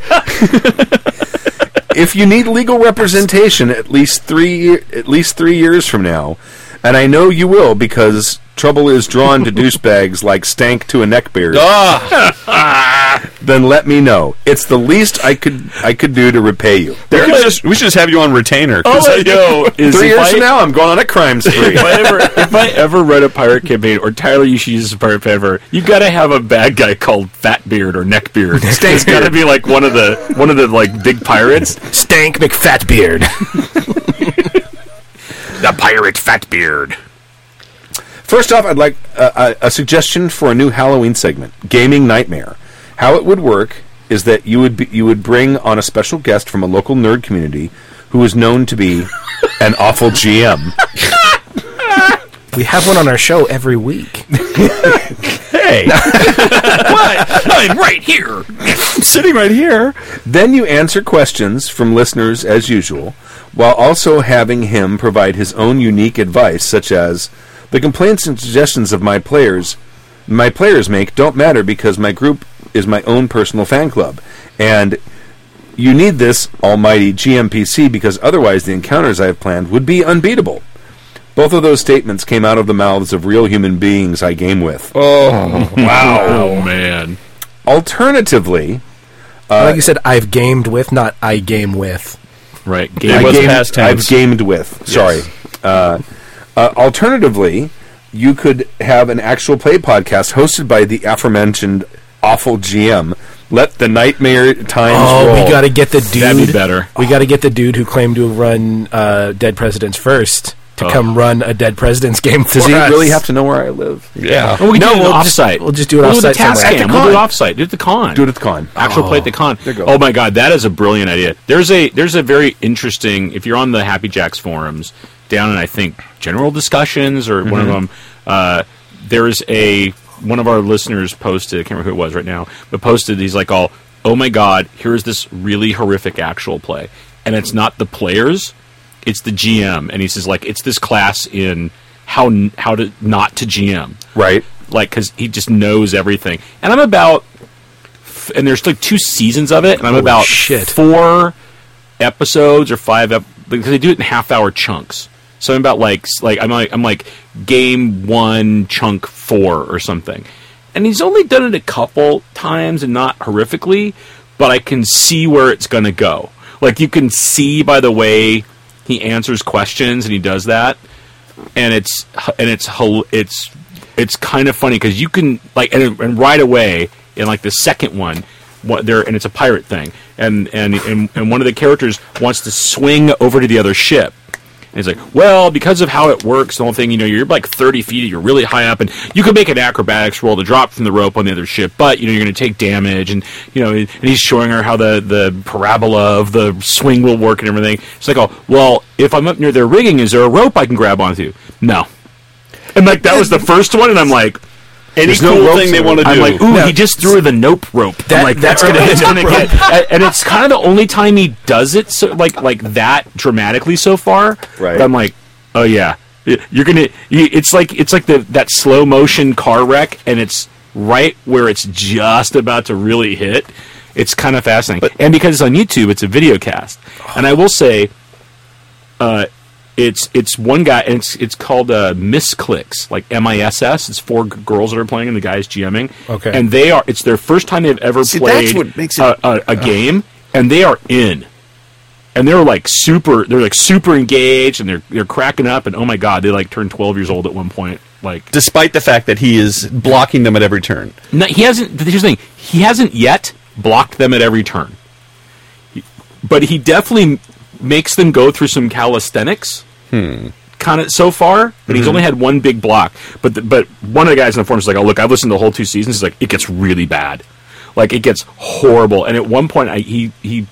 D: if you need legal representation at least three at least three years from now, and I know you will because trouble is drawn to douchebags like stank to a neckbeard,
A: Ah,
D: then let me know. It's the least I could I could do to repay you.
A: we, could just, we should just have you on retainer.
F: Oh,
A: 'cause I-
F: yo, is
D: Three
F: if
D: years
F: I-
D: from now, I'm going on a crime spree.
F: if I ever if I ever run a pirate campaign or Tyler you should use a pirate paper, you gotta have a bad guy called Fatbeard or Neckbeard. it's gotta be like one of the one of the like big pirates.
E: Stank McFatbeard.
F: The pirate Fatbeard.
D: First off, I'd like uh, a, a, a suggestion for a new Halloween segment, Gaming Nightmare. How it would work is that you would be, you would bring on a special guest from a local nerd community who is known to be an awful GM.
E: we have one on our show every week.
A: hey,
F: I'm right here.
A: sitting right here.
D: Then you answer questions from listeners as usual, while also having him provide his own unique advice, such as the complaints and suggestions of my players my players make don't matter because my group is my own personal fan club. And you need this almighty GMPC because otherwise the encounters I have planned would be unbeatable. Both of those statements came out of the mouths of real human beings I game with.
F: Wow, Oh, man.
D: Alternatively, Uh,
E: like you said, I've gamed with, not I game with.
F: Right.
A: It
F: Game
A: was
D: gamed-
A: past tense.
D: I've gamed with. Sorry. Uh, uh, alternatively, you could have an actual play podcast hosted by the aforementioned awful GM. Let the nightmare times
E: Oh,
D: roll.
E: we gotta get the
F: That'd
E: dude.
F: be better.
E: We gotta get the dude who claimed to run uh, Dead Presidents first to
F: Oh.
E: come run a Dead Presidents game for
D: Does he
E: us.
D: really have to know where I live?
A: Yeah.
F: Oh, we
E: No,
F: no, do it
E: we'll
F: offsite.
E: just- we'll just do it
F: We'll do
E: offsite
F: the task
E: somewhere.
F: cam.
E: At the
F: We'll do it
E: con.
F: offsite. Do it at the con.
D: Do it at the con.
F: actual play at the con.
D: you go.
F: Oh my god, that is a brilliant idea. There's a there's a very interesting if you're on the Happy Jacks forums down in I think general discussions or one of
D: Mm-hmm.
F: them. Uh, there's a one of our listeners posted. I can't remember who it was right now, but posted. He's like, "All oh my god, here's this really horrific actual play, and it's not the players, it's the GM." And he says like, "It's this class in how n- how to not to GM."
D: Right.
F: like because he just knows everything. And I'm about, f- and there's like two seasons of it, and I'm about
E: shit.
F: four episodes or five ep- because they do it in half hour chunks. So I'm about like s- like I'm like I'm like game one chunk four or something, and he's only done it a couple times and not horrifically, but I can see where it's gonna go. Like you can see by the way he answers questions and he does that and it's and it's hol- it's it's kind of funny because you can like and, and right away in like the second one what there and it's a pirate thing and, and and and one of the characters wants to swing over to the other ship and it's like well because of how it works the whole thing you know you're like 30 feet you're really high up and you can make an acrobatics roll to drop from the rope on the other ship but you know you're going to take damage and you know and he's showing her how the the parabola of the swing will work and everything it's like oh well if i'm up near their rigging is there a rope i can grab onto no and like that was the first one, and I'm like,
A: Any
F: there's
A: cool
F: ropes
A: thing they
F: there.
A: want to do.
F: I'm like, ooh, he just threw the nope rope.
E: That-
F: I'm like,
E: that's gonna
F: it's
E: hit
F: gonna get, and- and it's kind of the only time he does it, so like like that dramatically so far.
D: Right.
F: But I'm like, oh yeah, Y- you're gonna. you- It's like it's like the that slow motion car wreck, and it's right where it's just about to really hit. It's kind of fascinating, and because it's on YouTube, it's a video cast. And I will say, it's it's one guy and it's it's called uh, Misclicks, like M I S S. It's four g- girls that are playing and the guy's GMing.
E: Okay.
F: and they are it's their first time they've ever
B: See,
F: played
B: that's what makes it-
F: a, a, a game, and they are in, and they're like super they're like super engaged and they're they're cracking up and oh my god they like turned twelve years old at one point like
A: Despite the fact that he is blocking them at every turn.
F: no, he hasn't. Here's the thing: he hasn't yet blocked them at every turn, but he definitely makes them go through some calisthenics. Kind of so far, but he's only had one big block. But the, but one of the guys in the forums is like, "Oh look, I've listened to the whole two seasons. He's like, it gets really bad, like it gets horrible." And at one point, I, he he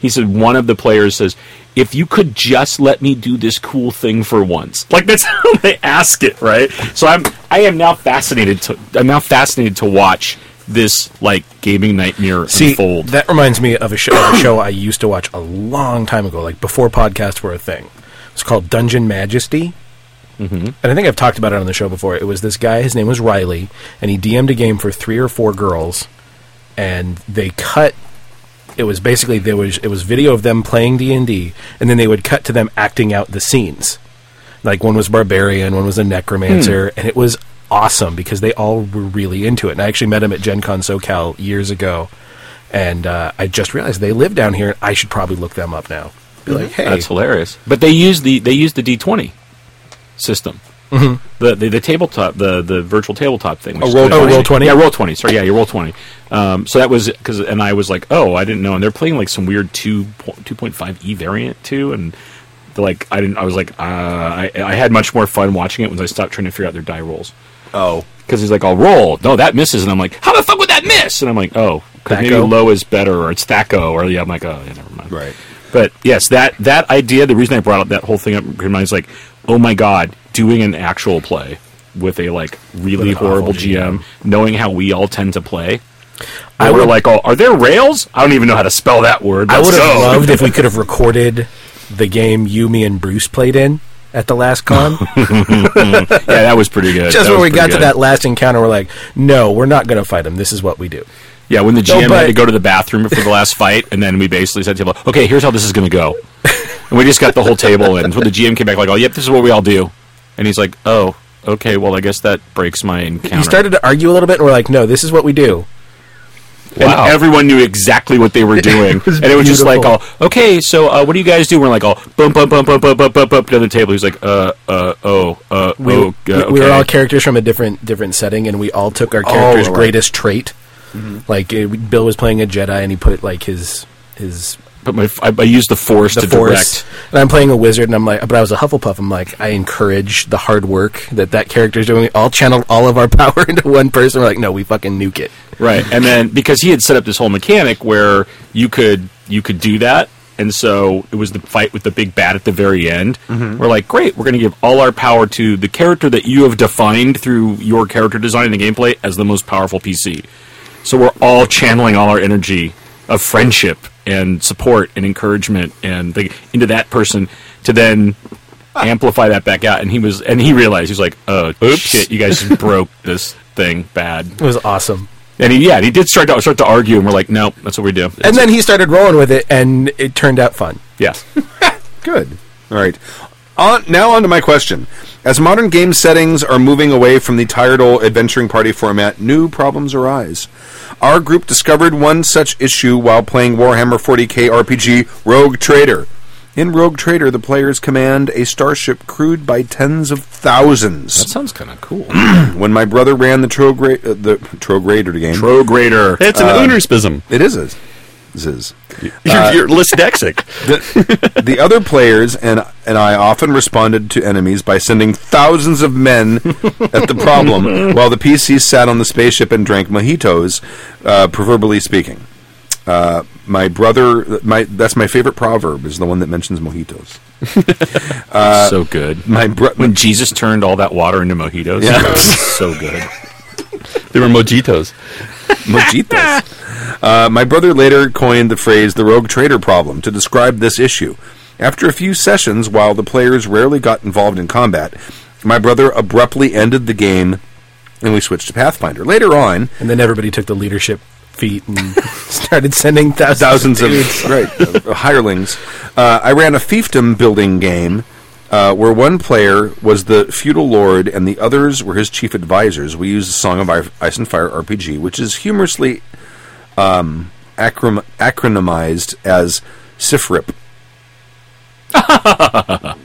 F: he said one of the players says, "If you could just let me do this cool thing for once," like that's how they ask it, right? So I'm I am now fascinated to I'm now fascinated to watch this like gaming nightmare
E: See,
F: unfold.
E: that reminds me of a, show, of a show I used to watch a long time ago, like before podcasts were a thing. It's called Dungeon Majesty. Mm-hmm. And I think I've talked about it on the show before. It was this guy, his name was Riley, and he DM'd a game for three or four girls, and they cut. It was basically there was it was video of them playing D and D, and then they would cut to them acting out the scenes. Like one was barbarian, one was a necromancer,
F: Hmm.
E: and it was awesome because they all were really into it. And I actually met him at Gen Con SoCal years ago, and uh, I just realized they live down here. I should probably look them up now. Be like, hey,
F: Mm-hmm. That's hilarious. But they use the they use the D twenty system. The, the the tabletop the the virtual tabletop thing. which
E: Oh,
F: is
E: Mm-hmm. roll
F: good.
E: 20? roll 20?
F: Yeah, roll twenty. Sorry, yeah, you roll twenty. Um, so that was because, and I was like, oh, I didn't know. And they're playing like some weird 2, 2.5 e variant too, and they're like I didn't. I was like, uh, I I had much more fun watching it once I stopped trying to figure out their die rolls
D: Oh,
F: because he's like, I'll roll. No, that misses, and I'm like, how the fuck would that miss? And I'm like, oh, 'cause maybe
E: Thaco?
F: low is better, or it's Thaco, or yeah, I'm like, oh, yeah, never mind.
D: right.
F: But yes, that that idea, the reason I brought up that whole thing up in mind is like, oh my god, doing an actual play with a like
E: With
F: really
E: an
F: horrible
E: awful
F: GM, knowing how we all tend to play.
E: I
F: I were
E: would-
F: like, oh, are there rails? I don't even know how to spell that word.
E: I
F: Let's
E: would have
F: go.
E: loved if we could have recorded the game you, me, and Bruce played in at the last con.
F: yeah, that was pretty good.
E: Just
F: That
E: when we
F: was pretty
E: got to
F: good.
E: that last encounter, we're like, no, we're not going to fight him. This is what we do.
F: Yeah, when the
E: No,
F: GM
E: but-
F: had to go to the bathroom for the last fight, and then we basically said to him, "Okay, here's how this is going to go," and we just got the whole table. And so the GM came back like, "Oh, yep, this is what we all do," and he's like, "Oh, okay, well, I guess that breaks my encounter."
E: He started to argue a little bit, and we're like, no, this is what we do.
F: and
A: Wow.
F: everyone knew exactly what they were doing,
E: was
F: and it was just like,
E: beautiful.
F: "Oh, okay, so uh, what do you guys do?" We're like, "Oh, bump, bump, bump, bump, bump, bump, bump, bump," down the table. He's like, "Uh, uh, oh, uh,
E: We,
F: oh, uh,
E: we, we were
F: okay."
E: all characters from a different different setting, and we all took our character's
D: right.
E: greatest trait. Like uh, we- Bill was playing a Jedi, and he put like his his
F: But my, I, I used the force
E: the
F: to
E: force.
F: direct.
E: And I'm playing a wizard, and I'm like, but I was a Hufflepuff. I'm like, I encourage the hard work that that character's doing. We all channeled all of our power into one person. We're like, no, we fucking nuke it.
F: right and then because he had set up this whole mechanic where you could you could do that and so it was the fight with the big bat at the very end we're like great we're going to give all our power to the character that you have defined through your character design and the gameplay as the most powerful pc so we're all channeling all our energy of friendship and support and encouragement and the, into that person to then amplify that back out and he was and he realized he was like oh shit you guys just broke this thing bad
E: It was awesome.
F: and he, yeah, and he did start to start to argue, and we're like, no, that's what we do.
E: And then he started rolling with it, and it turned out fun.
F: yes,
D: Good. All right. On, now on to my question. As modern game settings are moving away from the tired old adventuring party format, new problems arise. Our group discovered one such issue while playing Warhammer 40k RPG Rogue Trader. In Rogue Trader, the players command a starship crewed by tens of thousands.
F: sounds kind of cool.
D: when my brother ran the Trogra- uh, the Trograder game,
F: Trograder.
A: It's an unerspism.
D: it is a ziz.
A: Uh, you're, you're dyslexic.
D: The, the other players and and I often responded to enemies by sending thousands of men at the problem, while the PCs sat on the spaceship and drank mojitos, uh, proverbially speaking. Uh, my brother, my that's my favorite proverb is the one that mentions mojitos.
F: so good.
D: My bro-
F: uh, when Jesus turned all that water into mojitos,
D: Yeah.
F: that was so good.
A: They were mojitos.
D: Mojitos. Uh, my brother later coined the phrase the rogue trader problem to describe this issue. After a few sessions, while the players rarely got involved in combat, my brother abruptly ended the game and we switched to Pathfinder. Later on,
E: And then everybody took the leadership feat and started sending thousands,
D: thousands
E: of
D: of right uh, hirelings. Uh, I ran a fiefdom building game uh, where one player was the feudal lord and the others were his chief advisors. We used the Song of I- Ice and Fire RPG, which is humorously um, acrom- acronymized as SIFRIP. ah,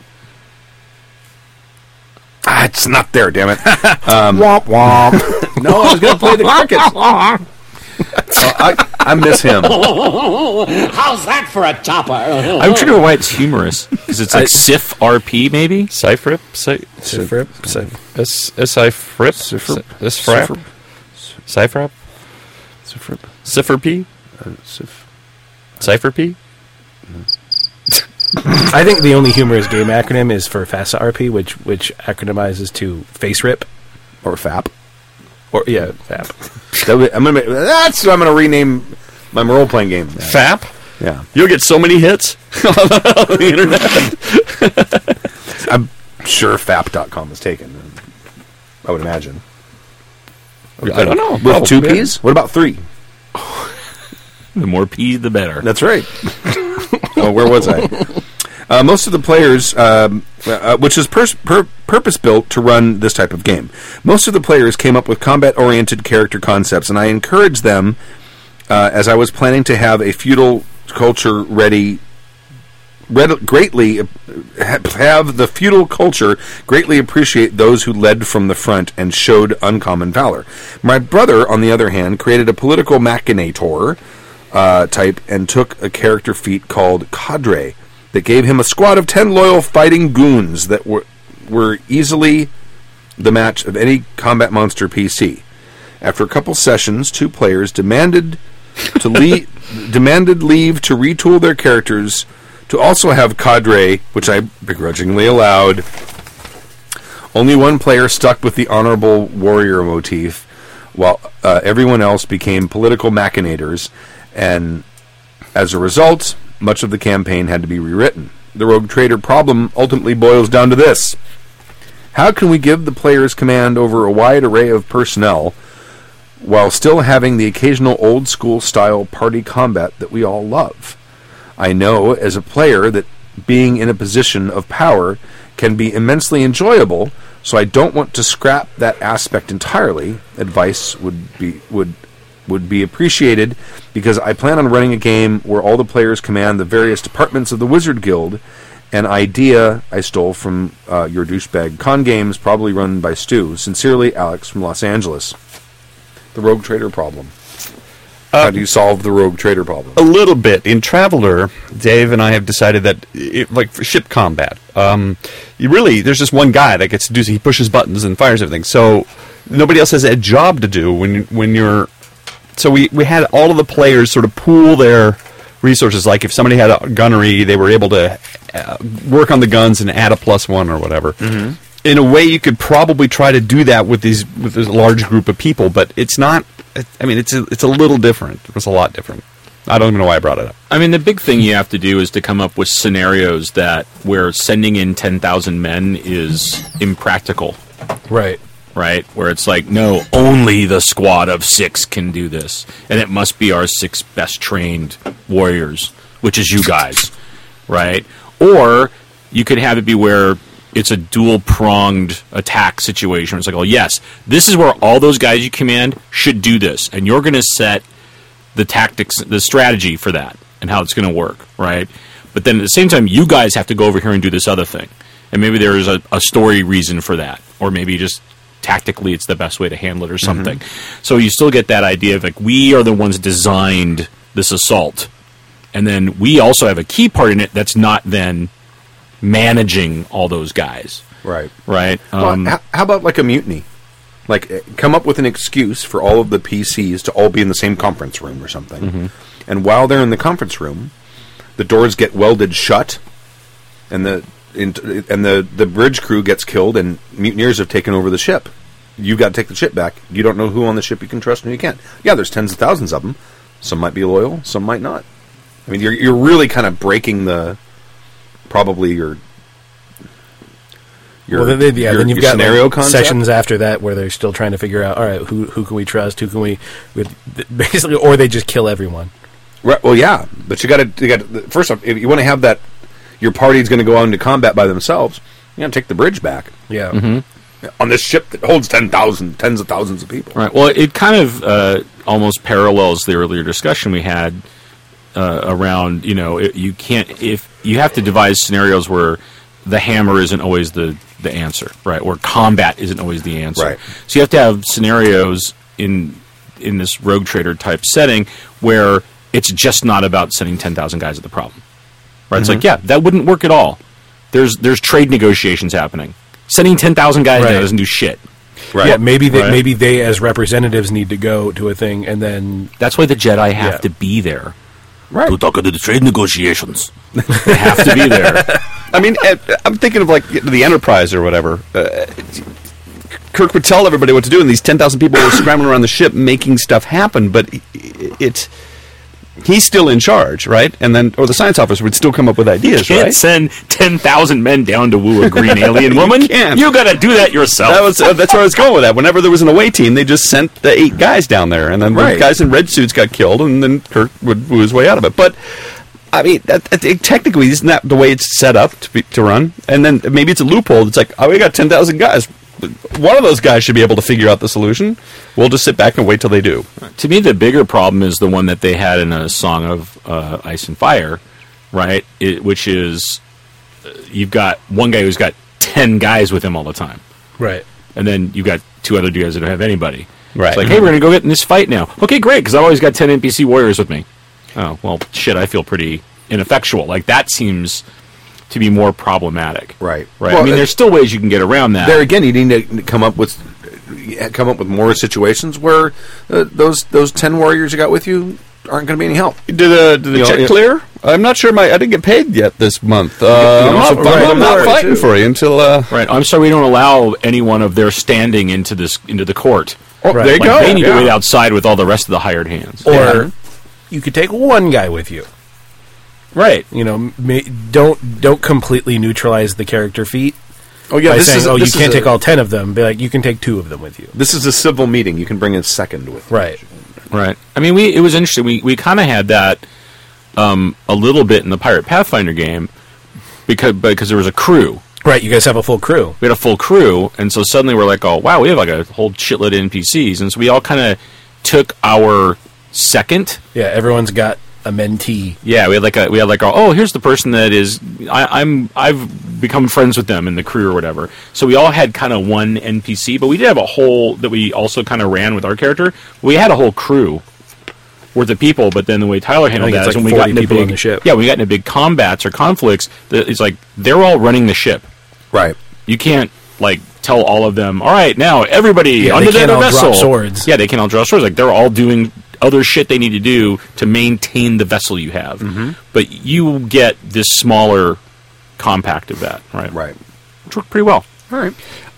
D: it's not there, damn it. Um,
E: womp womp.
D: No, I was going to play the crickets. Oh, I, I miss him.
I: How's that for a topper?
F: I'm trying to know why it's humorous because it's like Sif RP, maybe.
A: Cyphrip? Cy-
E: Sifrip, sif-
A: S- S-I-Frip?
D: Sifrip?
A: S-Frap? Cyphrap?
D: SIFRIP.
A: Cipher P?
D: SIF.
A: Cypher P?
E: I think the only humorous game acronym is for FASA RP, which which acronymizes to face rip
D: Or FAP.
E: or yeah, FAP.
D: That would- I'm gonna. ma- That's what I'm gonna rename my role playing game.
A: Fap?
D: Yeah,
A: You'll get so many hits on the internet.
D: I'm sure FAP.com is taken. I would imagine.
A: I don't know.
D: With two
A: Probably.
D: P's, what about three?
F: The more P, the better.
D: That's right. oh, where was I? Uh, most of the players, um, uh, which is pers- pur- purpose built to run this type of game, most of the players came up with combat oriented character concepts, and I encouraged them uh, as I was planning to have a feudal culture ready. Red, greatly ha- have the feudal culture greatly appreciate those who led from the front and showed uncommon valor. My brother, on the other hand, created a political machinator uh, type and took a character feat called Cadre that gave him a squad of 10 loyal fighting goons that were, were easily the match of any combat monster PC. After a couple sessions, two players demanded to leave, demanded leave to retool their characters to also have cadre, which I begrudgingly allowed. Only one player stuck with the honorable warrior motif, while uh, everyone else became political machinators, and as a result, much of the campaign had to be rewritten. The rogue trader problem ultimately boils down to this. How can we give the players command over a wide array of personnel while still having the occasional old school style party combat that we all love? I know as a player that being in a position of power can be immensely enjoyable, so I don't want to scrap that aspect entirely. Advice would be would would be appreciated because I plan on running a game where all the players command the various departments of the Wizard Guild, an idea I stole from uh, your douchebag con games, probably run by Stu. Sincerely, Alex from Los Angeles. The rogue trader problem. How do you solve the rogue trader problem?
A: a little bit in Traveler. Dave and I have decided that, it, like for ship combat, um, you really there's just one guy that gets to do. He pushes buttons and fires everything. So nobody else has a job to do when when you're. So we we had all of the players sort of pool their resources. Like if somebody had a gunnery, they were able to uh, work on the guns and add a plus one or whatever. In a way, you could probably try to do that with these with this large group of people, but it's not. I mean, it's a, it's a little different. It's a lot different. I don't even know why I brought it up.
F: I mean, the big thing you have to do is to come up with scenarios that where sending in ten thousand men is impractical,
E: Right.
F: right? Where it's like, no, only the squad of six can do this, and it must be our six best trained warriors, which is you guys, right? Or you could have it be where it's a dual pronged attack situation. It's like, oh yes, this is where all those guys you command should do this, and you're going to set the tactics, the strategy for that, and how it's going to work, right? But then at the same time, you guys have to go over here and do this other thing, and maybe there is a, a story reason for that, or maybe just tactically it's the best way to handle it or something. So you still get that idea of like we are the ones designed this assault, and then we also have a key part in it that's not then managing all those guys,
D: Right.
F: right?
D: Well,
F: Um,
D: h- how about like a mutiny? Like, uh, come up with an excuse for all of the PCs to all be in the same conference room or something. And while they're in the conference room, the doors get welded shut, and the in, and the the bridge crew gets killed, and mutineers have taken over the ship. You've got to take the ship back. You don't know who on the ship you can trust and who you can't. Yeah, there's tens of thousands of them. Some might be loyal, some might not. I mean, you're you're really kind of breaking the probably your. Your,
E: well, then, then- yeah,
D: your-
E: then you've
D: your
E: got
D: scenario
E: like,
D: concept.
E: sessions after that where they're still trying to figure out, all right, who who can we trust, who can we, with, basically, or they just kill everyone.
D: Right, well, yeah, but you got to you got to first off if you want to have that your party's going to go out into combat by themselves. You got to take the bridge back
E: Yeah.
D: on this ship that holds 10,000 tens of thousands of people.
F: Right. Well, it kind of uh, almost parallels the earlier discussion we had uh, around you know it, you can't if you have to devise scenarios where the hammer isn't always the the answer, right? Or combat isn't always the answer.
D: Right.
F: So you have to have scenarios in in this rogue trader type setting where it's just not about sending ten thousand guys at the problem. Right? It's like yeah, that wouldn't work at all. There's there's trade negotiations happening. Sending ten thousand guys
E: Right.
F: now doesn't do shit.
D: Right.
E: Yeah, maybe they
F: Right.
E: maybe they as representatives need to go to a thing, and then
F: That's why the Jedi have
E: Yeah.
F: to be there.
D: Right.
F: To talk into the trade negotiations. they have to be there.
A: I mean, eh, I'm thinking of like the Enterprise or whatever. Uh, Kirk would tell everybody what to do, and these 10,000 people were scrambling around the ship making stuff happen, but i- i- it. He's still in charge, right? And then, or the science officer would still come up with
F: You
A: ideas,
F: can't
A: right?
F: send 10,000 men down to woo a green alien woman.
A: can't.
F: You gotta do that yourself.
A: That was uh, that's where I was going with that. Whenever there was an away team, they just sent the eight guys down there, and then
D: Right.
A: the guys in red suits got killed, and then Kirk would woo his way out of it. But I mean, that, that- it- technically, isn't that the way it's set up to, be, to run? And then maybe it's a loophole. It's like, oh, we got 10,000 guys. One of those guys should be able to figure out the solution. We'll just sit back and wait till they do.
F: to me, the bigger problem is the one that they had in a song of uh, Ice and Fire, right? It, which is uh, you've got one guy who's got ten guys with him all the time,
E: Right.
F: and then you've got two other guys that don't have anybody.
A: Right.
F: It's like, hey, we're gonna go get in this fight now. Okay, great, because I've always got ten NPC warriors with me. Oh well, shit, I feel pretty ineffectual. Like that seems to be more problematic.
D: Right.
F: Right.
D: Well,
F: I mean,
D: uh,
F: there's still ways you can get around that.
D: there again, you need to come up with come up with more situations where uh, those those ten warriors you got with you aren't going to be any help.
A: Did the, did the
D: You know,
A: check
D: yeah.
A: clear? I'm not sure. My I didn't get paid yet this month. Uh,
D: You know,
A: I'm not,
D: so right,
A: I'm
D: I'm
A: not
D: not
A: fighting
D: too.
A: for you until. Uh,
F: Right. I'm sorry we don't allow anyone of their standing into this into the court.
A: oh,
E: Right.
A: There you
F: Like,
A: go.
F: They need to
A: Yeah.
F: wait outside with all the rest of the hired hands.
E: Or you could take one guy with you.
F: right.
E: You know, ma- don't don't completely neutralize the character feat
D: Oh yeah,
E: by
D: this
E: saying,
D: is
E: "Oh, you
D: this is
E: can't
D: a-
E: take all ten of them." Be like, you can take two of them with you.
D: This is a civil meeting. You can bring a second with. you.
E: Right.
F: Right. I mean, we it was interesting. We we kind of had that um, a little bit in the Pirate Pathfinder game because because there was a crew.
E: Right. You guys have a full crew.
F: We had a full crew, and so suddenly we're like, oh wow, we have like a whole shitload of NPCs, and so we all kind of took our second
E: Yeah. Everyone's got a mentee.
F: Yeah, we had like a we had like a, oh here's the person that is I, I'm I've become friends with them in the crew or whatever. So we all had kind of one NPC, but we did have a whole that we also kind of ran with our character. We had a whole crew worth of people, but then the way Tyler handled
E: think
F: that
E: it's like
F: is when we got
E: 40
F: into
E: people
F: big
E: on the ship.
F: yeah when we got into big combats or conflicts. the- It's like they're all running the ship.
D: Right.
F: You can't like tell all of them. All right, now everybody
E: Yeah, they
F: onto
E: can't
F: their
E: all drop
F: vessel.
E: swords.
F: Yeah, they can't all draw swords. Like they're all doing other shit they need to do to maintain the vessel you have.
E: Mm-hmm.
F: But you get this smaller compact of that, right?
D: Right.
F: which worked pretty well.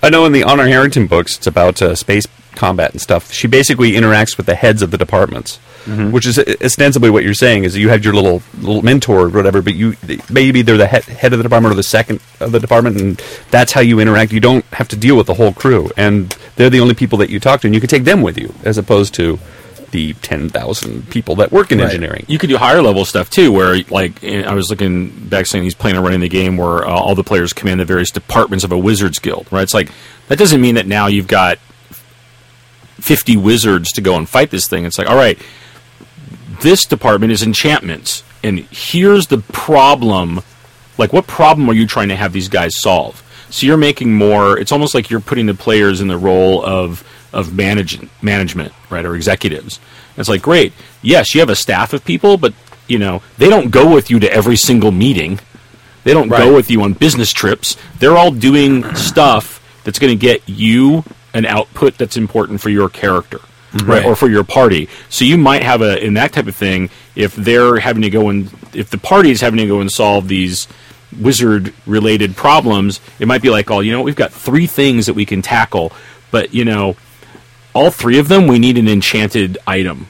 A: I know in the Honor Harrington books, it's about uh, space combat and stuff. She basically interacts with the heads of the departments, which is uh, ostensibly what you're saying is you have your little little mentor or whatever, but you maybe they're the head, head of the department or the second of the department, and that's how you interact. You don't have to deal with the whole crew, and they're the only people that you talk to, and you can take them with you as opposed to the ten thousand people that work in engineering.
F: You could do higher level stuff too, where like eh, I was looking back saying he's planning on running the game where uh, all the players command the various departments of a wizard's guild, right? It's like that doesn't mean that now you've got fifty wizards to go and fight this thing. It's like all right, this department is enchantments, and here's the problem. Like, what problem are you trying to have these guys solve? So you're making more. It's almost like you're putting the players in the role of of manage, management, right, or executives. And it's like, great, yes, you have a staff of people, but you know they don't go with you to every single meeting. They don't go with you on business trips. They're all doing stuff that's going to get you an output that's important for your character, right, or for your party. So you might have a in that type of thing if they're having to go and if the party is having to go and solve these wizard related problems, it might be like, oh, you know, we've got three things that we can tackle, but you know, all three of them, we need an enchanted item.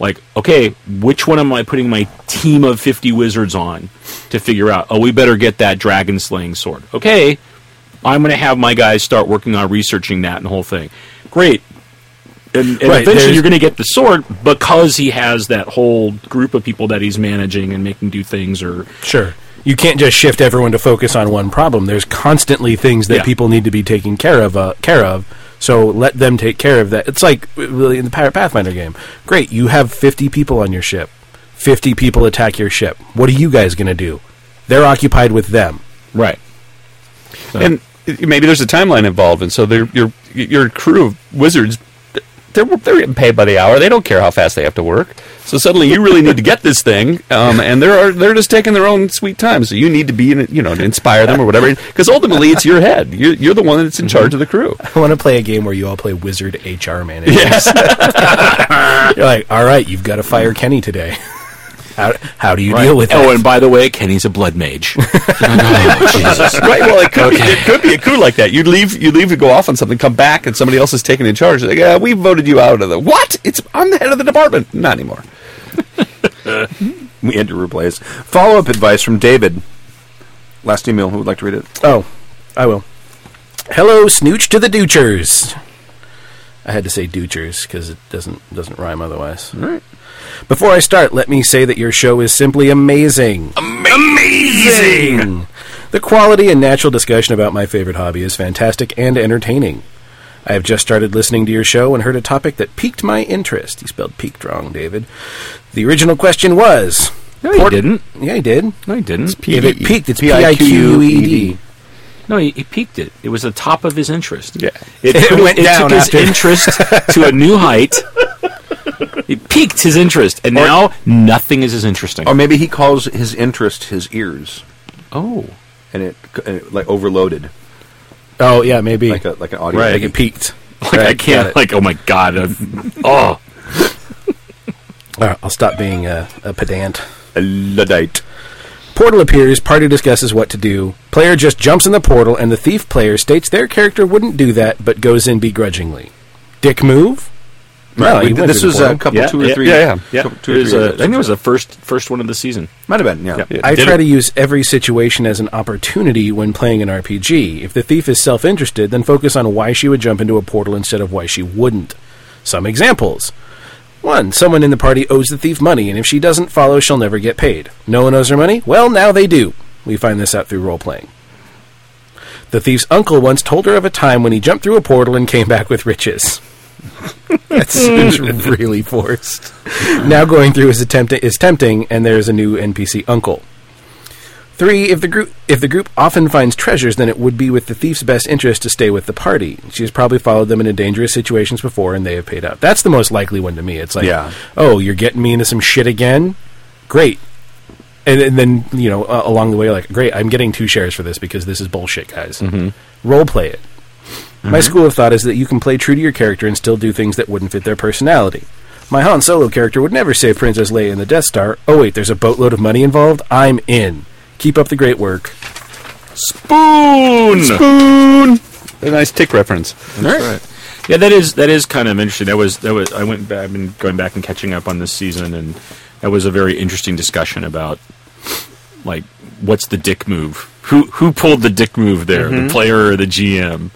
F: Like, okay, which one am I putting my team of 50 wizards on to figure out? Oh, we better get that dragon slaying sword. Okay, I'm going to have my guys start working on researching that and the whole thing. Great. And, and
E: Right,
F: eventually
E: there's-
F: you're going to get the sword because he has that whole group of people that he's managing and making do things or
E: Sure. You can't just shift everyone to focus on one problem. There's constantly things that
F: Yeah.
E: people need to be taking care of. Uh, care of. So let them take care of that. It's like really in the Pirate Pathfinder game. Great, you have 50 people on your ship. 50 people attack your ship. What are you guys going to do? They're occupied with them.
F: right.
A: and it- maybe there's a timeline involved, and so their your your crew of wizards. They're, they're getting paid by the hour. They don't care how fast they have to work. So suddenly, you really need to get this thing, um, and they're they're just taking their own sweet time. So you need to be in, it, you know, to inspire them or whatever. Because ultimately, it's your head. You're, you're the one that's in charge of the crew.
E: I want to play a game where you all play wizard HR managers. You're like, all right, you've got to fire Kenny today. How, how do you deal with that?
F: oh, and by the way, Kenny's a blood mage.
A: right? Well, it could, be, it could be a coup like that. You leave, you leave to go off on something, come back, and somebody else is taking in charge. Like, yeah, we voted you out of the what? It's I'm the head of the department. Not anymore.
D: We had to replace. Follow up advice from David. Last email. Who would like to read it?
E: Oh, I will. Hello, snooch to the doochers. I had to say Dutchers because it doesn't doesn't rhyme otherwise.
D: All right.
E: Before I start, let me say that your show is simply amazing. Amazing! The quality and natural discussion about my favorite hobby is fantastic and entertaining. I have just started listening to your show and heard a topic that piqued my interest. He spelled piqued wrong, David. The original question was.
F: No, he
E: Port-
F: didn't.
E: Yeah, he did.
F: No, he didn't.
E: If it peaked, it's P I Q E
D: P-I-Q-U-E-D.
E: D.
F: No, he, he peaked it. It was the top of his interest.
A: Yeah.
F: It,
E: It went
F: it
E: down
F: took
E: after.
F: his interest to a new height. It peaked his interest, and now nothing is as interesting.
D: Or maybe he calls his interest his ears,
F: oh,
D: and it, and it, like overloaded,
E: Oh, yeah, maybe.
D: like a like an audio.
F: Right.
E: Like it peaked.
F: like I can't. Like oh my god. I'm- oh,
E: All right, I'll stop being a, a pedant.
D: A luddite.
E: Portal appears, party discusses what to do. Player just jumps in the portal, and the thief player states their character wouldn't do that, but goes in begrudgingly. Dick move? No,
D: Right. we
E: you
D: did-
E: went
D: this
E: through the
D: was a
E: portal.
D: couple,
F: Yeah,
D: two or
F: yeah,
D: three.
A: yeah, yeah, yeah.
D: couple- Two
F: it
D: or
F: was
D: three.
F: a, I think it
D: episodes.
F: was the first first one of the season.
D: Might have been. Yeah.
A: Yeah.
E: I
A: Did
E: try
A: it-
E: to use every situation as an opportunity when playing an RPG. If the thief is self interested, then focus on why she would jump into a portal instead of why she wouldn't. Some examples. One, someone in the party owes the thief money, and if she doesn't follow, she'll never get paid. No one owes her money? Well, now they do. We find this out through role playing. The thief's uncle once told her of a time when he jumped through a portal and came back with riches. That seems really forced. Now going through is, attempt- is tempting, and there's a new NPC uncle. Three, if the group if the group often finds treasures, then it would be with the thief's best interest to stay with the party. She has probably followed them into dangerous situations before, and they have paid out. That's the most likely one to me. It's like,
D: Yeah.
E: oh, you're getting me into some shit again. Great. And, and then you know uh, along the way, like, great, I'm getting two shares for this because this is bullshit, guys. Role play it.
A: Mm-hmm.
E: My school of thought is that you can play true to your character and still do things that wouldn't fit their personality. My Han Solo character would never save Princess Leia in the Death Star. Oh wait, there's a boatload of money involved. I'm in. Keep up the great work.
F: Spoon.
A: A nice tick reference.
F: Yeah, that is that is kind of interesting. That was that was I went back, I've been going back and catching up on this season, and that was a very interesting discussion about like what's the dick move? Who who pulled the dick move there?
A: Mm-hmm.
F: The player or the GM?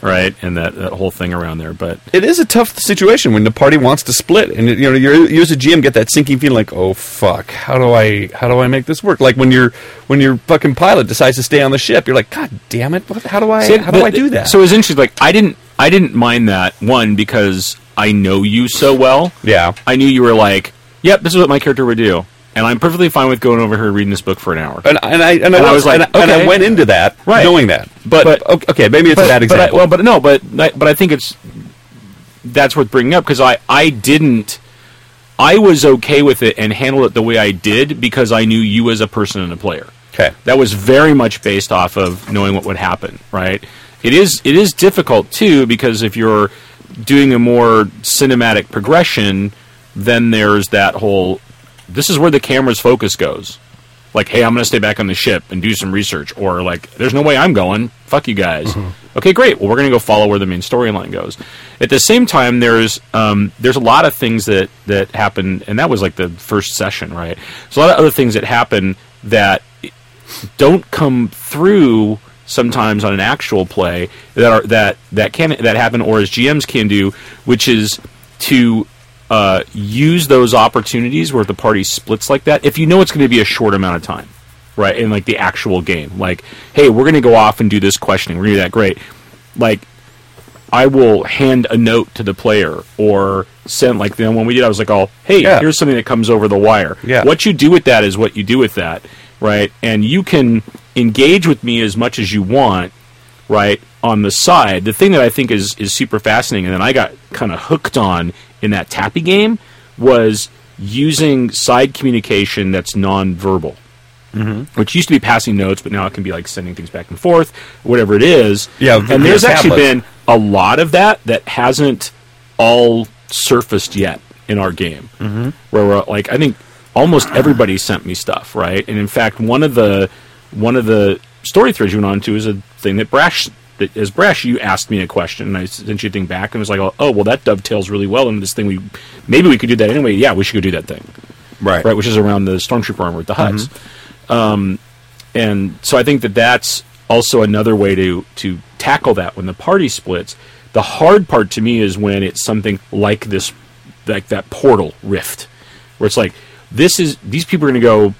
F: Right, and that, that whole thing around there. But
A: It is a tough situation when the party wants to split, and you know you're, you as a GM get that sinking feeling like, oh fuck, how do I how do I make this work? Like when your when your fucking pilot decides to stay on the ship, you're like, god damn it, what, how do I
F: See,
A: how do
F: but-
A: I do that?
F: So it was interesting. Like I didn't I didn't mind that one because I know you so well.
A: Yeah.
F: I knew you were like, yep, this is what my character would do, and I'm perfectly fine with going over here and reading this book for an hour.
A: and, and I and, I was like, and I,
F: okay.
A: went into that
F: Right.
A: knowing that, but,
F: But-
A: okay, okay, maybe it's a bad
F: I-
A: example.
F: well, but no, but I- but I think it's that's worth bringing up because I I didn't I was okay with it and handled it the way I did because I knew you as a person and a player.
A: Okay.
F: that was very much based off of knowing what would happen. Right. It is it is difficult too because if you're doing a more cinematic progression, then there's that whole. This is where the camera's focus goes like, hey, I'm going to stay back on the ship and do some research, or like, there's no way I'm going. Fuck you guys. Okay, great. Well, we're going to go follow where the main storyline goes. At the same time, there's um, there's a lot of things that that happen, and that was like the first session, right? So a lot of other things that happen that don't come through sometimes on an actual play that are that that can that happen or as GMs can do, which is to uh, use those opportunities where the party splits like that. If you know it's going to be a short amount of time, right, in like the actual game, like, hey, we're going to go off and do this questioning, we're going to do that, great. Like, I will hand a note to the player or send like then when we did I was like oh hey
A: Yeah.
F: here's something that comes over the wire
A: Yeah.
F: what you do with that is what you do with that right and you can engage with me as much as you want right on the side the thing that I think is is super fascinating and then I got kind of hooked on in that tappy game was using side communication that's nonverbal which used to be passing notes, but now it can be like sending things back and forth, whatever it is.
A: Yeah, via
F: and there's actually
A: tablet.
F: been a lot of that that hasn't all surfaced yet in our game. Mm-hmm. Where we're like, I think almost everybody sent me stuff, right? And in fact, one of the one of the story threads you went on to is a thing that Brash. That as Brash, you asked me a question, and I sent you a thing back, and it was like, "Oh, well, that dovetails really well into this thing. We maybe we could do that anyway. Yeah, we should go do that thing."
D: Right.
F: which is around the stormtrooper armor at the huts. Um, and so I think that that's also another way to to tackle that when the party splits The hard part to me is when it's something like this, like that portal rift, where it's like this is these people are going to go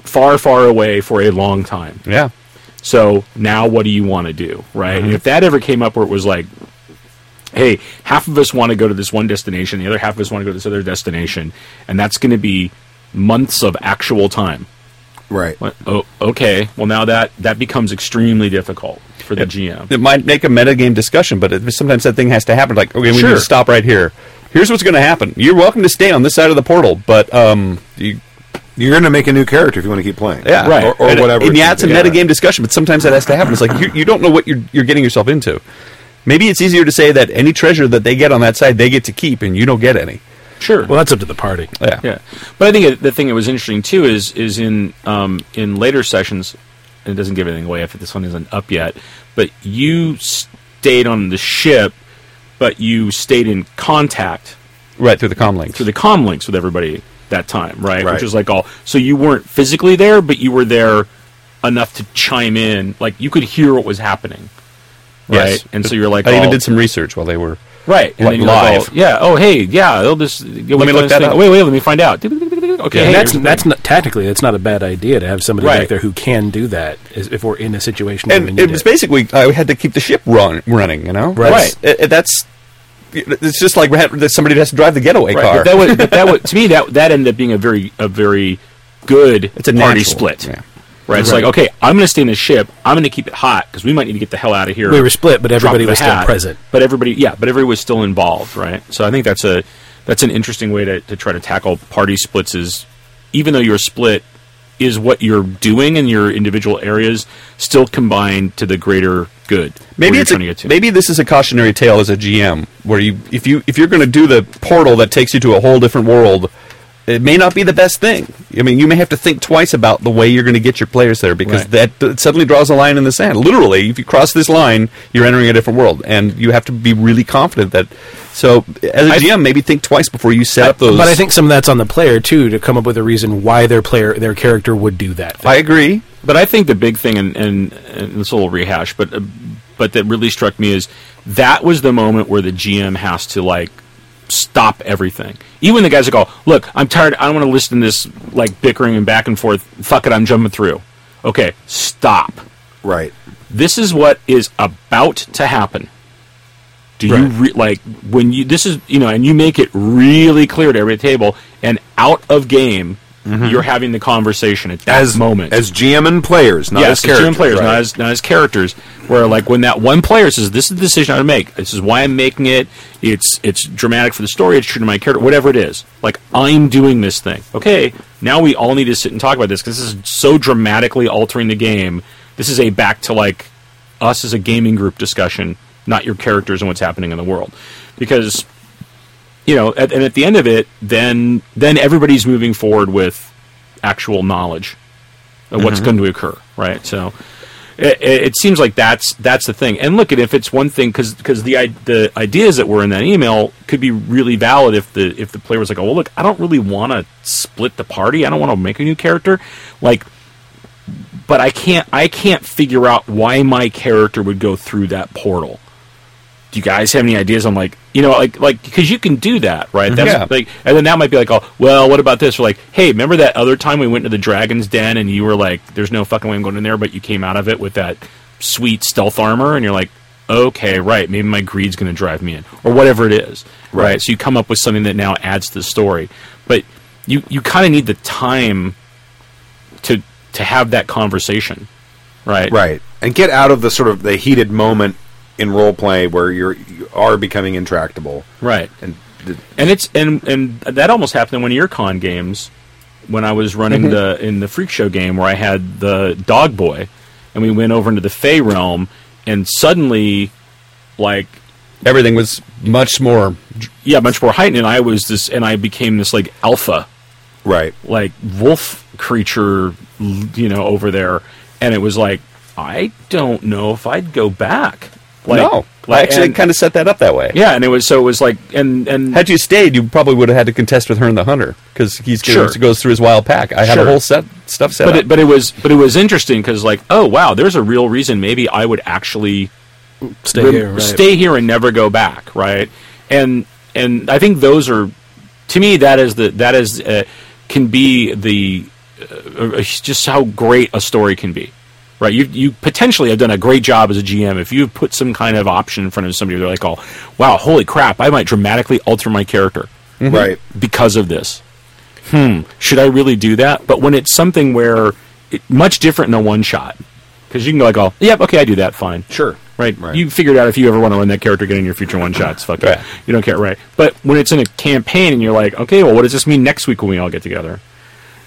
F: far, far away for a long time.
A: Yeah.
F: So now what do you want to do, right? If that ever came up where it was like, hey, half of us want to go to this one destination, the other half of us want to go to this other destination, and that's going to be months of actual time.
D: Right.
F: What- Oh, okay. Well, now that that becomes extremely difficult for the GM.
A: It might make a metagame discussion, but it, sometimes that thing has to happen. Like, okay, we need
F: Sure.
A: to stop right here. Here's what's going to happen. You're welcome to stay on this side of the portal, but um, you,
D: You're going to make a new character if you want to keep playing.
A: yeah,
F: Right.
A: or, or
D: And-
A: whatever.
D: and
A: yeah, it's a
D: yeah.
A: metagame discussion, but sometimes that has to happen. It's like you, you don't know what you're you're getting yourself into. Maybe it's easier to say that any treasure that they get on that side, they get to keep, and you don't get any.
F: Sure.
E: Well, that's up to the party.
A: Yeah,
F: yeah. But I think it- the thing that was interesting too is is in um, in later sessions, and it doesn't give anything away if this one isn't up yet. But you stayed on the ship, but you stayed in contact
A: right through the com link.
F: through the com links with everybody that time, right?
D: Right.
F: Which is like all so you weren't physically there, but you were there enough to chime in, like you could hear what was happening, right?
A: Yes.
F: And so you're like,
A: I even
F: all-
A: did some research while they were.
F: Right.
A: Like
F: you're like,
A: live.
F: oh, yeah. Oh, hey. Yeah. They'll just let
A: me look that up.
F: Wait, wait. Let me find out. Okay. hey,
E: And that's
F: here's the thing.
E: that's not, technically that's not a bad idea to have somebody
F: Right.
E: back there who can do that is- if we're in a situation where we
A: and
E: need
A: it was basically I had to keep the ship run, running. You know,
E: Right.
A: That's, it- that's it's just like we had- that somebody has to drive the getaway
F: Right,
A: car.
F: But that would, but that would, to me, that that ended up being a very, a very good
A: It's a
F: party
A: natural,
F: split.
A: yeah.
F: Right. It's like, okay, I'm going to stay in the ship. I'm going to keep it hot because we might need to get the hell out of here.
E: We were split, but
F: Drop
E: everybody
F: the
E: was still
F: hat.
E: present.
F: But everybody, yeah, but everybody was still involved, right? So I think that's a that's an interesting way to, to try to tackle party splits. Is even though you're split, is what you're doing in your individual areas still combined to the greater good? where
A: maybe
F: you're
A: it's
F: trying to get
A: a,
F: to.
A: maybe this is a cautionary tale as a GM where you if you if you're going to do the portal that takes you to a whole different world, it may not be the best thing. I mean, you may have to think twice about the way you're going to get your players there because
F: Right.
A: that that suddenly draws a line in the sand. Literally, if you cross this line, you're entering a different world, and you have to be really confident that. So, as a GM, maybe think twice before you set up those.
E: But I think some of that's on the player too to come up with a reason why their player their character would do that.
A: I agree.
F: But I think the big thing, and, and, and this will rehash, but uh, but that really struck me is that was the moment where the GM has to like stop everything. Even the guys that go, "Look, I'm tired. I don't want to listen to this like bickering and back and forth. Fuck it, I'm jumping through." Okay, stop.
D: Right.
F: This is what is about to happen. Do you re- like when you this is you know, and you make it really clear to every table and out of game. You're having the conversation at that
D: Mm-hmm. As
F: moment
D: as GM and players, not as
F: yes, it's
D: characters.
F: GM players, not
D: right.
F: as not as characters. Where like when that one player says, "This is the decision I'm going to make. This is why I'm making it. It's it's dramatic for the story. It's true to my character. Whatever it is, like I'm doing this thing. Okay, now we all need to sit and talk about this because this is so dramatically altering the game. This is a back to like us as a gaming group discussion, not your characters and what's happening in the world, because you know, at, and at the end of it, then then everybody's moving forward with actual knowledge of what's going to occur, right? So it, it it seems like that's that's the thing. And look, and if it's one thing, because the i- the ideas that were in that email could be really valid if the if the player was like, oh, well, look, I don't really want to split the party. I don't want to make a new character, like. But I can't I can't figure out why my character would go through that portal. Do you guys have any ideas? I'm like, you know, like like because you can do that, right? That's
A: Yeah.
F: like, and then that might be like, oh, well, what about this? Or like, hey, remember that other time we went to the dragon's den and you were like, there's no fucking way I'm going in there, but you came out of it with that sweet stealth armor, and you're like, okay, right, maybe my greed's going to drive me in, or whatever it is, right? So you come up with something that now adds to the story, but you you kind of need the time to to have that conversation, right?
D: Right. And get out of the sort of the heated moment in role play where you're you are becoming intractable.
F: right.
D: And the,
F: and it's and and that almost happened in one of your con games when I was running
A: Mm-hmm.
F: the in the freak show game where I had the dog boy, and we went over into the Fey realm, and suddenly, like
A: Everything was much more.
F: yeah, much more heightened, and I was this, and I became this like alpha
D: right.
F: like wolf creature, l- you know, over there, and it was like I don't know if I'd go back. Like,
A: no, I
F: like,
A: actually
F: and-
A: kind of set that up that way.
F: yeah, and it was so it was like and and
A: Had you stayed, you probably would have had to contest with Hearn the Hunter because he's
F: Sure.
A: goes through his wild pack. I had a
F: Sure.
A: whole set stuff set
F: but
A: up.
F: it, but it was but it was interesting because like oh wow there's a real reason maybe I would actually
E: Stay
F: rem-
E: here, right.
F: stay here and never go back, right? And and I think those are, to me, that is the that is uh, can be the uh, uh, just how great a story can be, right? You you potentially have done a great job as a GM if you've put some kind of option in front of somebody. They're like, oh, wow, holy crap, I might dramatically alter my character
D: Right.
F: because of this. Hmm, should I really do that? But when it's something where it, much different in a one shot, because you can go like, oh, yep, okay, I do that, fine,
D: Sure.
F: right?
D: Right.
F: You figured out if you ever want to run that character again in your future one shots, fuck
A: Right.
F: it, you don't care, right? But when it's in a campaign and you're like, okay, well, what does this mean next week when we all get together?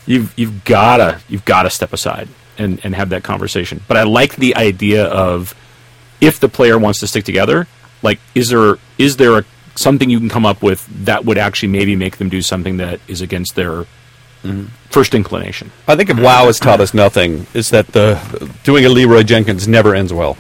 F: You've you've gotta you've gotta step aside and and have that conversation. But I like the idea of if the player wants to stick together, like is there is there a, something you can come up with that would actually maybe make them do something that is against their first inclination?
A: I think if WoW has taught us nothing, it's that the doing a Leroy Jenkins never ends well.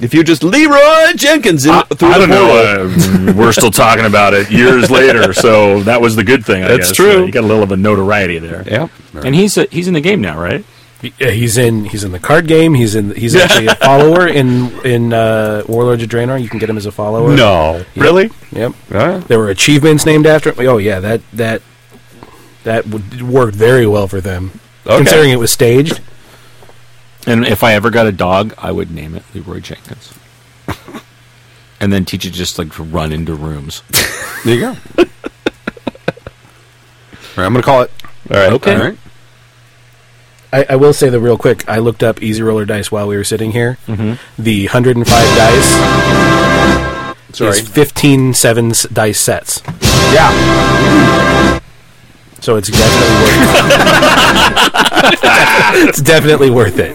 A: If you just Leroy Jenkins in, through the portal,
F: know. Uh, we're still talking about it years later, so that was the good thing. I
A: That's
F: guess.
A: true.
F: Uh, You got a little of a notoriety there.
A: yeah,
F: And he's uh he's in the game now, right?
E: Yeah, uh, he's in he's in the card game. He's in he's actually a follower in in uh, Warlords of Draenor. You can get him as a follower.
A: no, really,
E: Yep.
A: Huh?
E: There were achievements named after him. Oh yeah, that that that would, worked very well for them.
A: Okay.
E: Considering it was staged.
F: And if I ever got a dog, I would name it Leroy Jenkins. and then teach it just like to run into rooms.
D: There you go. All right, I'm going to call it.
A: all right,
F: Okay.
D: All right.
E: I, I will say that real quick. I looked up Easy Roller Dice while we were sitting here. The 105 dice
D: Sorry.
E: is 15 seven s- dice sets.
D: Yeah.
E: So it's definitely worth it. it's definitely worth it.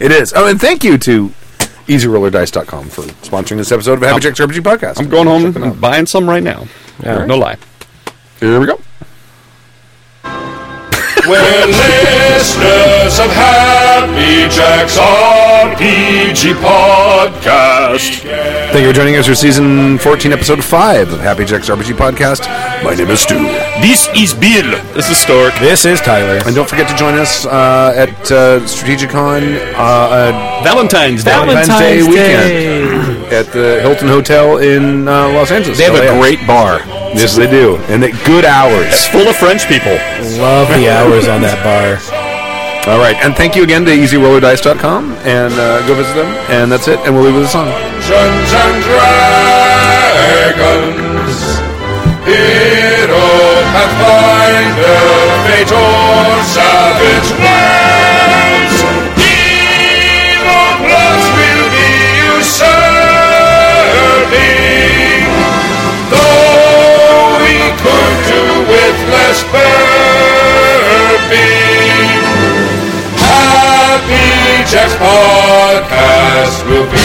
D: It is. Oh, and thank you to EasyRollerDice.com for sponsoring this episode of Happy Jack's RPG Podcast.
A: I'm going home
D: Check it out.
A: and buying some right now.
E: Yeah.
A: No lie.
D: Here we go.
C: We're listeners of Happy Jack's RPG Podcast.
D: Thank you for joining us for season 14, episode 5 of Happy Jack's RPG Podcast. My name is Stu.
F: This is Bill.
A: This is Stork.
E: This is Tyler.
D: And don't forget to join us uh, at uh, Strategicon uh, uh,
A: Valentine's Day.
D: Valentine's Day weekend at the Hilton Hotel in uh, Los Angeles.
F: They have
D: LAX.
F: a great bar.
D: Yes, they do. And at good hours.
A: Full of French people.
E: Love the hours on that bar.
D: All right. And thank you again to EasyRollerDice.com. And uh, go visit them. And that's it. And we'll leave with a song.
C: Dungeons and Dragons. Hero Pathfinder, Fator, Savage Worlds. Hero Bloods will be usurping. Though we could do with less burping. Happy Jack's podcast will be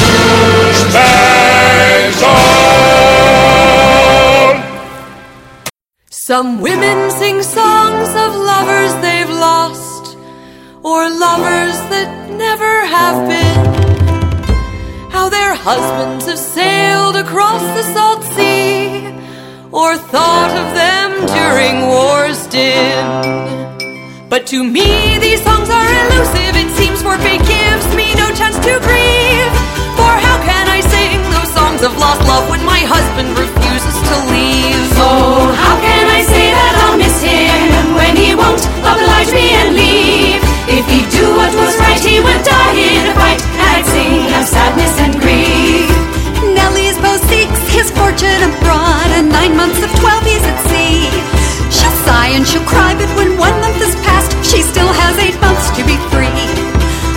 C: douchebags all.
J: Some women sing songs of lovers they've lost, or lovers that never have been. How their husbands have sailed across the salt sea, or thought of them during wars dim. But to me, these songs are elusive. It seems for fate gives me no chance to grieve. For how can I sing those songs of lost love when my husband refuses to leave? Oh, how can I say that I'll miss him when he won't oblige me and leave? If he'd do what was right, he would die in a fight. And I'd sing of sadness and grief. Nellie's beau seeks his fortune abroad, and nine months of twelve he's at sea. She'll sigh and she'll cry, but when one month has passed, she still has eight months to be free.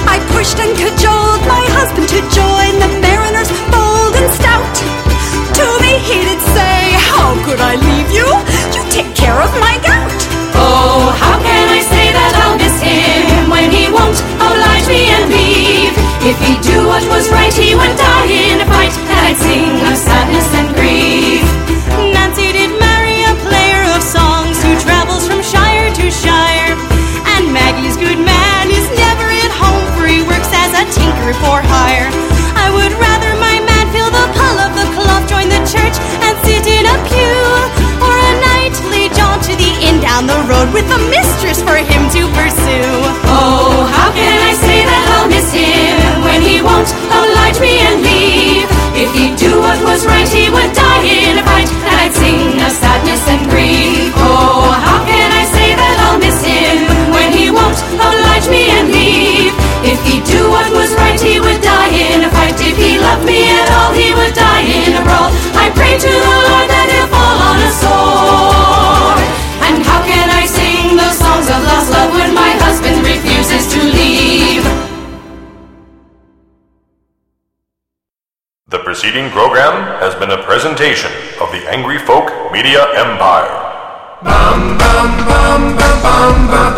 J: I pushed and cajoled my husband to join the mariners, bold and stout. To me, he did say, How could I leave you? You take care of my gout. Oh, how can I say that I'll miss him when he won't oblige me and leave? If he do what was right, he would die in a fight, and I'd sing of sadness and grief. Nancy did marry a player of songs who travels from shire to shire. And Maggie's good man is never at home, for he works as a tinker for hire. I would
K: what was right, he would die in a fright, and I'd sing of sadness and grief. Oh, how can I say that I'll miss him when he won't oblige me and leave? If he'd do what was right, he would die in a fight. If he loved me at all, he would die in a brawl. I pray to the Lord that he'll fall on a sword. And how can I sing those songs of lost love when my husband refuses to leave?
L: The preceding program has been a presentation of the Angry Folk Media Empire.
C: bum, bum, bum, bum,